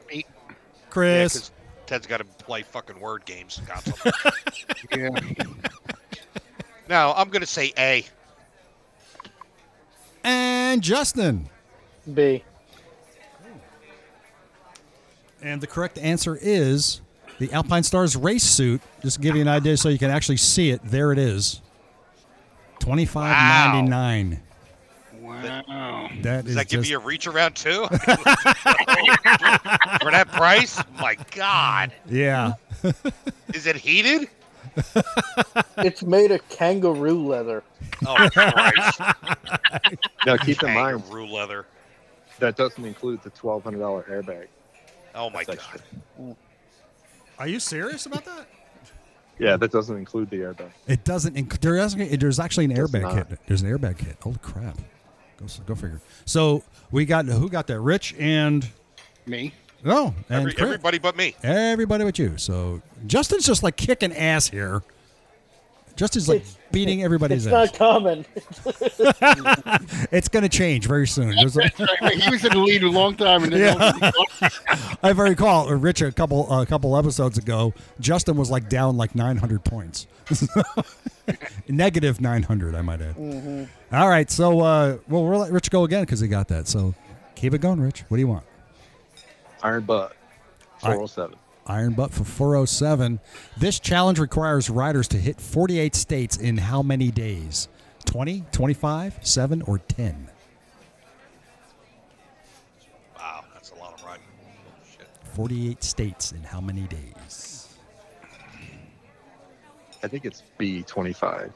S2: Eight.
S5: Yeah,
S3: Chris.
S5: 'cause Ted's got to play fucking word games. constantly.
S2: Yeah.
S5: now I'm gonna say A.
S3: and Justin.
S4: B.
S3: And the correct answer is the Alpine Stars race suit. Just to give you an idea so you can actually see it. There it is. Twenty five ninety nine.
S2: Wow.
S3: That
S5: Does
S3: is
S5: that give
S3: just-
S5: you a reach around too? For that price? My God,
S3: yeah.
S5: is it heated?
S4: It's made of kangaroo leather.
S5: Oh Christ!
S1: Now, keep in mind,
S5: Kangaroo leather.
S1: that doesn't include the $1,200 airbag.
S5: Oh my
S1: That's extra.
S5: God!
S3: Are you serious about that?
S1: Yeah, that doesn't include the airbag.
S3: It doesn't. Inc- there doesn't. There's actually an
S1: Does
S3: airbag
S1: not.
S3: kit. There's an airbag kit. Holy crap! Go s- go figure. So we got who got that? Rich and
S2: Me.
S3: no, and
S5: Every,
S3: Chris.
S5: everybody but me.
S3: Everybody but you. So Justin's just like kicking ass here. Justin's like
S4: It's-
S3: beating everybody's
S4: It's
S3: ass.
S4: not common.
S3: It's gonna change very soon. There's a,
S2: he was in the lead a long time, and then
S3: I recall uh, Rich a couple a couple episodes ago. Justin was like down like 900 points, negative 900, I might add.
S4: Mm-hmm.
S3: All right, so uh, well, we'll let Rich go again because he got that. So keep it going, Rich. What do you want?
S1: Iron butt, 407.
S3: Iron butt for 407. This challenge requires riders to hit 48 states in how many days? 20, 25, 7, or 10?
S5: Wow, that's a lot of riding. Shit.
S3: 48 states in how many days?
S1: I think it's B25.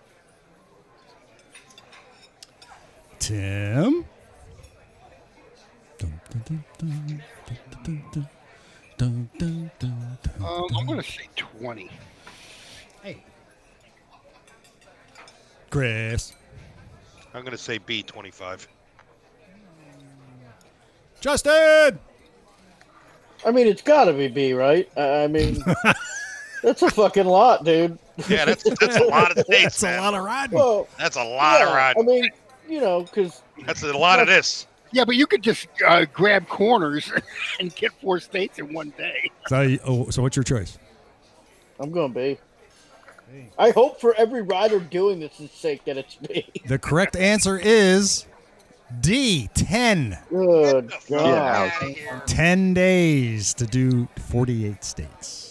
S3: Tim. Dun, dun, dun, dun, dun, dun, dun, dun, dun, dun,
S2: um, I'm
S3: dun.
S2: gonna say 20.
S3: Chris.
S5: I'm gonna say B twenty five.
S3: Justin.
S4: I mean, it's got to be B, right? I I mean, that's a fucking lot, dude.
S5: Yeah, that's that's a lot of
S3: That's
S5: states.
S3: a
S5: man.
S3: lot of riding.
S4: Well,
S5: That's a lot
S4: yeah,
S5: of riding.
S4: I mean, you know, because
S5: that's a lot of this.
S2: Yeah, but you could just uh, grab corners and get four states in one day.
S3: So, you- oh, so what's your choice?
S4: I'm going B. I hope for every rider doing this is sake that it's B.
S3: The correct answer is D, 10.
S4: Good God.
S1: out.
S5: Outta here.
S3: 10 days to do 48 states.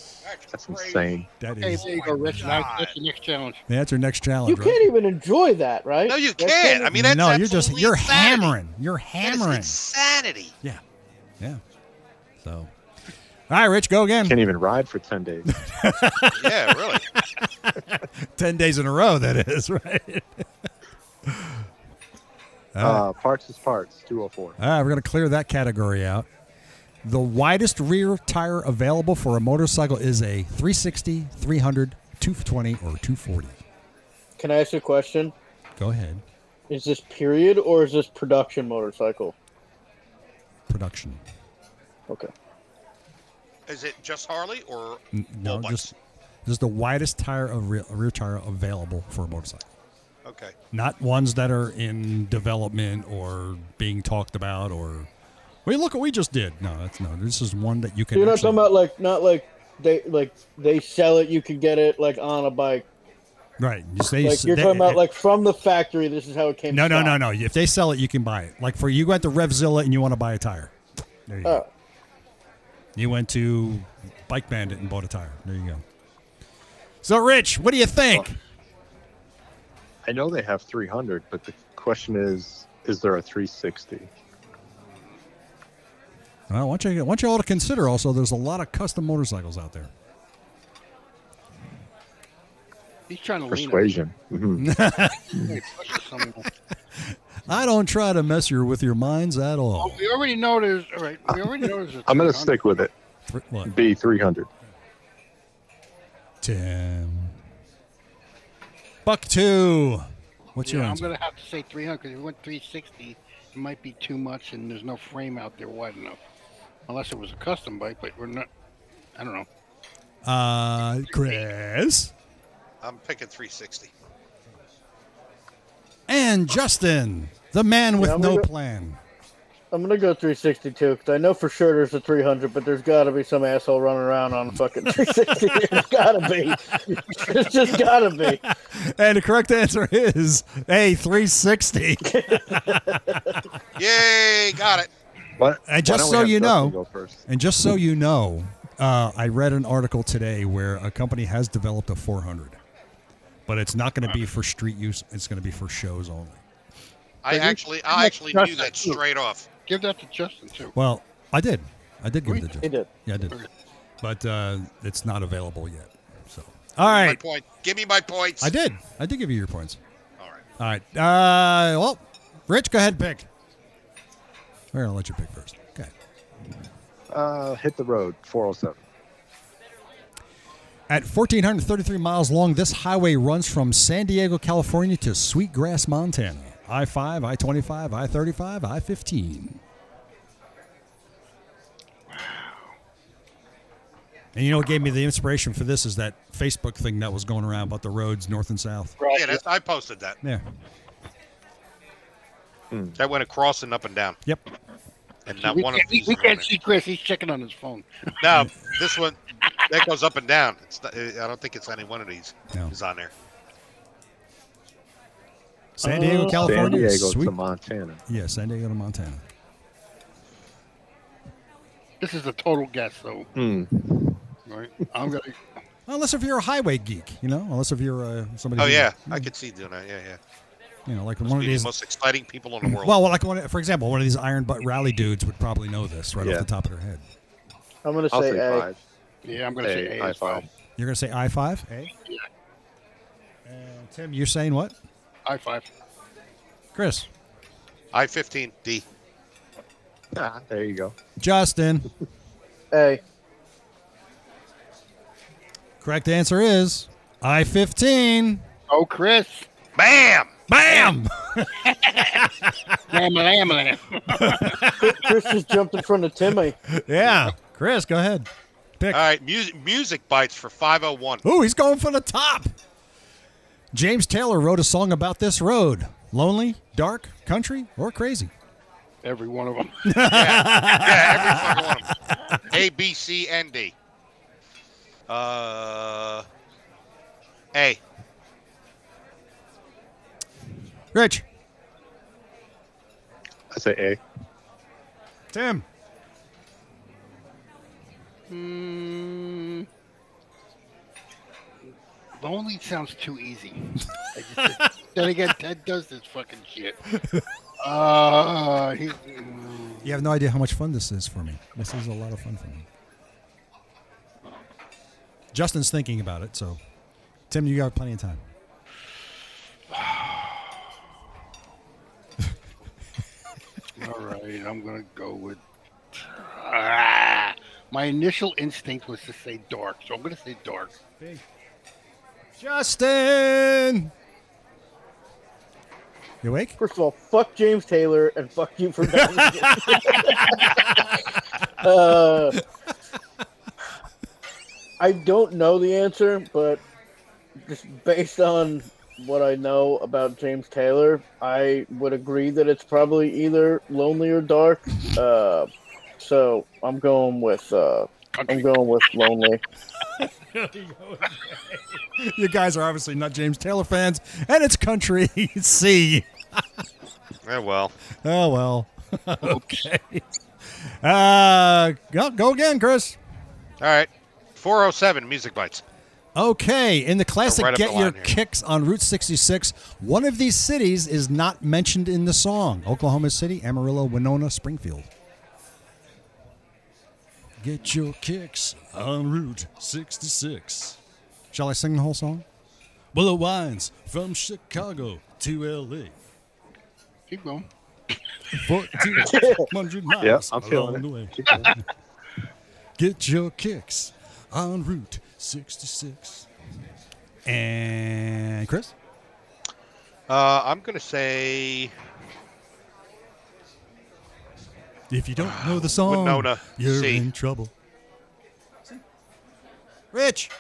S1: That's insane.
S3: That
S2: Okay,
S1: Oh
S3: is
S2: there you go, Rich. Now, that's the next challenge.
S3: that's your next challenge.
S4: You
S3: right?
S4: can't even enjoy that, right?
S5: No, you
S4: That
S5: can't. I mean, that's
S3: no, you're just
S5: absolutely
S3: you're
S5: insanity.
S3: hammering. You're
S5: That is
S3: hammering.
S5: insanity.
S3: Yeah, yeah. So, all right, Rich, go again.
S1: Can't even ride for 10 days.
S5: Yeah, really.
S3: Ten days in a row, that is right. Ah.
S1: Uh, parts is oh parts, 204.
S3: All right, we're going to clear that category out. The widest rear tire available for a motorcycle is a 360, 300, 220, or 240.
S4: Can I ask you a question?
S3: Go ahead.
S4: Is this period or is this production motorcycle?
S3: Production.
S4: Okay.
S5: Is it just Harley or
S3: N- No,
S5: all bikes?
S3: just just the widest tire of rear, rear tire available for a motorcycle.
S5: Okay.
S3: Not ones that are in development or being talked about or. Wait, look what we just did. No, that's no. This is one that you can.
S4: So you're not
S3: actually-
S4: talking about like not like they like they sell it. You can get it like on a bike.
S3: right. you say-
S4: Like you're
S3: they-
S4: talking about like from the factory. This is how it came.
S3: No, no,
S4: about.
S3: no, no. If they sell it, you can buy it. Like for you went to Revzilla and you want to buy a tire. There you go.
S4: Oh.
S3: You went to Bike Bandit and bought a tire. There you go. So, Rich, what do you think?
S4: Oh.
S1: I know they have 300, but the question is, is there a 360?
S3: Well, I want you, I want you all to consider also. There's a lot of custom motorcycles out there.
S2: He's trying to
S1: Persuasion. Mhm.
S2: lean on.
S3: I don't try to mess your with your minds at all.
S2: Oh, we already know there's all right. We already know there's. a
S1: I'm
S2: 300.
S1: going to stick with it.
S3: Thr- What?
S1: B 300.
S3: Damn. Buck two. What's
S2: Yeah,
S3: your
S2: I'm
S3: answer?
S2: gonna have to say 300 because if it went 360, it might be too much, and there's no frame out there wide enough. Unless it was a custom bike, but we're not. I don't know.
S3: Uh, Chris
S5: I'm picking 360.
S3: and Justin, the man with
S4: I'm
S3: no
S4: gonna-
S3: plan.
S4: I'm gonna go 362 because I know for sure there's a 300, but there's got to be some asshole running around on a fucking 360. there's got to be. There's just got to be.
S3: And the correct answer is a 360.
S5: Yay! Got it.
S1: But
S3: And just so you know-
S1: go first?
S3: and just so you know, uh, I read an article today where a company has developed a 400, but it's not going to be for street use. It's going to be for shows only.
S5: I actually, I actually knew that straight off.
S2: Give that to Justin too.
S3: Well, I did. I did give it to Justin.
S4: He did.
S3: Yeah, I did. But uh, it's not available yet. So, all
S5: My
S3: right.
S5: point. Give me my points.
S3: I did. I did give you your points.
S5: All right.
S3: All right. Uh, well, Rich, go ahead and pick. We're going to let you pick first. Okay.
S1: Uh, hit the road, 407.
S3: At 1,433 miles long, this highway runs from San Diego, California to Sweetgrass, Montana. I 5, I 25, I 35, I 15. And you know what gave me the inspiration for this is that Facebook thing that was going around about the roads north and south.
S5: Yeah, that's, I posted that.
S3: Yeah.
S5: That went across and up and down,
S3: Yep.
S5: and not
S2: we
S5: one of
S2: can't, we-
S5: these.
S2: we
S5: are
S2: can't
S5: running.
S2: see Chris. He's checking on his phone.
S5: No, this one that goes up and down. It's not, I don't think it's any one of these
S3: No.
S5: is on there.
S3: San Diego,
S4: Uh,
S1: San
S3: California.
S1: Diego
S3: Sweet-
S1: to Montana.
S3: yeah, San Diego to Montana.
S2: This is a total guess, though.
S1: Hmm.
S2: Right? I'm gonna.
S3: Unless if you're a highway geek, you know, unless if you're uh, somebody.
S5: Oh
S3: who-
S5: yeah, I could see doing that. Yeah, yeah.
S3: You know, like one
S5: Must
S3: of
S5: be the
S3: these
S5: most exciting people in the world.
S3: Well, like one, for example, one of these Iron Butt Rally dudes would probably know this right
S1: Yeah.
S3: off the top of their head.
S4: I'm gonna
S1: I'll
S4: say,
S1: say
S4: A.
S1: five.
S2: Yeah, I'm gonna say
S1: A,
S2: A.
S1: I
S2: as well.
S1: five.
S3: You're gonna say I five, eh?
S2: Yeah.
S3: And Tim, you're saying what?
S2: I five.
S3: Chris,
S5: I fifteen D.
S1: Ah, there you go.
S3: Justin.
S4: A.
S3: Correct answer is I fifteen.
S2: Oh, Chris.
S5: Bam!
S3: Bam!
S2: Lamb, lamb, lamb.
S4: Chris just jumped in front of Timmy.
S3: yeah, Chris, go ahead. Pick.
S5: All right, music music bites for five oh one.
S3: Ooh, he's going for the top. James Taylor wrote a song about this road: lonely, dark, country, or crazy.
S2: Every one of them.
S5: Yeah, every fucking one of them. A B C and D. Uh, A.
S3: Rich,
S1: I say A.
S3: Tim,
S2: Mm, lonely sounds too easy. I just- then again, Ted does this fucking shit. Uh, he,
S3: you have no idea how much fun this is for me. This is a lot of fun for me. Justin's thinking about it, so Tim, you got plenty of time.
S2: all right, I'm gonna go with. Ah, my initial instinct was to say dark, so I'm gonna say dark.
S3: Justin. You awake?
S4: First of all, fuck James Taylor and fuck you for that. uh, I don't know the answer, but just based on what I know about James Taylor, I would agree that it's probably either Lonely or Dark. Uh, so I'm going with uh, I'm going with Lonely.
S3: You guys are obviously not James Taylor fans, and it's country C.
S5: Yeah, well,
S3: Oh well. okay. Uh, go, go again, Chris.
S5: all right. 407 Music Bites.
S3: Okay, in the classic
S5: Right up the
S3: Get Your
S5: line here.
S3: Kicks on Route 66, one of these cities is not mentioned in the song Oklahoma City, Amarillo, Winona, Springfield. Get your kicks on Route 66. Shall I sing the whole song? Well, it winds from Chicago to LA.
S2: Keep going.
S3: 1400 miles
S1: Yeah, I'm
S3: along
S1: feeling
S3: the
S1: it.
S3: way.
S1: Keep going.
S3: Get your kicks on Route 66. And Chris?
S5: Uh, I'm going to say
S3: If you don't know the song,
S5: Winona,
S3: you're
S5: see.
S3: in trouble. Rich.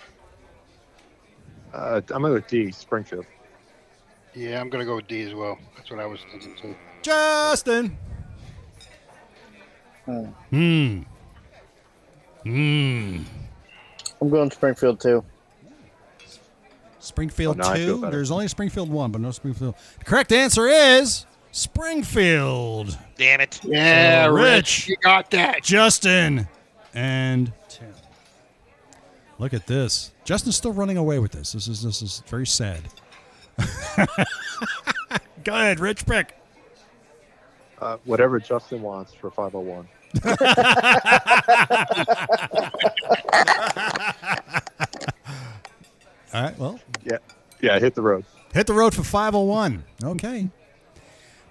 S1: Uh, I'm going to D, Springfield.
S2: Yeah, I'm gonna go with D as well. That's what I was thinking too.
S3: Justin. Hmm. Hmm.
S4: I'm going Springfield too.
S3: Springfield
S1: Oh, now I feel
S3: 2.
S1: better.
S3: There's only Springfield 1, but no Springfield. The correct answer is Springfield.
S5: Damn it.
S2: Yeah,
S3: Uh, Rich.
S2: Rich, you got that.
S3: Justin and Tim. Look at this. Justin's still running away with this. This is this is very sad. Go ahead, Rich pick.
S1: Uh, whatever Justin wants for 501.
S3: All right, well,
S1: Yeah. Yeah, hit the road.
S3: hit the road for 501. Okay.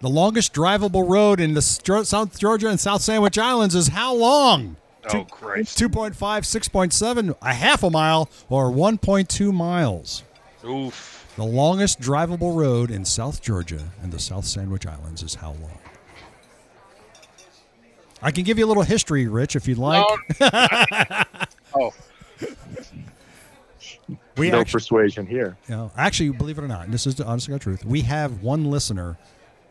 S3: The longest drivable road in the Stro- South Georgia and South Sandwich Islands is how long?
S5: Oh, Christ.
S3: 2.5, 6.7, a half a mile, or 1.2 miles.
S5: Oof.
S3: The longest drivable road in South Georgia and the South Sandwich Islands is how long? I can give you a little history, Rich, if you'd like.
S2: Oh,
S3: we
S1: no
S3: actually,
S1: persuasion here.
S3: you know, actually, believe it or not, and this is the honest to God truth. We have one listener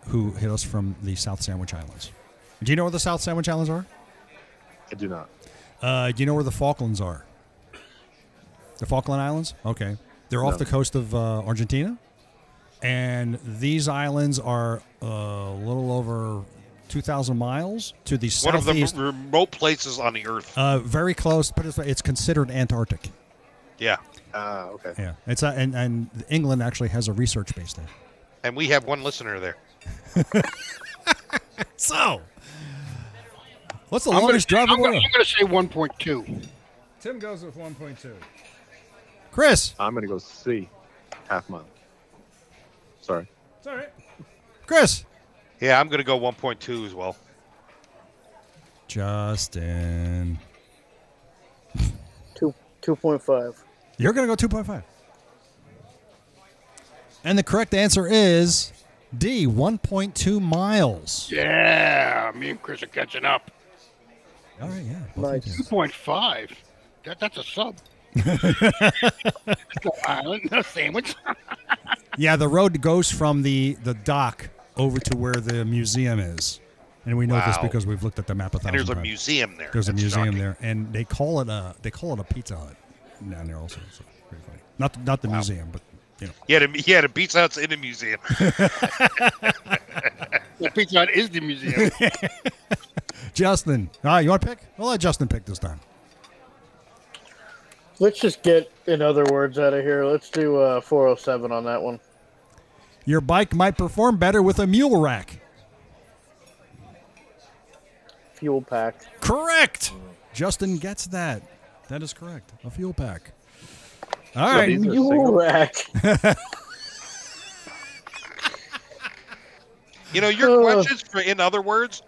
S3: who hit us from the South Sandwich Islands. Do you know where the South Sandwich Islands are?
S1: I do not.
S3: Uh, do you know where the Falklands are? The Falkland Islands? Okay. They're off
S1: No.
S3: the coast of uh, Argentina. And these islands are uh, a little over 2,000 miles to the
S5: One of the
S3: southeast.
S5: r- remote places on the earth.
S3: Uh, very close, but it's, it's considered Antarctic.
S5: Yeah.
S1: Ah, okay.
S3: Yeah. It's uh, and, and England actually has a research base there.
S5: And we have one listener there.
S3: So, what's the
S2: I'm gonna,
S3: longest drive
S2: I'm
S3: in the
S2: gonna,
S3: world?
S2: I'm gonna say 1.2.
S6: Tim goes with 1.2.
S3: Chris,
S1: I'm going to go C, half mile. Sorry.
S6: It's all right.
S3: Chris,
S5: Yeah, I'm going to go 1.2 as well.
S3: Justin.
S4: Two two point five.
S3: You're going to go 2.5. And the correct answer is D, 1.2 miles.
S2: Yeah, me and Chris are catching up.
S3: All right, yeah. both of you
S4: Nice.
S3: did.
S2: 2.5. That, that's a sub. no island, no sandwich.
S3: Yeah, the road goes from the, the dock over to where the museum is. And we know this
S5: Wow.
S3: because we've looked at the map a thousand
S5: And there's a
S3: times.
S5: museum there.
S3: There's a
S5: That's
S3: museum
S5: shocking.
S3: there, and they call it a they call it a Pizza Hut down there also. So pretty funny. Not the- not the museum, but you know.
S5: Yeah, the, yeah, the Pizza Hut's in the museum.
S2: The Pizza Hut is the museum.
S3: Justin, all right, you want to pick? We'll let Justin pick this time.
S4: Let's just get in other words out of here. Let's do uh, 407 on that one.
S3: Your bike might perform better with a mule rack.
S4: Fuel pack.
S3: Correct. Justin gets that. That is correct. A fuel pack. All
S1: Yeah,
S3: right.
S1: these are
S4: Fuel
S1: single-
S4: rack.
S5: You know, your
S4: Uh.
S5: questions for in other words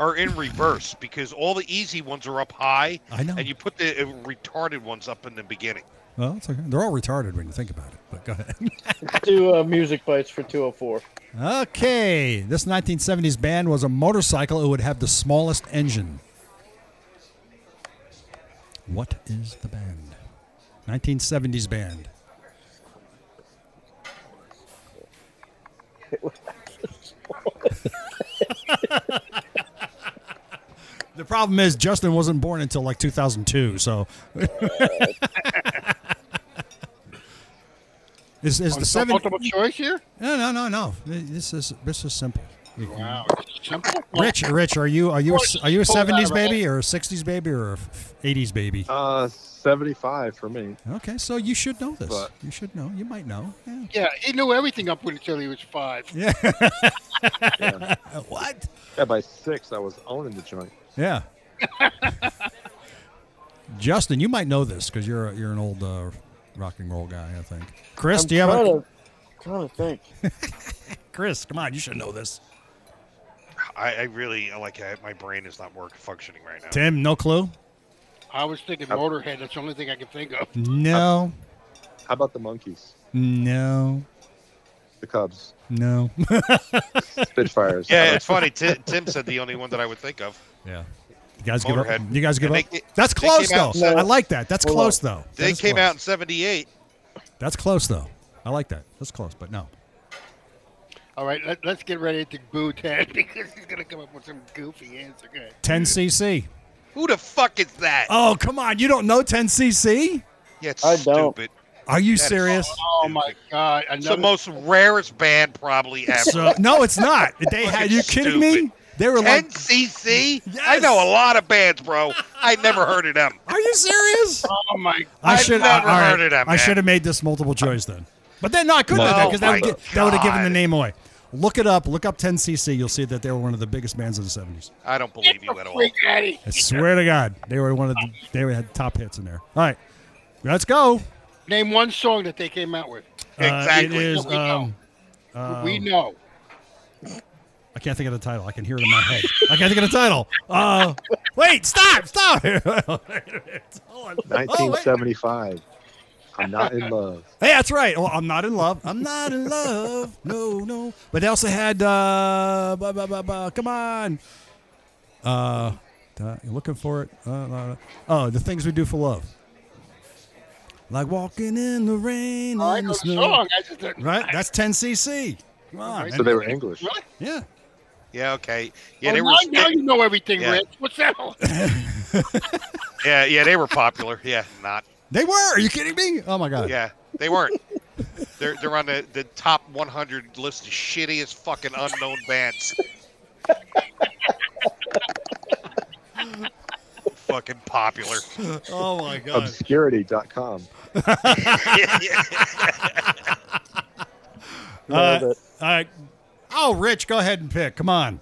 S5: are in reverse because all the easy ones are up high
S3: I know.
S5: and you put the uh, retarded ones up in the beginning.
S3: Well, it's okay. They're all retarded when you think about it. But go ahead.
S4: do uh, music bites for 204.
S3: Okay, this 1970s band was a motorcycle. It would have the smallest engine. What is the band? 1970s band. The problem is Justin wasn't born until like 2002, so. is is the
S2: Some
S3: seven?
S2: Oh, multiple choice here?
S3: No, no, no, no. This is this is simple. You can-
S2: Wow, it's simple.
S3: Rich, Rich, are you are you a, are you a
S2: Pull it out of
S3: seventies
S2: her
S3: baby or a sixties baby or a eighties baby?
S1: Uh, 75 for me.
S3: Okay, so you should know this.
S1: But-
S3: You should know. You might know. Yeah.
S2: Yeah, he knew everything up until he was five.
S3: Uh, what?
S1: Yeah, by six, I was owning the joint.
S3: Yeah. Justin, you might know this because you're a, you're an old uh, rock and roll guy, I think. Chris, do you have
S4: trying
S3: a
S4: to, trying to think.
S3: Chris? Come on, you should know this.
S5: I, I really like I, my brain is not work functioning right now.
S3: Tim, no clue.
S2: I was thinking Motorhead. That's the only thing I can think of.
S3: No,
S1: How about the monkeys?
S3: no,
S1: The Cubs?
S3: no.
S1: Spitfires?
S5: Yeah, it's funny. Ti- Tim said the only one that I would think of.
S3: yeah. You guys give up.
S5: Motorhead.
S3: You guys give
S5: And
S3: up.
S5: they-
S3: That's
S5: they
S3: close
S5: came
S3: though.
S5: out and said-
S3: I like that. That's
S4: Hold
S3: close though. That
S5: They
S3: is
S5: came
S3: close.
S5: out in '78.
S3: That's close though. I like that. That's close, but no.
S2: All right, let, let's get ready to boo Ted because he's gonna come up with some goofy answer. Good.
S3: 10cc.
S5: Who the fuck is that?
S3: Oh, come on. You don't know 10cc?
S5: yeah, it's
S4: I don't.
S5: stupid.
S3: Are you
S5: That is
S3: serious?
S2: Oh my God!
S5: It's the
S2: Another
S5: most rarest band probably ever.
S3: So, no, it's not. They had, you kidding me?
S5: stupid.
S3: They were like,
S5: 10cc? I
S3: Yes.
S5: know a lot of bands, bro. I never heard of them.
S3: are you serious?
S2: Oh my!
S3: I
S5: I've
S3: should
S5: never
S3: all
S5: heard of that,
S3: I
S5: man.
S3: should have made this multiple choice then. But they're not good at that
S5: No,
S3: because that would
S5: my
S3: get- that would have given the
S5: God.
S3: name away. Look it up. Look up 10cc. You'll see that they were one of the biggest bands of the 70s.
S5: I don't believe you at all.
S2: Freak Eddie.
S3: I swear to God, they were one of the they had top hits in there. All right, let's go.
S2: Name one song that they came out with.
S5: Exactly.
S3: Uh, it is.
S2: We know.
S3: Um,
S2: we know.
S3: I can't think of the title. I can hear it in my head. I can't think of the title. Uh, wait, stop, stop. Wait a minute. Hold on. Oh, wait.
S1: 1975. I'm not in love.
S3: Hey, that's right. Oh, I'm not in love. I'm not in love. No, no. But they also had. Uh, blah, blah, blah, blah. Come on. Uh, uh, you looking for it? Uh, uh, oh, the things we do for love. Like walking in the rain.
S2: Oh, I
S3: and
S2: know
S3: the
S2: the
S3: snow.
S2: song. I just didn't.
S3: Right? That's 10cc. Come on.
S1: So
S3: man.
S1: they were English.
S2: Really?
S3: Yeah.
S5: Yeah, okay. Yeah,
S2: Oh,
S5: they were.
S2: now, now you know everything,
S5: Yeah.
S2: Rich. What's that? all-
S5: Yeah, yeah, they were popular. Yeah, not.
S3: They were. Are you kidding me? Oh, my God.
S5: Yeah, they weren't. They're they're on the, the top 100 list of shittiest fucking unknown bands. fucking popular.
S3: Oh, my God.
S1: Obscurity.com.
S3: Uh,
S4: Nailed it.
S3: Uh, all right. Oh, Rich, go ahead and pick. Come on.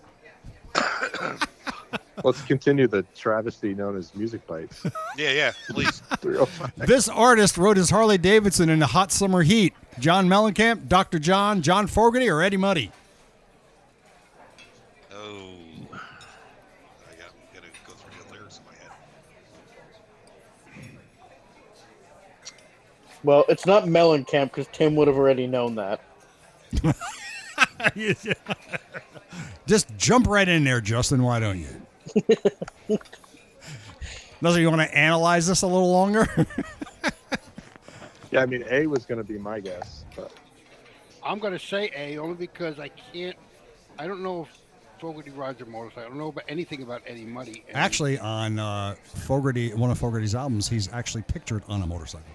S1: Let's continue the travesty known as music bites.
S5: yeah, yeah. Please.
S1: 305.
S3: This artist rode his Harley Davidson in the hot summer heat. John Mellencamp, Dr. John, John Fogerty, or Eddie Muddy?
S5: Oh. I got, I'm gonna go through the lyrics in my head.
S4: Well, it's not Mellencamp because Tim would have already known that.
S3: Just jump right in there, Justin. Why don't you? Doesn't you want to analyze this a little longer?
S1: Yeah, I mean, A was going to be my guess, but
S2: I'm gonna say A only because I can't. I don't know if Fogerty rides a motorcycle. I don't know about anything about Eddie Muddy. And
S3: actually, on uh, Fogerty, one of Fogerty's albums, he's actually pictured on a motorcycle.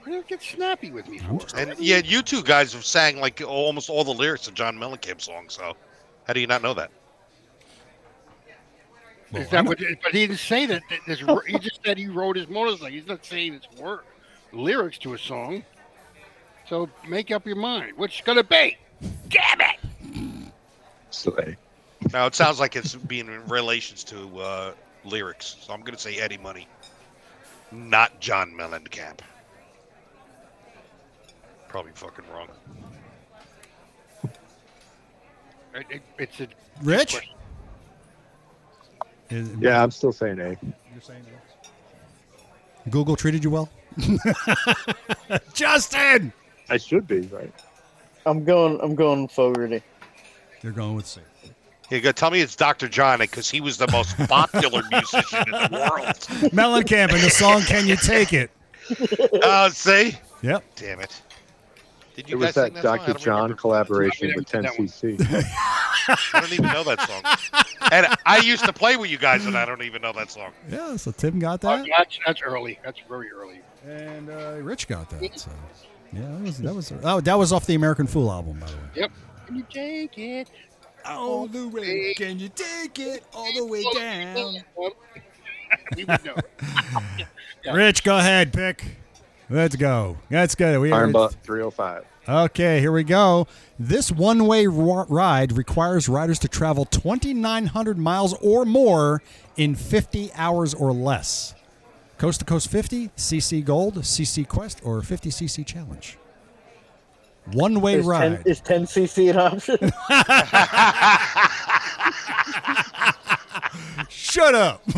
S2: why do you get snappy with me?
S3: I'm
S2: For?
S3: just-
S5: And yeah, you two guys have sang like almost all the lyrics of John Mellencamp songs. So, how do you not know that?
S2: Is that what? But he didn't say that. that this, he just said he wrote his motorcycle. He's not saying it's word lyrics to a song. So make up your mind. What's it gonna be? Damn it!
S1: still A.
S5: Now it sounds like it's being in relations to uh, lyrics. So I'm gonna say Eddie Money, not John Mellencamp. Probably fucking wrong.
S2: It- it- it's a
S3: Rich? Is-
S1: Yeah, I'm still saying A.
S6: You're saying it.
S3: Google treated you well? Justin!
S1: I should be, right?
S4: I'm going. I'm going Fogarty.
S3: You're going with C.
S5: You go tell me it's Dr. Johnny because he was the most popular musician in the world.
S3: Mellencamp and the song "Can You Take It."
S5: Uh, see?
S3: Yep.
S5: Damn it. Did
S1: It was
S5: guys sing
S1: that
S5: song? I
S1: Dr.
S5: don't
S1: John
S5: remember.
S1: collaboration
S2: I
S1: with
S2: remember that one.
S1: 10cc.
S5: I don't even know that song. And I used to play with you guys, and I don't even know that song.
S3: Yeah. So Tim got
S2: Oh,
S3: that.
S2: that's, that's early. That's very early.
S6: And uh,
S3: Uh, Rich got that. So yeah, that was that was oh, that was off the American Fool album, by the way.
S2: Yep. Can you take it
S6: all the
S2: way,
S6: Can you take it all the way
S2: we would know. Yeah.
S3: Rich, go ahead, pick. Let's go. That's good. We
S1: Iron Butt 305.
S3: Okay, here we go. This one way ride requires riders to travel 2,900 miles or more in 50 hours or less. Coast to Coast 50, CC Gold, CC Quest, or 50cc Challenge. One way
S4: Is 10,
S3: ride.
S4: is 10cc an option?
S3: Shut up.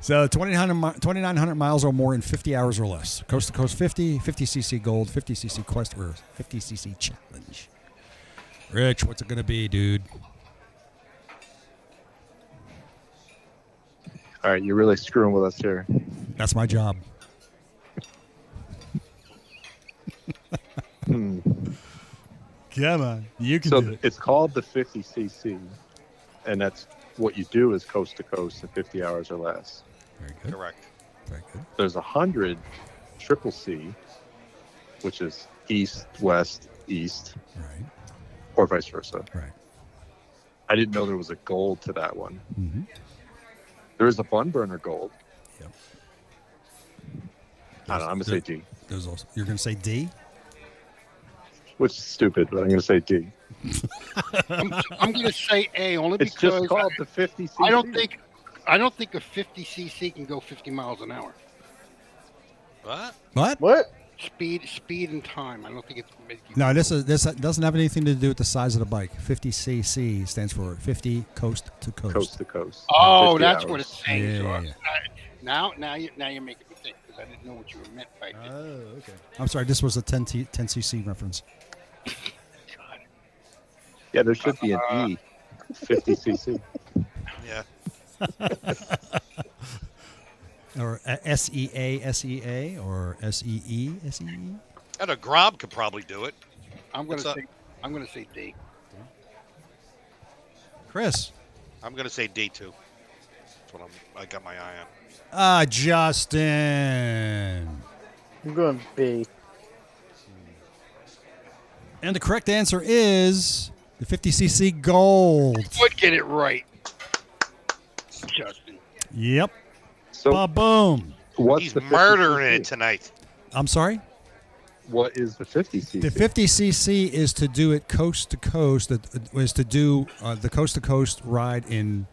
S3: so 2,900 mi- 2,900 miles or more in 50 hours or less. Coast to Coast 50, 50cc Gold, 50cc Quest, or 50cc Challenge. Rich, what's it going to be, dude?
S1: All right, you're really screwing with us here.
S3: That's my job.
S1: Hmm.
S3: Come on. You can
S1: So
S3: do it.
S1: it's called the 50cc, and that's what you do is coast to coast in 50 hours or less.
S3: Very good.
S5: Correct.
S3: Very good.
S1: There's 100 triple C, which is east, west, east,
S3: Right.
S1: or vice versa.
S3: Right.
S1: I didn't know there was a gold to that one.
S3: Mm-hmm.
S1: There is a bun burner gold.
S3: Yep.
S1: I don't know, I'm going to say D,
S3: There's also, you're going to say D?
S1: which is stupid, but I'm going to say D.
S2: I'm, I'm going to say A only
S1: It's
S2: because
S1: just called the 50cc.
S2: I don't think I don't think a 50 cc can go 50 miles an hour.
S5: What?
S3: What?
S4: what?
S2: Speed, speed, and time. I don't think it's make you-
S3: No, this is this doesn't have anything to do with the size of the bike. 50cc stands for 50 coast to coast.
S1: coast to coast.
S2: Oh,
S1: 50
S2: that's
S1: hours.
S2: what it's saying.
S3: Yeah,
S2: so
S3: yeah,
S2: I-
S3: yeah.
S2: I- now, now, you, now you're making me think because I didn't know what you were meant by.
S6: Oh,
S3: Uh,
S2: this.
S6: okay.
S3: I'm sorry, this was a 10 t- 10cc reference.
S2: God.
S1: Yeah, there should be an
S2: Uh,
S1: E. 50cc.
S5: Yeah.
S3: Or uh, SEA, SEA, E or E SEE, SEE?
S5: I know Grom could probably do it.
S2: I'm going
S5: What's
S2: to
S5: up?
S2: say, I'm going to say D.
S3: Chris.
S5: I'm gonna say D two. That's what I'm. I got my eye on.
S3: Ah, Justin.
S4: I'm going B.
S3: And the correct answer is the 50cc gold.
S2: Would get it right, Justin.
S3: Yep.
S1: So
S3: boom.
S1: what's
S5: He's
S1: the 50
S5: murdering it
S1: cc?
S5: tonight.
S3: I'm sorry?
S1: What is the 50cc?
S3: The 50cc is to do it coast to coast, that is to do uh, the coast to coast ride in.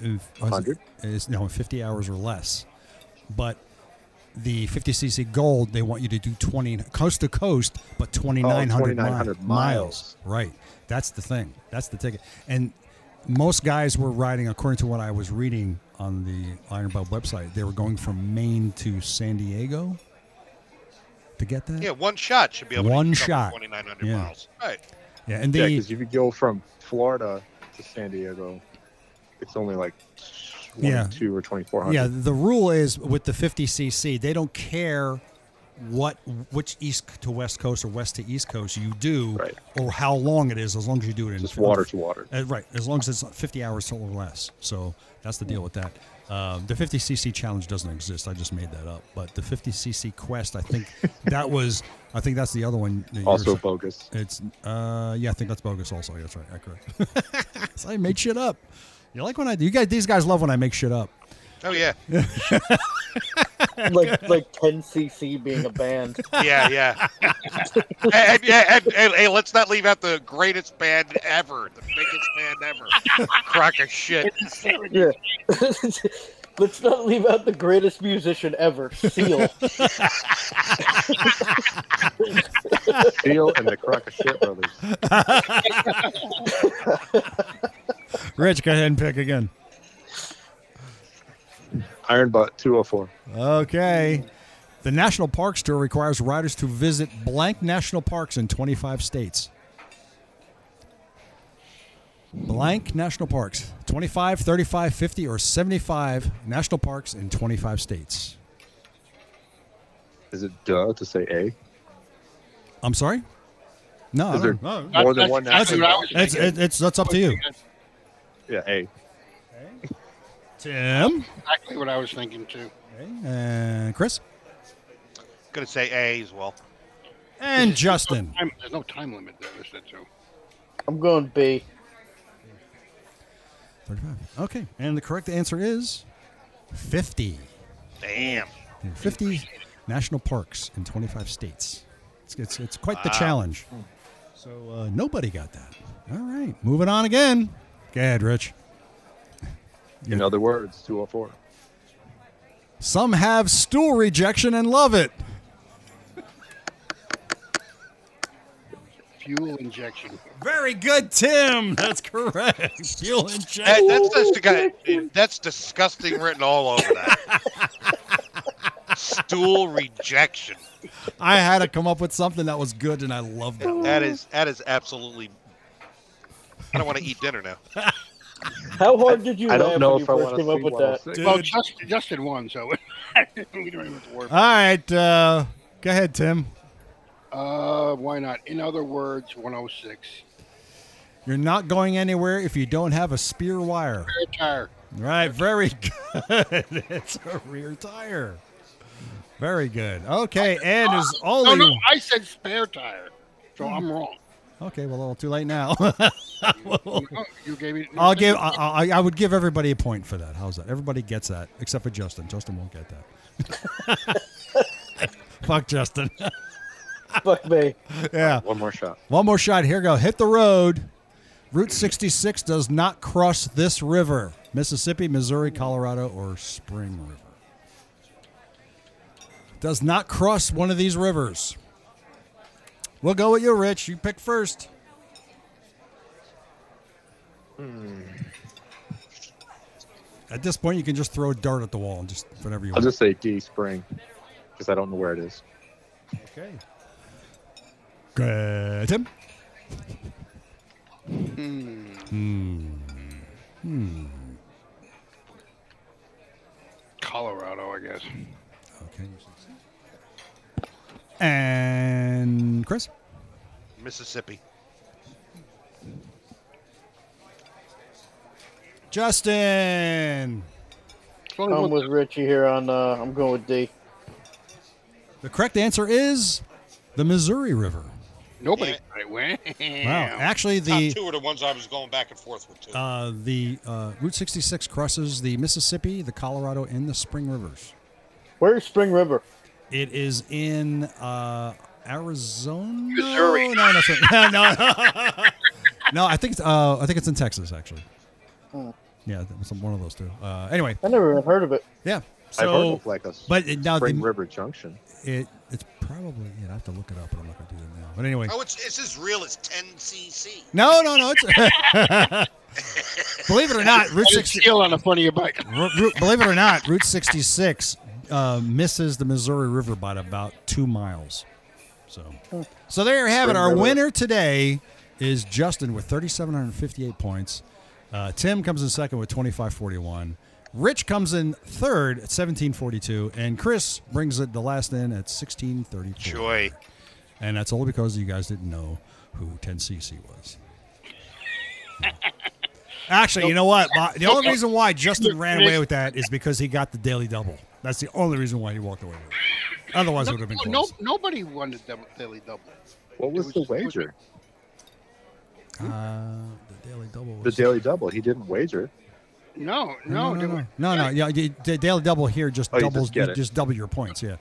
S3: in what is it?
S1: 100?
S3: Is, no, in 50 hours or less. But the 50cc gold, they want you to do 20 coast to coast, but 2,900 mi-
S1: 2,900 miles.
S3: Right. That's the thing. That's the ticket. And most guys were riding, according to what I was reading on the Iron Bub website, they were going from Maine to San Diego to get that.
S5: Yeah, one shot should be able
S3: One
S5: to
S3: shot.
S5: Twenty nine hundred
S3: Yeah.
S5: miles. Right.
S3: Yeah, and
S1: Yeah,
S3: the
S1: because if you go from Florida to San Diego, it's only like
S3: Yeah.
S1: yeah. two or 2400.
S3: yeah, the rule is with the 50cc, they don't care what which east to west coast or west to east coast you do
S1: Right.
S3: or how long it is as long as you do it in
S1: Just water to water.
S3: Uh, right, as long as it's not 50 hours or less. So that's the deal with that. Um, the 50cc challenge doesn't exist. I just made that up. But the 50cc quest, I think that was, I think that's the other one. that you were
S1: Also
S3: saying.
S1: bogus.
S3: It's uh yeah, I think that's bogus. Also, that's right. Accurate. so I made shit up. You like when I do? You guys, these guys love when I make shit up.
S5: Oh yeah.
S4: Like like 10cc being a band.
S5: Yeah, yeah. and, yeah, and, and, hey, let's not leave out the greatest band ever, the biggest band ever. Crack of shit.
S4: Yeah. Let's not leave out the greatest musician ever, Seal.
S1: Seal and the crock of shit brothers.
S3: Rich, go ahead and pick again.
S1: Iron Butt 204.
S3: Okay. The National Parks Tour requires riders to visit blank national parks in 25 states. Blank national parks 25, 35, 50, or 75 national parks in 25 states.
S1: Is it duh to say A?
S3: I'm sorry? No, I
S1: Is there-
S3: don't- no.
S1: More than one
S2: That's
S1: national
S2: what I was
S3: It's,
S2: thinking.
S3: it- it's, that's up to you.
S1: Yeah, A.
S3: Tim
S2: Exactly what I was thinking too.
S3: and Chris
S5: Gonna say A as well.
S3: and Justin.
S2: Time- there's no time limit there, is there too?
S4: I'm going B.
S3: 35. Okay. And the correct answer is 50.
S5: Damn.
S3: There are 50 national parks in 25 states. It's, it's, it's quite the challenge. So uh, nobody got that. All right. Moving on again. Go ahead, Rich.
S1: In other words, 204.
S3: Some have stool rejection and love it.
S2: Fuel injection.
S3: Very good, Tim. That's correct. Fuel
S5: That-
S3: injection.
S5: that's that's the guy. That's disgusting written all over that. Stool rejection.
S3: I had to come up with something that was good, and I loved it.
S5: That is that is absolutely. I don't want to eat dinner now.
S4: How hard did you
S1: I
S4: laugh
S1: don't know
S4: when
S1: if
S4: you
S1: I
S4: first
S1: want to
S4: came up with that?
S1: see
S3: Dude.
S2: Well, Justin, Justin won, so we don't even have to worry.
S3: All right. Uh, go ahead, Tim.
S2: Uh, why not? In other words, 106.
S3: You're not going anywhere if you don't have a spear wire.
S2: Rear tire.
S3: Right, very good. It's a rear tire. Very good. Okay, and is
S2: No,
S3: only
S2: no, I said spare tire,
S3: Oh.
S2: so I'm wrong.
S3: okay. Well, all too late now.
S2: No, you gave me. no,
S3: Oh. I'll give. I, I, I would give everybody a point for that. How's that? Everybody gets that except for Justin. Justin won't get that. Fuck Justin.
S4: Fuck me.
S3: yeah.
S1: One more shot.
S3: One more shot. Here go. Hit the road. Route 66 does not cross this river: Mississippi, Missouri, Colorado, or Spring River. Does not cross one of these rivers. We'll go with you, Rich. You pick first. At this point, you can just throw a dart at the wall and just whatever you
S1: I'll
S3: want.
S1: just say D spring because I don't know where it is.
S3: okay. Good. Tim.
S2: Colorado, I guess.
S3: Okay. And Chris?
S5: Mississippi.
S3: Justin.
S2: It's
S3: Um,
S2: only
S4: I'm
S2: one-
S4: with Richie here on. Uh, I'm going with D.
S3: The correct answer is the Missouri River.
S2: Nobody.
S5: Yeah.
S2: got it. Wow.
S3: Wow. Actually, the
S5: Top two are the ones I was going back and forth with too.
S3: uh, the uh, Route 66 crosses the Mississippi, the Colorado, and the Spring Rivers.
S4: Where's Spring River?
S3: It is in uh, Arizona.
S2: Missouri.
S3: No, that's right. no, no. no, I think it's uh, I think it's in Texas actually. Yeah, that was one of those two. Uh, anyway,
S4: I never even heard of it.
S3: yeah.
S1: I've heard
S3: So,
S1: of like a s-
S3: but it- now
S1: Spring
S3: the,
S1: River Junction.
S3: It it's probably yeah, I have to look it up, but I'm not gonna do that now. But anyway,
S5: oh, it's, it's as real as 10cc.
S3: no, no, no. It's believe it or not, Route
S2: Put a
S3: 60,
S2: seal on the front of your bike.
S3: Ru- Ru- believe it or not, Route 66 uh, misses the Missouri River by about two miles. So, so there you have it. Our winner today is Justin with 3,758 points. Uh, Tim comes in second with 2,541. Rich comes in third at 1742, and Chris brings it the last in at 1634.
S5: Joy.
S3: And that's all because you guys didn't know who 10cc was. Actually, you know what? Bo- The only reason why Justin ran away with that is because he got the daily double. That's the only reason why he walked away with it. Otherwise, it would have been
S2: No,
S3: close.
S2: nobody won the double, daily double.
S1: What was
S2: It
S1: the
S2: was- it was-
S1: wager?
S3: Uh, the daily double.
S1: The
S3: Was-
S1: daily double. He didn't wager. it.
S2: No,
S3: no,
S2: no,
S3: no,
S2: there
S3: no,
S2: was-
S3: no, no. Yeah, the the daily double here just
S1: Oh, you just
S3: doubles.
S1: get it.
S3: just double your points. Yeah.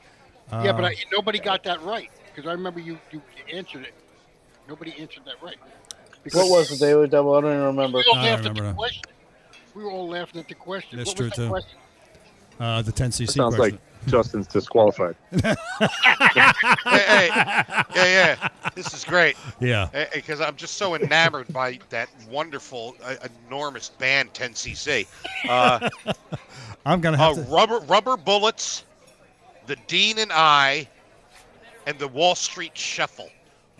S2: Yeah, but
S3: uh,
S2: I, nobody got that right because I remember you, you answered it. Nobody answered that right.
S4: What was the daily double? I don't even remember.
S2: We all
S3: I
S2: laughed
S3: remember
S2: at the
S3: that.
S2: question. We were all laughing at the question.
S3: That's
S2: what
S3: true,
S2: was that
S3: too.
S2: question?
S3: Uh, the 10cc.
S1: sounds
S3: question.
S1: like Justin's disqualified.
S5: hey, hey. Yeah, yeah. This is great.
S3: Yeah.
S5: Because I'm just so enamored by that wonderful, uh, enormous band 10cc. Uh,
S3: I'm gonna have
S5: uh,
S3: to.
S5: rubber, rubber bullets, the Dean and I, and the Wall Street Shuffle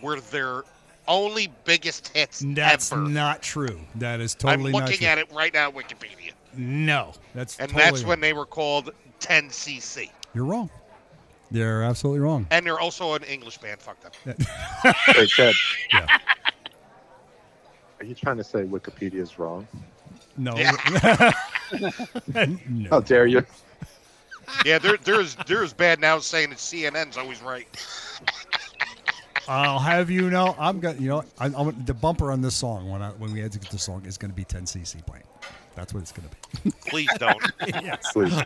S5: were their only biggest hits
S3: That's
S5: ever.
S3: not true. That is totally
S5: I'm
S3: not
S5: looking
S3: true.
S5: at it right now, Wikipedia,
S3: No, that's
S5: and
S3: totally
S5: that's
S3: wrong.
S5: when they were called 10cc,
S3: you're wrong. You're absolutely wrong.
S5: and they're also an English band. Fucked up.
S1: Wait, Ted.
S3: Yeah.
S1: Are you trying to say Wikipedia's wrong?
S3: No.
S1: How
S3: no.
S1: dare you?
S5: yeah, they're they're as, they're as bad now as saying that CNN's always right.
S3: I'll have you know, I'm gonna, you know, I'm, I'm, the bumper on this song when I when we execute the song is gonna be 10cc playing. That's what it's gonna be.
S5: Please don't.
S3: yes.
S1: Please.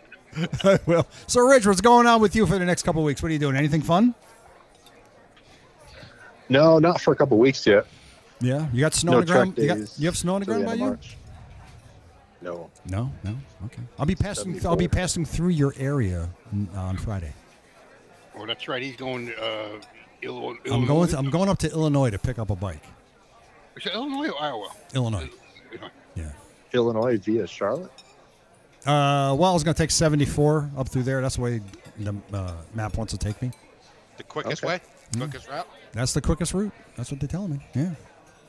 S3: well, so Rich, what's going on with you for the next couple of weeks? What are you doing? Anything fun?
S1: No, not for a couple weeks yet.
S3: Yeah, you got snow
S1: no
S3: on the ground.
S1: track
S3: You, got,
S1: days
S3: you have snow on the
S1: till
S3: ground by
S1: end
S3: you?
S1: of March. No.
S3: No, no. Okay, I'll be passing. I'll
S1: 74.
S3: be passing through your area mm, on Friday.
S2: Oh, that's right. He's going. Uh, Illinois.
S3: I'm going. um, I'm going up to Illinois to pick up a bike.
S2: Is it Illinois or Iowa?
S3: Illinois. Yeah.
S1: Illinois via Charlotte.
S3: Uh, well, I was going to take 74 up through there. That's the way the uh, map wants to take me.
S5: The quickest
S1: Okay.
S5: way,
S3: Hmm.
S5: quickest route.
S3: That's the quickest route. That's what they're telling me. Yeah.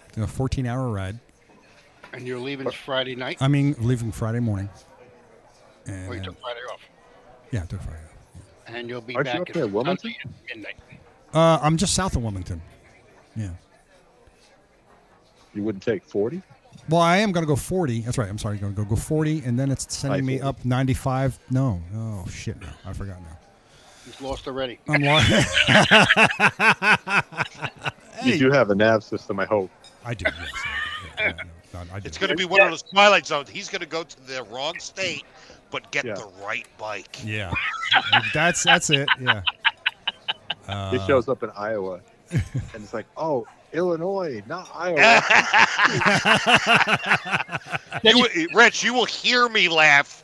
S3: It's a 14 hour ride.
S2: And you're leaving Friday night.
S3: I mean, leaving Friday morning.
S2: Well, Oh, you
S3: And,
S2: took Friday off,
S3: yeah, I took Friday.
S2: and you'll be
S1: Aren't you
S2: back
S1: up
S2: at
S1: there, Wilmington?
S2: Sunday at midnight.
S3: Uh, I'm just south of Wilmington. Yeah.
S1: You wouldn't take 40?
S3: Well, I am going to go 40. That's right. I'm sorry. Going to go go 40, and then it's sending me
S1: 540.
S3: up 95. No. Oh shit! No, I forgot now.
S2: He's lost already.
S3: I'm lying.
S1: You do have a nav system, I hope.
S3: I do. Yes, I do. Yeah, no, no, I do.
S5: It's going to be one of those twilight zones. He's going to go to the wrong state, but get
S1: Yeah.
S5: the right bike.
S3: Yeah. That's that's it. Yeah.
S1: He
S3: Uh,
S1: shows up in Iowa, and it's like, oh, Illinois, not Iowa.
S5: You will- eh, Rich, you will hear me laugh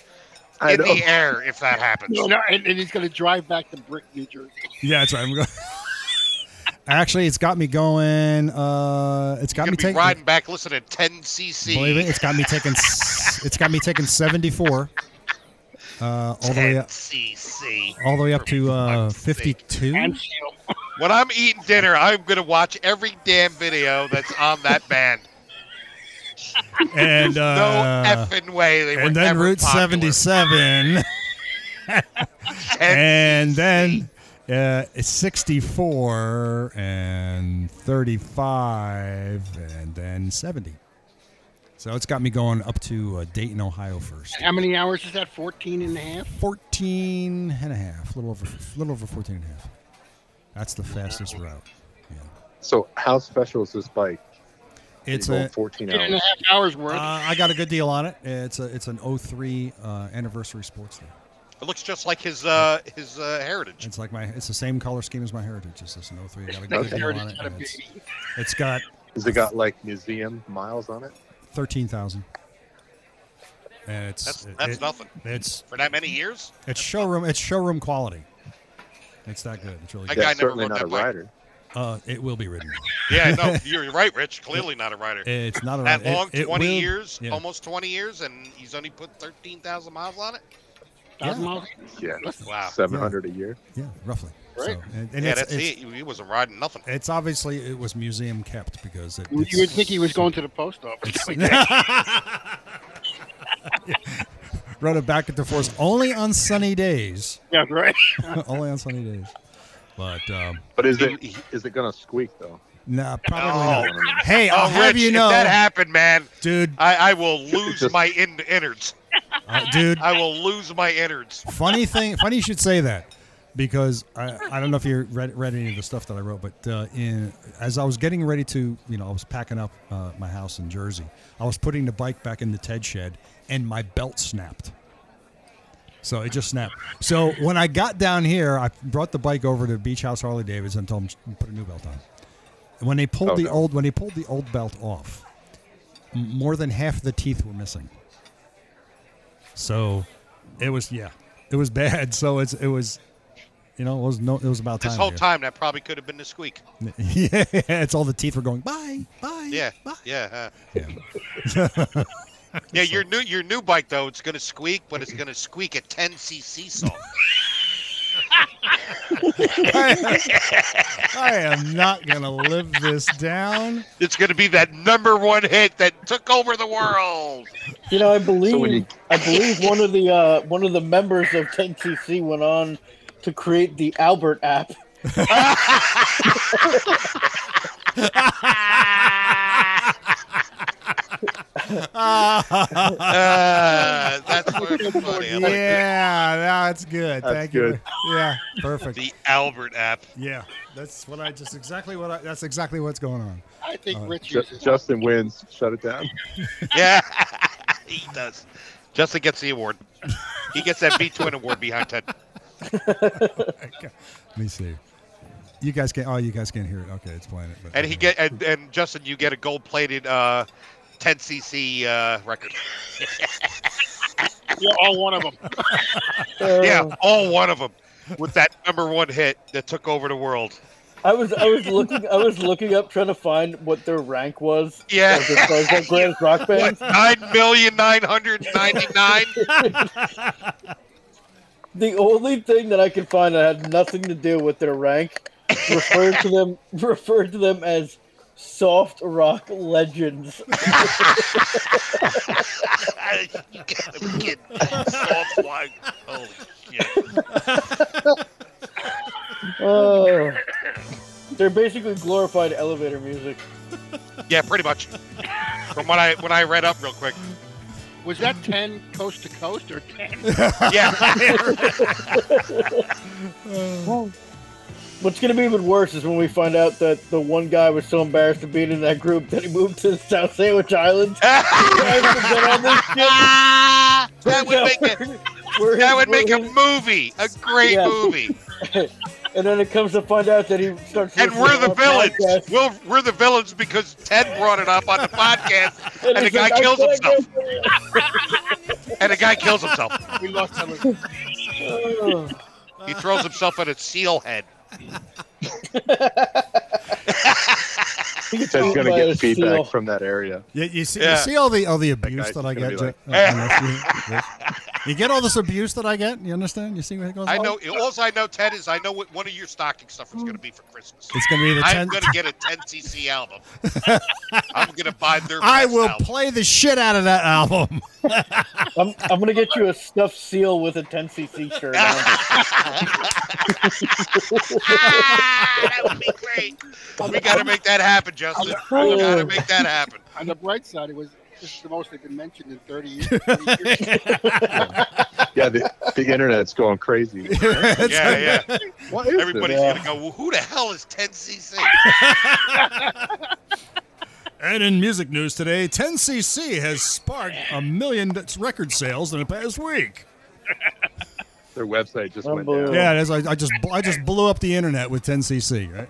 S1: I
S5: in
S1: know.
S5: the air if that happens.
S2: No, no, and, and he's going to drive back to Brick, New Jersey.
S3: Yeah, that's right. I'm going. Actually, it's got me going. Uh, it's got
S5: Gonna
S3: me
S5: be
S3: taking.
S5: riding back, listening to
S3: Believe
S5: 10cc.
S3: it, it's got me taking. s- it's got me taking 74. Uh, all the way up,
S5: 10cc.
S3: all the way up to uh,
S5: For fuck's sake.
S3: 52.
S2: And Seal.
S5: When I'm eating dinner, I'm going to watch every damn video that's on that band.
S3: And
S5: No
S3: uh,
S5: effing way. They were
S3: and then
S5: ever
S3: Route
S5: popular.
S3: 77,
S5: 10
S3: and then uh, 64, and 35, and then 70. So it's got me going up to uh, Dayton, Ohio first.
S2: How many hours is that? 14 and a half?
S3: 14 and a half, a little over, a little over 14 and a half. That's the fastest route. Yeah.
S1: So, how special is this bike?
S3: It's
S1: You go
S3: a,
S1: 14
S2: Ten and a
S1: hours.
S2: half hours worth.
S3: uh, I got a good deal on it. It's a, it's an 03 uh, anniversary sports car.
S5: It looks just like his uh, his uh, heritage.
S3: It's like my, it's the same color scheme as my Heritage. It's just an 03. I got a
S2: Next
S3: good
S2: year
S3: deal
S2: it's
S3: on it.
S2: gotta
S3: and
S2: be-
S3: It's, it's got
S1: Has it got like museum miles on it?
S3: 13,000. And it's
S5: That's that's
S3: it-
S5: nothing
S3: It's
S5: for that many years.
S3: it's showroom it's showroom quality. It's that good. It's really
S5: I guy
S3: good.
S1: Yeah,
S5: never
S1: certainly
S5: rode
S1: not
S5: that
S1: a
S5: bike.
S1: rider.
S3: Uh, it will be ridden.
S5: Yeah, no, you're right, Rich. Clearly not a rider.
S3: It's not a
S5: that
S3: it-
S5: long,
S3: it
S5: 20
S3: will-
S5: years,
S3: yeah.
S5: almost 20 years, and he's only put 13,000 miles on it.
S2: Thousand
S3: yeah.
S2: miles?
S1: Yeah,
S5: Wow.
S1: 700 a year.
S3: Yeah, roughly.
S2: Right.
S3: So, and, and
S5: yeah,
S3: it's,
S5: that's
S3: it's,
S5: it. He wasn't riding nothing.
S3: it's obviously it was museum kept because it,
S2: You
S3: it's-
S2: would think he was going to the post office.
S3: run it back and forth only on sunny days.
S2: yeah, right.
S3: only on sunny days. But um,
S1: But is it is it gonna squeak though?
S3: nah,
S5: No.
S3: probably
S1: I
S3: not.
S1: don't know.
S3: Hey, I'll
S5: oh,
S3: have
S5: Rich,
S3: you know,
S5: if that happened, man,
S3: dude,
S5: I, I will lose
S1: just-
S5: my in- innards.
S3: uh, dude.
S5: I will lose my innards.
S3: funny thing funny you should say that because I, I don't know if you read, read any of the stuff that I wrote, but uh, in as I was getting ready to, you know, I was packing up uh, my house in Jersey. I was putting the bike back in the Ted shed, and my belt snapped. So it just snapped. So when I got down here, I brought the bike over to Beach House Harley Davidson and told them put a new belt on. And when they pulled
S1: Oh,
S3: the
S1: no.
S3: old when they pulled the old belt off, m- more than half the teeth were missing. So it was yeah, it was bad. So it's it was, you know, it was no, it was about time.
S5: This whole
S3: here.
S5: time, that probably could have been the squeak.
S3: yeah, it's all the teeth were going bye bye.
S5: Yeah,
S3: bye.
S5: yeah, uh,
S3: Yeah.
S5: yeah. Your new your new bike though, it's gonna squeak, but it's gonna squeak a 10cc song.
S3: I am not gonna live this down.
S5: It's going to be that number one hit that took over the world.
S4: You know, I believe
S1: So when you-
S4: I believe one of the uh, one of the members of 10cc went on to create the Albert app.
S5: Uh, that's where it's funny. I like
S3: yeah, that's good.
S1: That's
S3: Thank
S1: good.
S3: you. Yeah, perfect.
S5: the Albert app.
S3: Yeah, that's what I just exactly what I. That's exactly what's going on.
S2: I think
S3: Uh,
S2: Rich
S1: Ju-
S2: uses it.
S1: Justin wins. Shut it down.
S5: Yeah, he does. Justin gets the award. He gets that B2 award behind Ted.
S3: Okay. Let me see. You guys can't. Oh, you guys can't hear it. Okay, it's playing it. But
S5: And he get and, and Justin, you get a gold-plated uh, 10cc uh, record.
S2: Yeah, all one of them.
S4: Uh,
S5: Yeah, all one of them with that number one hit that took over the world.
S4: I was I was looking I was looking up trying to find what their rank was.
S5: Yeah.
S4: As far as like greatest rock
S5: What
S4: bands.
S5: nine million nine hundred ninety-nine?
S4: The only thing that I could find that had nothing to do with their rank referred to them referred to them as soft rock legends.
S5: you gotta be kidding. Soft wine. Holy shit.
S4: Oh. They're basically glorified elevator music.
S5: Yeah, pretty much. From what I when I read up real quick.
S2: Was that 10 coast to coast or 10?
S5: Yeah.
S4: What's gonna be even worse is when we find out that the one guy was so embarrassed of being in that group that he moved to South Sandwich Island. that
S5: that would make it. That would make a movie, a great
S4: Yeah.
S5: movie.
S4: And then it comes to find out that he starts.
S5: And
S4: listening
S5: we're
S4: to
S5: the
S4: our
S5: villains.
S4: podcast,
S5: We'll, we're the villains because Ted brought it up on the podcast, and the
S4: he's
S5: guy
S4: like, "I
S5: kills
S4: can't
S5: himself.
S4: do it."
S5: And the guy kills himself.
S2: we lost that one.
S4: Oh,
S5: He throws himself at a seal head.
S4: he gets
S1: Ted's
S4: eaten
S1: gonna
S4: by a
S1: get feedback
S4: seal.
S1: from that area.
S3: Yeah, you see,
S5: Yeah.
S3: you see all the all the
S1: guy's
S3: abuse that I
S1: gonna
S3: get.
S1: be like-
S3: Ju- uh, you, get all this abuse that I get. You understand? You see what it goes?
S5: I
S3: on?
S5: know. All I know, Ted, is I know what one of your stocking stuffers going to be for Christmas.
S3: It's gonna be the
S5: I'm
S3: ten.
S5: going to get a 10cc album. I'm going to buy their.
S3: I
S5: best
S3: will
S5: album.
S3: play the shit out of that album.
S4: I'm, I'm gonna get you a stuffed seal with a 10cc shirt. on.
S5: Ah, that would be great. We got to make that happen, Justin. We got to make that happen.
S2: On the bright side, it was this is the most they've been mentioned in 30 years. 40 years.
S1: Yeah, the, the internet's going crazy.
S3: It's like-
S5: Yeah, yeah.
S1: What is
S5: Everybody's
S1: this?
S5: gonna go. Well, who the hell is 10cc?
S3: And in music news today, 10cc has sparked a million d- record sales in the past week.
S1: Their website just went down.
S4: Unbelievable.
S3: Yeah, it is. I, I just bl- I just blew up the internet with 10cc. Right?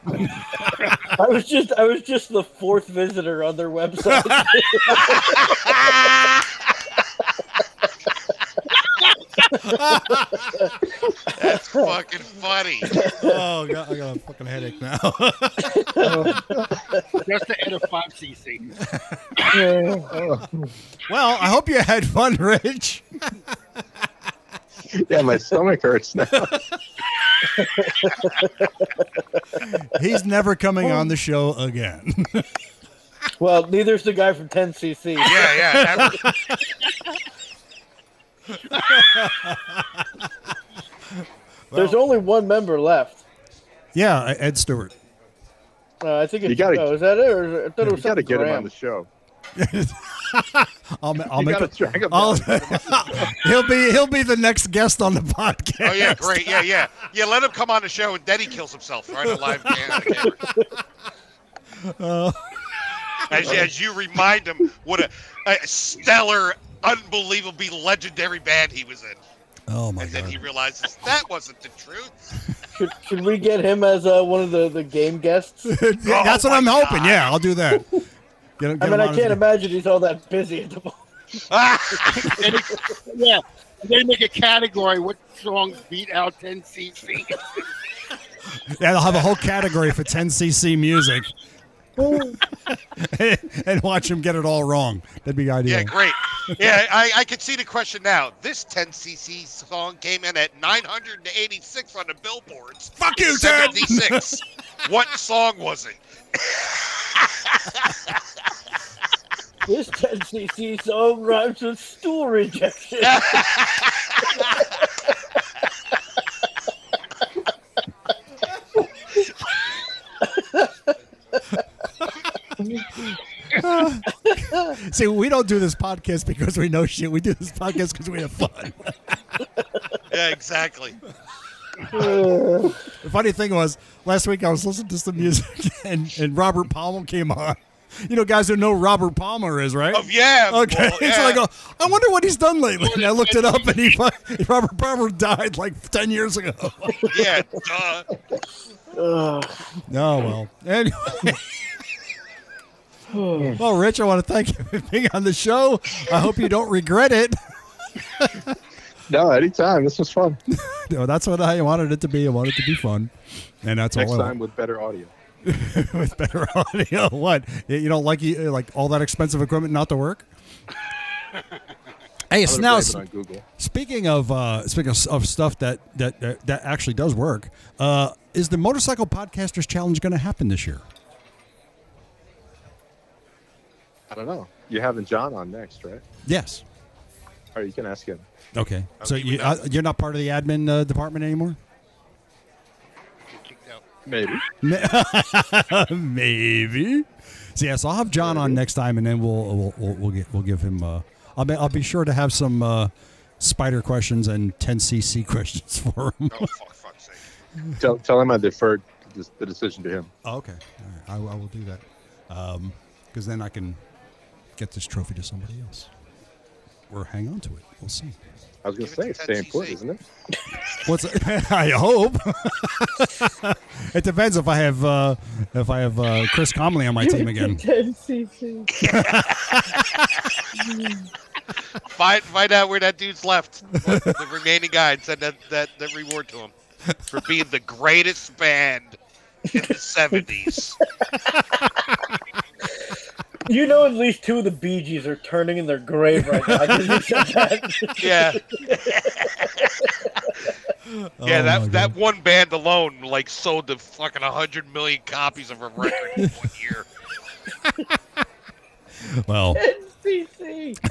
S4: I was just I was just the fourth visitor on their website.
S5: That's fucking funny.
S3: oh god, I got a fucking headache now.
S2: Just ahead of 5cc.
S3: well, I hope you had fun, Rich.
S1: Yeah, my stomach hurts now.
S3: He's never coming on the show again.
S4: well, neither's the guy from 10cc.
S5: Yeah, yeah. That was,
S4: There's only one member left.
S3: yeah, E, Ed Stewart.
S4: Uh, I think it's.
S1: You gotta-
S4: oh, is that it? Or is it- I thought it
S1: You
S4: was
S1: got to
S4: something
S1: get him
S4: Graham.
S1: on the show.
S3: I'll, ma- I'll
S1: You
S3: make
S1: got
S3: a,
S1: to drag him.
S3: I'll,
S1: down.
S3: he'll be he'll be the next guest on the podcast.
S5: oh yeah, great. Yeah, yeah, yeah. Let him come on the show, and then he kills himself right on live cam- camera.
S3: Oh,
S5: As, as you remind him what a, a stellar, unbelievably legendary band he was in,
S3: Oh my
S5: and then he
S3: god.
S5: realizes that wasn't the truth.
S4: Should, should we get him as uh, one of the, the game guests?
S3: Yeah, That's what
S5: Oh my
S3: I'm hoping.
S5: God.
S3: Yeah, I'll do that. Get him- get
S4: I mean,
S3: him
S4: I
S3: on as
S4: can't
S3: a-
S4: imagine he's all that busy at the moment.
S2: Yeah. They make a category what songs beat out 10cc.
S3: Yeah, they'll have a whole category for 10cc music. and watch him get it all wrong. That'd be ideal.
S5: Yeah, great. yeah, I, I can see the question now. This 10cc song came in at 986 on the billboards.
S7: Fuck you, Ted.
S5: 76. what song was it?
S6: This 10cc song rhymes with stool rejection.
S3: See, we don't do this podcast because we know shit. We do this podcast because we have fun.
S5: Yeah, exactly.
S3: The funny thing was, last week I was listening to some music and, and Robert Palmer came on. You know, guys who know Robert Palmer is, right?
S5: Oh, yeah.
S3: Okay,
S5: well,
S3: so
S5: yeah.
S3: I go. I wonder what he's done lately. And I looked it up, and he fu- Robert Palmer died like ten years ago. Oh,
S5: yeah, duh.
S3: No, well, anyway. well, Rich, I want to thank you for being on the show. I hope you don't regret it.
S1: No, anytime. This was fun.
S3: No, that's what I wanted it to be. I wanted it to be fun, and that's
S1: Next
S3: all. I
S1: time with better audio.
S3: want. with better audio, what you you don't like? You like all that expensive equipment not to work? hey,
S1: I'm
S3: so
S1: gonna
S3: now
S1: blame it on Google.
S3: Speaking of uh, speaking of, of stuff that, that that that actually does work, uh, is the Motorcycle Podcasters Challenge going to happen this year?
S1: I don't know. You're having John on next, right?
S3: Yes.
S1: Or you can ask him.
S3: Okay. so
S5: Okay, we
S3: you
S5: know.
S3: uh, you're not part of the admin uh, department anymore?
S2: Get kicked out.
S1: Maybe.
S3: Maybe. So yes, I'll have John on next time, and then we'll we'll we'll, we'll, get, we'll give him. Uh, I'll be, I'll be sure to have some uh, spider questions and 10cc questions for him.
S5: Oh, fuck, fuck's sake.
S1: tell, tell him I deferred this, the decision to him.
S3: Oh, okay. All right. I, will- I will do that. Because then I can get this trophy to somebody else or hang on to it. We'll see.
S1: I was going
S5: Give
S1: to
S5: it
S1: say,
S5: to
S1: it's
S5: 10cc.
S1: staying put, isn't it?
S3: What's I hope. it depends if I have uh, if I have uh, Chris Comley on my team again.
S6: 10cc.
S5: Find find out where that dude's left. Or the remaining guy and send that, that, that reward to him for being the greatest band in the seventies.
S6: You know, at least two of the Bee Gees are turning in their grave right now. 'cause you said that.
S5: Yeah. yeah,
S3: Oh, my
S5: that that
S3: God.
S5: one band alone like sold the fucking hundred million copies of a record in one year.
S3: Well,
S6: 10cc.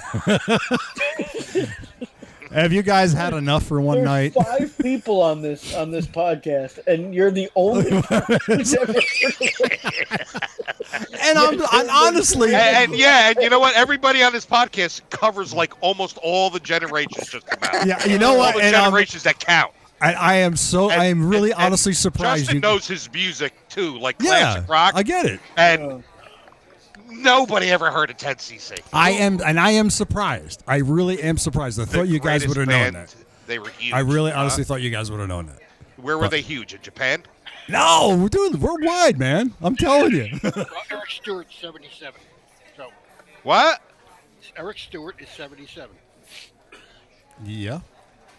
S3: have you guys had enough for one
S6: There's
S3: night?
S6: five people on this on this podcast, and you're the only. person who's ever-
S3: And I'm and honestly,
S5: And, and yeah, and you know what? Everybody on this podcast covers like almost all the generations just about.
S3: yeah, you know
S5: all
S3: what?
S5: the
S3: And um, I'm-
S5: generations that count.
S3: I, I am so I am really
S5: and- and
S3: honestly surprised.
S5: Justin
S3: you,
S5: knows his music too, like
S3: yeah,
S5: classic rock,
S3: I get it.
S5: and Nobody ever heard of 10cc.
S3: I am, and I am surprised. I really am surprised. I thought you guys would have known that.
S5: They were huge.
S3: I really
S5: huh?
S3: honestly thought you guys would have known that.
S5: Where were they huge? In Japan?
S3: No, dude, worldwide, man. I'm telling you.
S2: Well, Eric Stewart, 77. So
S5: What?
S2: Eric Stewart is 77.
S3: yeah.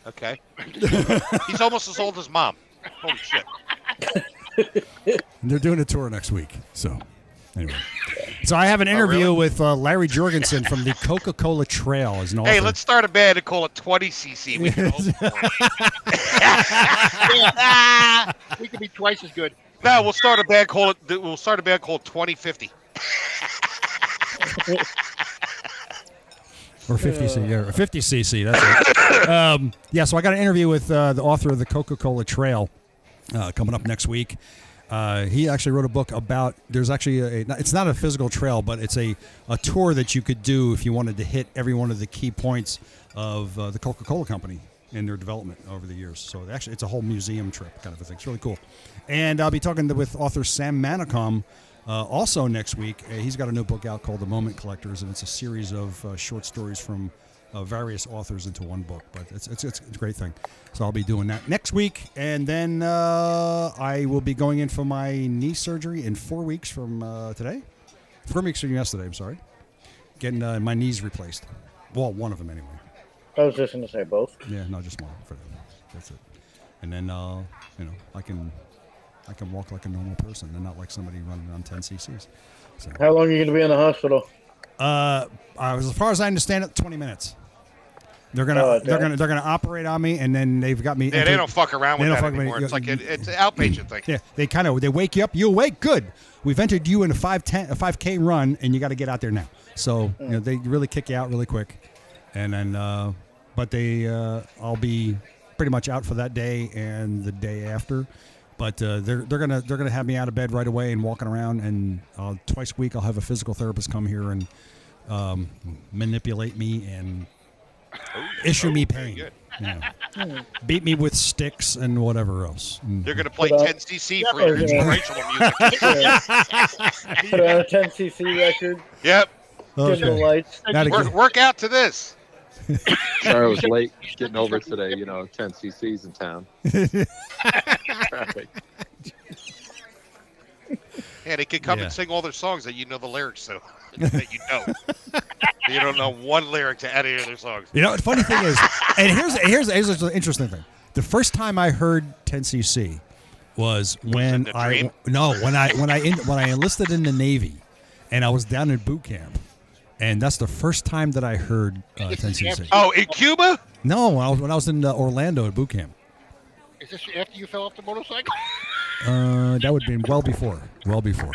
S5: Okay. He's almost as old as mom. Holy shit.
S3: And they're doing a tour next week. So, anyway. So I have an interview
S5: Oh, really?
S3: with uh, Larry Jorgensen from the Coca-Cola Trail as an author.
S5: Hey, let's start a band and call it 20cc. We can all-
S2: We could be twice as good.
S5: no, we'll start a band call it we'll start a band called 2050.
S3: or 50cc, yeah, or 50cc, that's it. um, yeah, so I got an interview with uh, the author of the Coca-Cola Trail uh, coming up next week. Uh, he actually wrote a book about there's actually a it's not a physical trail but it's a, a tour that you could do if you wanted to hit every one of the key points of uh, the coca-cola company and their development over the years so it actually it's a whole museum trip kind of a thing it's really cool and i'll be talking to, with author sam manicom uh, also next week uh, he's got a new book out called the moment collectors and it's a series of uh, short stories from uh, various authors into one book, but it's, it's, it's a great thing. So I'll be doing that next week, and then uh, I will be going in for my knee surgery in four weeks from uh, today. Four weeks from yesterday. I'm sorry, getting uh, my knees replaced. Well, one of them anyway.
S6: I was just gonna say both.
S3: Yeah, no, just one for that. That's it. And then uh, you know I can I can walk like a normal person and not like somebody running on 10 cc's. So
S6: How long are you gonna be in the hospital?
S3: Uh, I was, as far as I understand it, 20 minutes. They're gonna,
S4: Oh,
S3: they're
S4: damn.
S3: gonna, they're gonna operate on me, and then they've got me.
S5: Yeah, they
S3: entered-
S5: don't fuck around with
S3: They
S5: that
S3: don't fuck with-
S5: anymore. It's like
S3: you-
S5: it, it's an outpatient thing.
S3: Yeah, they kind of they wake you up. You awake, good. We've entered you in a five ten, a five k run, and you got to get out there now. So you know they really kick you out really quick, and then uh, but they uh, I'll be pretty much out for that day and the day after. But uh, they're they're gonna they're gonna have me out of bed right away and walking around, and uh, twice a week I'll have a physical therapist come here and um, manipulate me and issue me
S5: Oh. very
S3: pain,
S5: good.
S3: you know. beat me with sticks and whatever else. Mm.
S5: They're gonna play
S4: But, uh,
S5: 10cc for
S4: yeah,
S5: your
S4: yeah.
S5: inspirational music.
S4: Put out a 10cc record,
S5: yep,
S4: dim the lights.
S3: Not
S5: work,
S3: again.
S5: work out to this.
S1: Sorry, I was late getting over it today. You know, 10 cc's in town. Traffic.
S5: Yeah, they could come
S3: Yeah.
S5: and sing all their songs that you know the lyrics to, that you know. you don't know one lyric to any of their songs.
S3: You know, the funny thing is, and here's here's here's an interesting thing. The first time I heard 10cc was when
S5: in the
S3: I
S5: dream?
S3: no when I when I en- when I enlisted in the Navy, and I was down in boot camp, and that's the first time that I heard uh, 10cc.
S5: Oh, in Cuba?
S3: No, when I was, when I was in uh, Orlando at boot camp,
S2: Is this after you fell off the motorcycle?
S3: uh, that would have been well before, well before.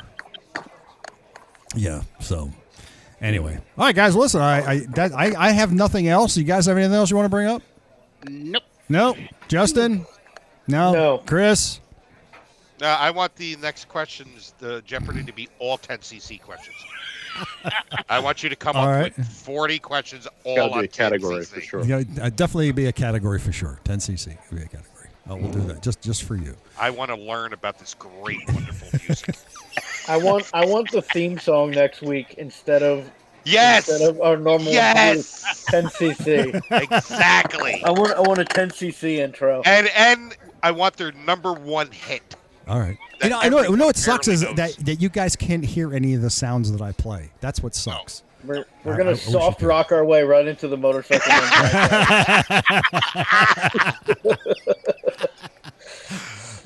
S3: Yeah. So, anyway, all right, guys, listen, I I, that, I I have nothing else. You guys have anything else you want to bring up?
S2: Nope.
S3: No, Justin. No.
S4: No.
S3: Chris.
S5: Uh, I want the next questions, the Jeopardy, to be all 10cc questions. I want you to come
S3: All
S5: up
S3: right.
S5: with 40 questions all
S1: Gotta
S5: on
S1: be a category
S5: 10cc.
S1: for sure.
S3: You know, uh, definitely be a category for sure. 10cc would be a category. Uh, we'll do that just just for you.
S5: I want to learn about this great, wonderful music.
S4: I want I want the theme song next week instead of
S5: yes,
S4: instead of our normal
S5: Yes!
S4: 10cc.
S5: exactly.
S4: I want I want a 10cc intro.
S5: And and I want their number one hit.
S3: All right.
S5: That
S3: You know, I know. You know what sucks is
S5: everyone
S3: that,
S5: barely
S3: that you guys can't hear any of the sounds that I play. That's what sucks.
S4: We're, we're
S3: I-
S4: gonna
S3: I wish you
S4: soft
S3: could.
S4: rock our way right into the motorcycle.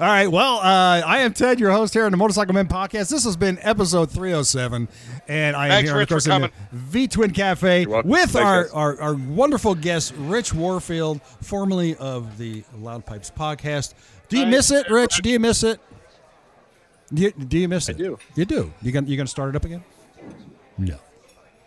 S3: All right. Well, uh, I am Ted, your host here on the Motorcycle Men podcast. This has been episode 307, and I am
S5: Thanks,
S3: here,
S5: Rich,
S3: of course,
S5: for
S3: in the V Twin Cafe
S1: You're welcome.
S3: with
S1: Thanks,
S3: our,
S1: guys.
S3: our our wonderful guest, Rich Warfield, formerly of the Loud Pipes podcast. Do you miss it, Rich? Do you miss it? Do you, do you miss it?
S1: do.
S3: You do. You gonna you gonna start it up again? No.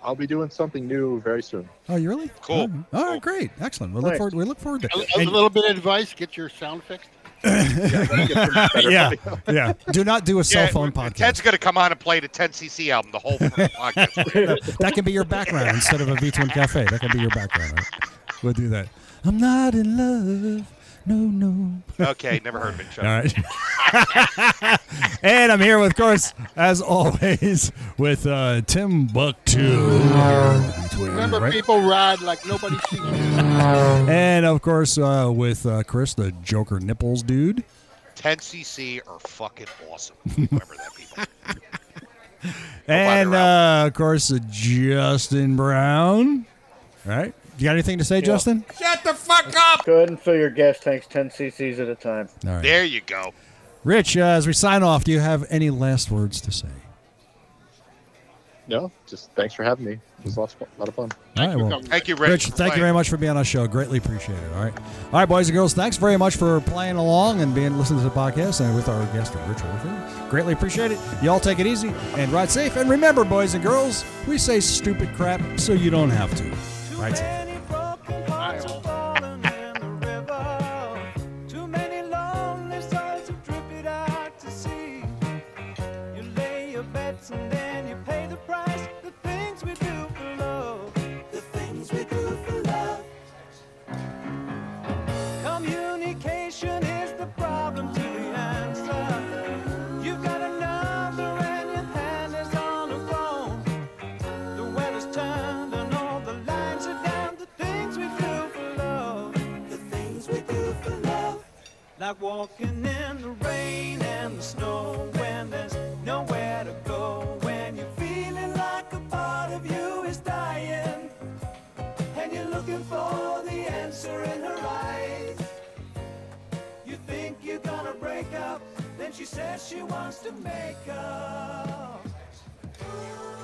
S1: I'll be doing something new very soon.
S3: Oh, you really?
S5: Cool.
S3: All right,
S5: Cool.
S3: great, excellent. We look
S4: Nice.
S3: forward. We look forward to.
S2: A,
S3: it.
S2: a little bit of advice. Get your sound fixed.
S3: yeah, yeah. Do not do a cell
S5: Yeah,
S3: phone podcast.
S5: Ted's gonna come on and play the 10cc album, the whole podcast.
S3: that can be your background instead of a V Twin Cafe. That can be your background. Right? We'll do that. I'm not in love. No, no.
S5: Okay, never heard of it. Shut
S3: All
S5: up.
S3: right. and I'm here, with, of course, as always, with uh, Tim Bucktu.
S2: Remember, people ride like nobody sees them.
S3: And, of course, uh, with uh, Chris, the Joker Nipples dude.
S5: 10cc are fucking awesome. Remember that, people.
S3: And,
S5: they're
S3: uh, of course, uh, Justin Brown. All right. You got anything to say, Justin?
S6: Shut the fuck up!
S4: Go ahead and fill your gas tanks 10cc's at a time.
S3: All right.
S5: There you go.
S3: Rich, uh, as we sign off, do you have any last words to say?
S1: No, just thanks for having me. It was lots of- a lot of fun.
S3: All right, well,
S5: Thank you, Rich.
S3: Rich,
S5: for
S3: thank you
S5: playing.
S3: very much for being on our show. Greatly appreciate it. All right. All right, boys and girls, thanks very much for playing along and being listening to the podcast and with our guest, Rich Orford. Greatly appreciate it. Y'all take it easy and ride safe. And remember, boys and girls, we say stupid crap so you don't have to. Ride safe.
S6: many broken hearts are falling in the river. Too many lonely souls have drifted out to sea. You lay your bets and then you pay the price. The things we do for love. The things we do for love. Communication is the problem to the answer. You've got a number and your hand is on the phone. The weather's turned and all the lines are down. The things we do for love. The things we do for love. Like walking in the rain and the snow when there's nowhere to go. When you're feeling like a part of you is dying. And you're looking for the answer in her eyes. You think you're gonna break up. Then she says she wants to make up.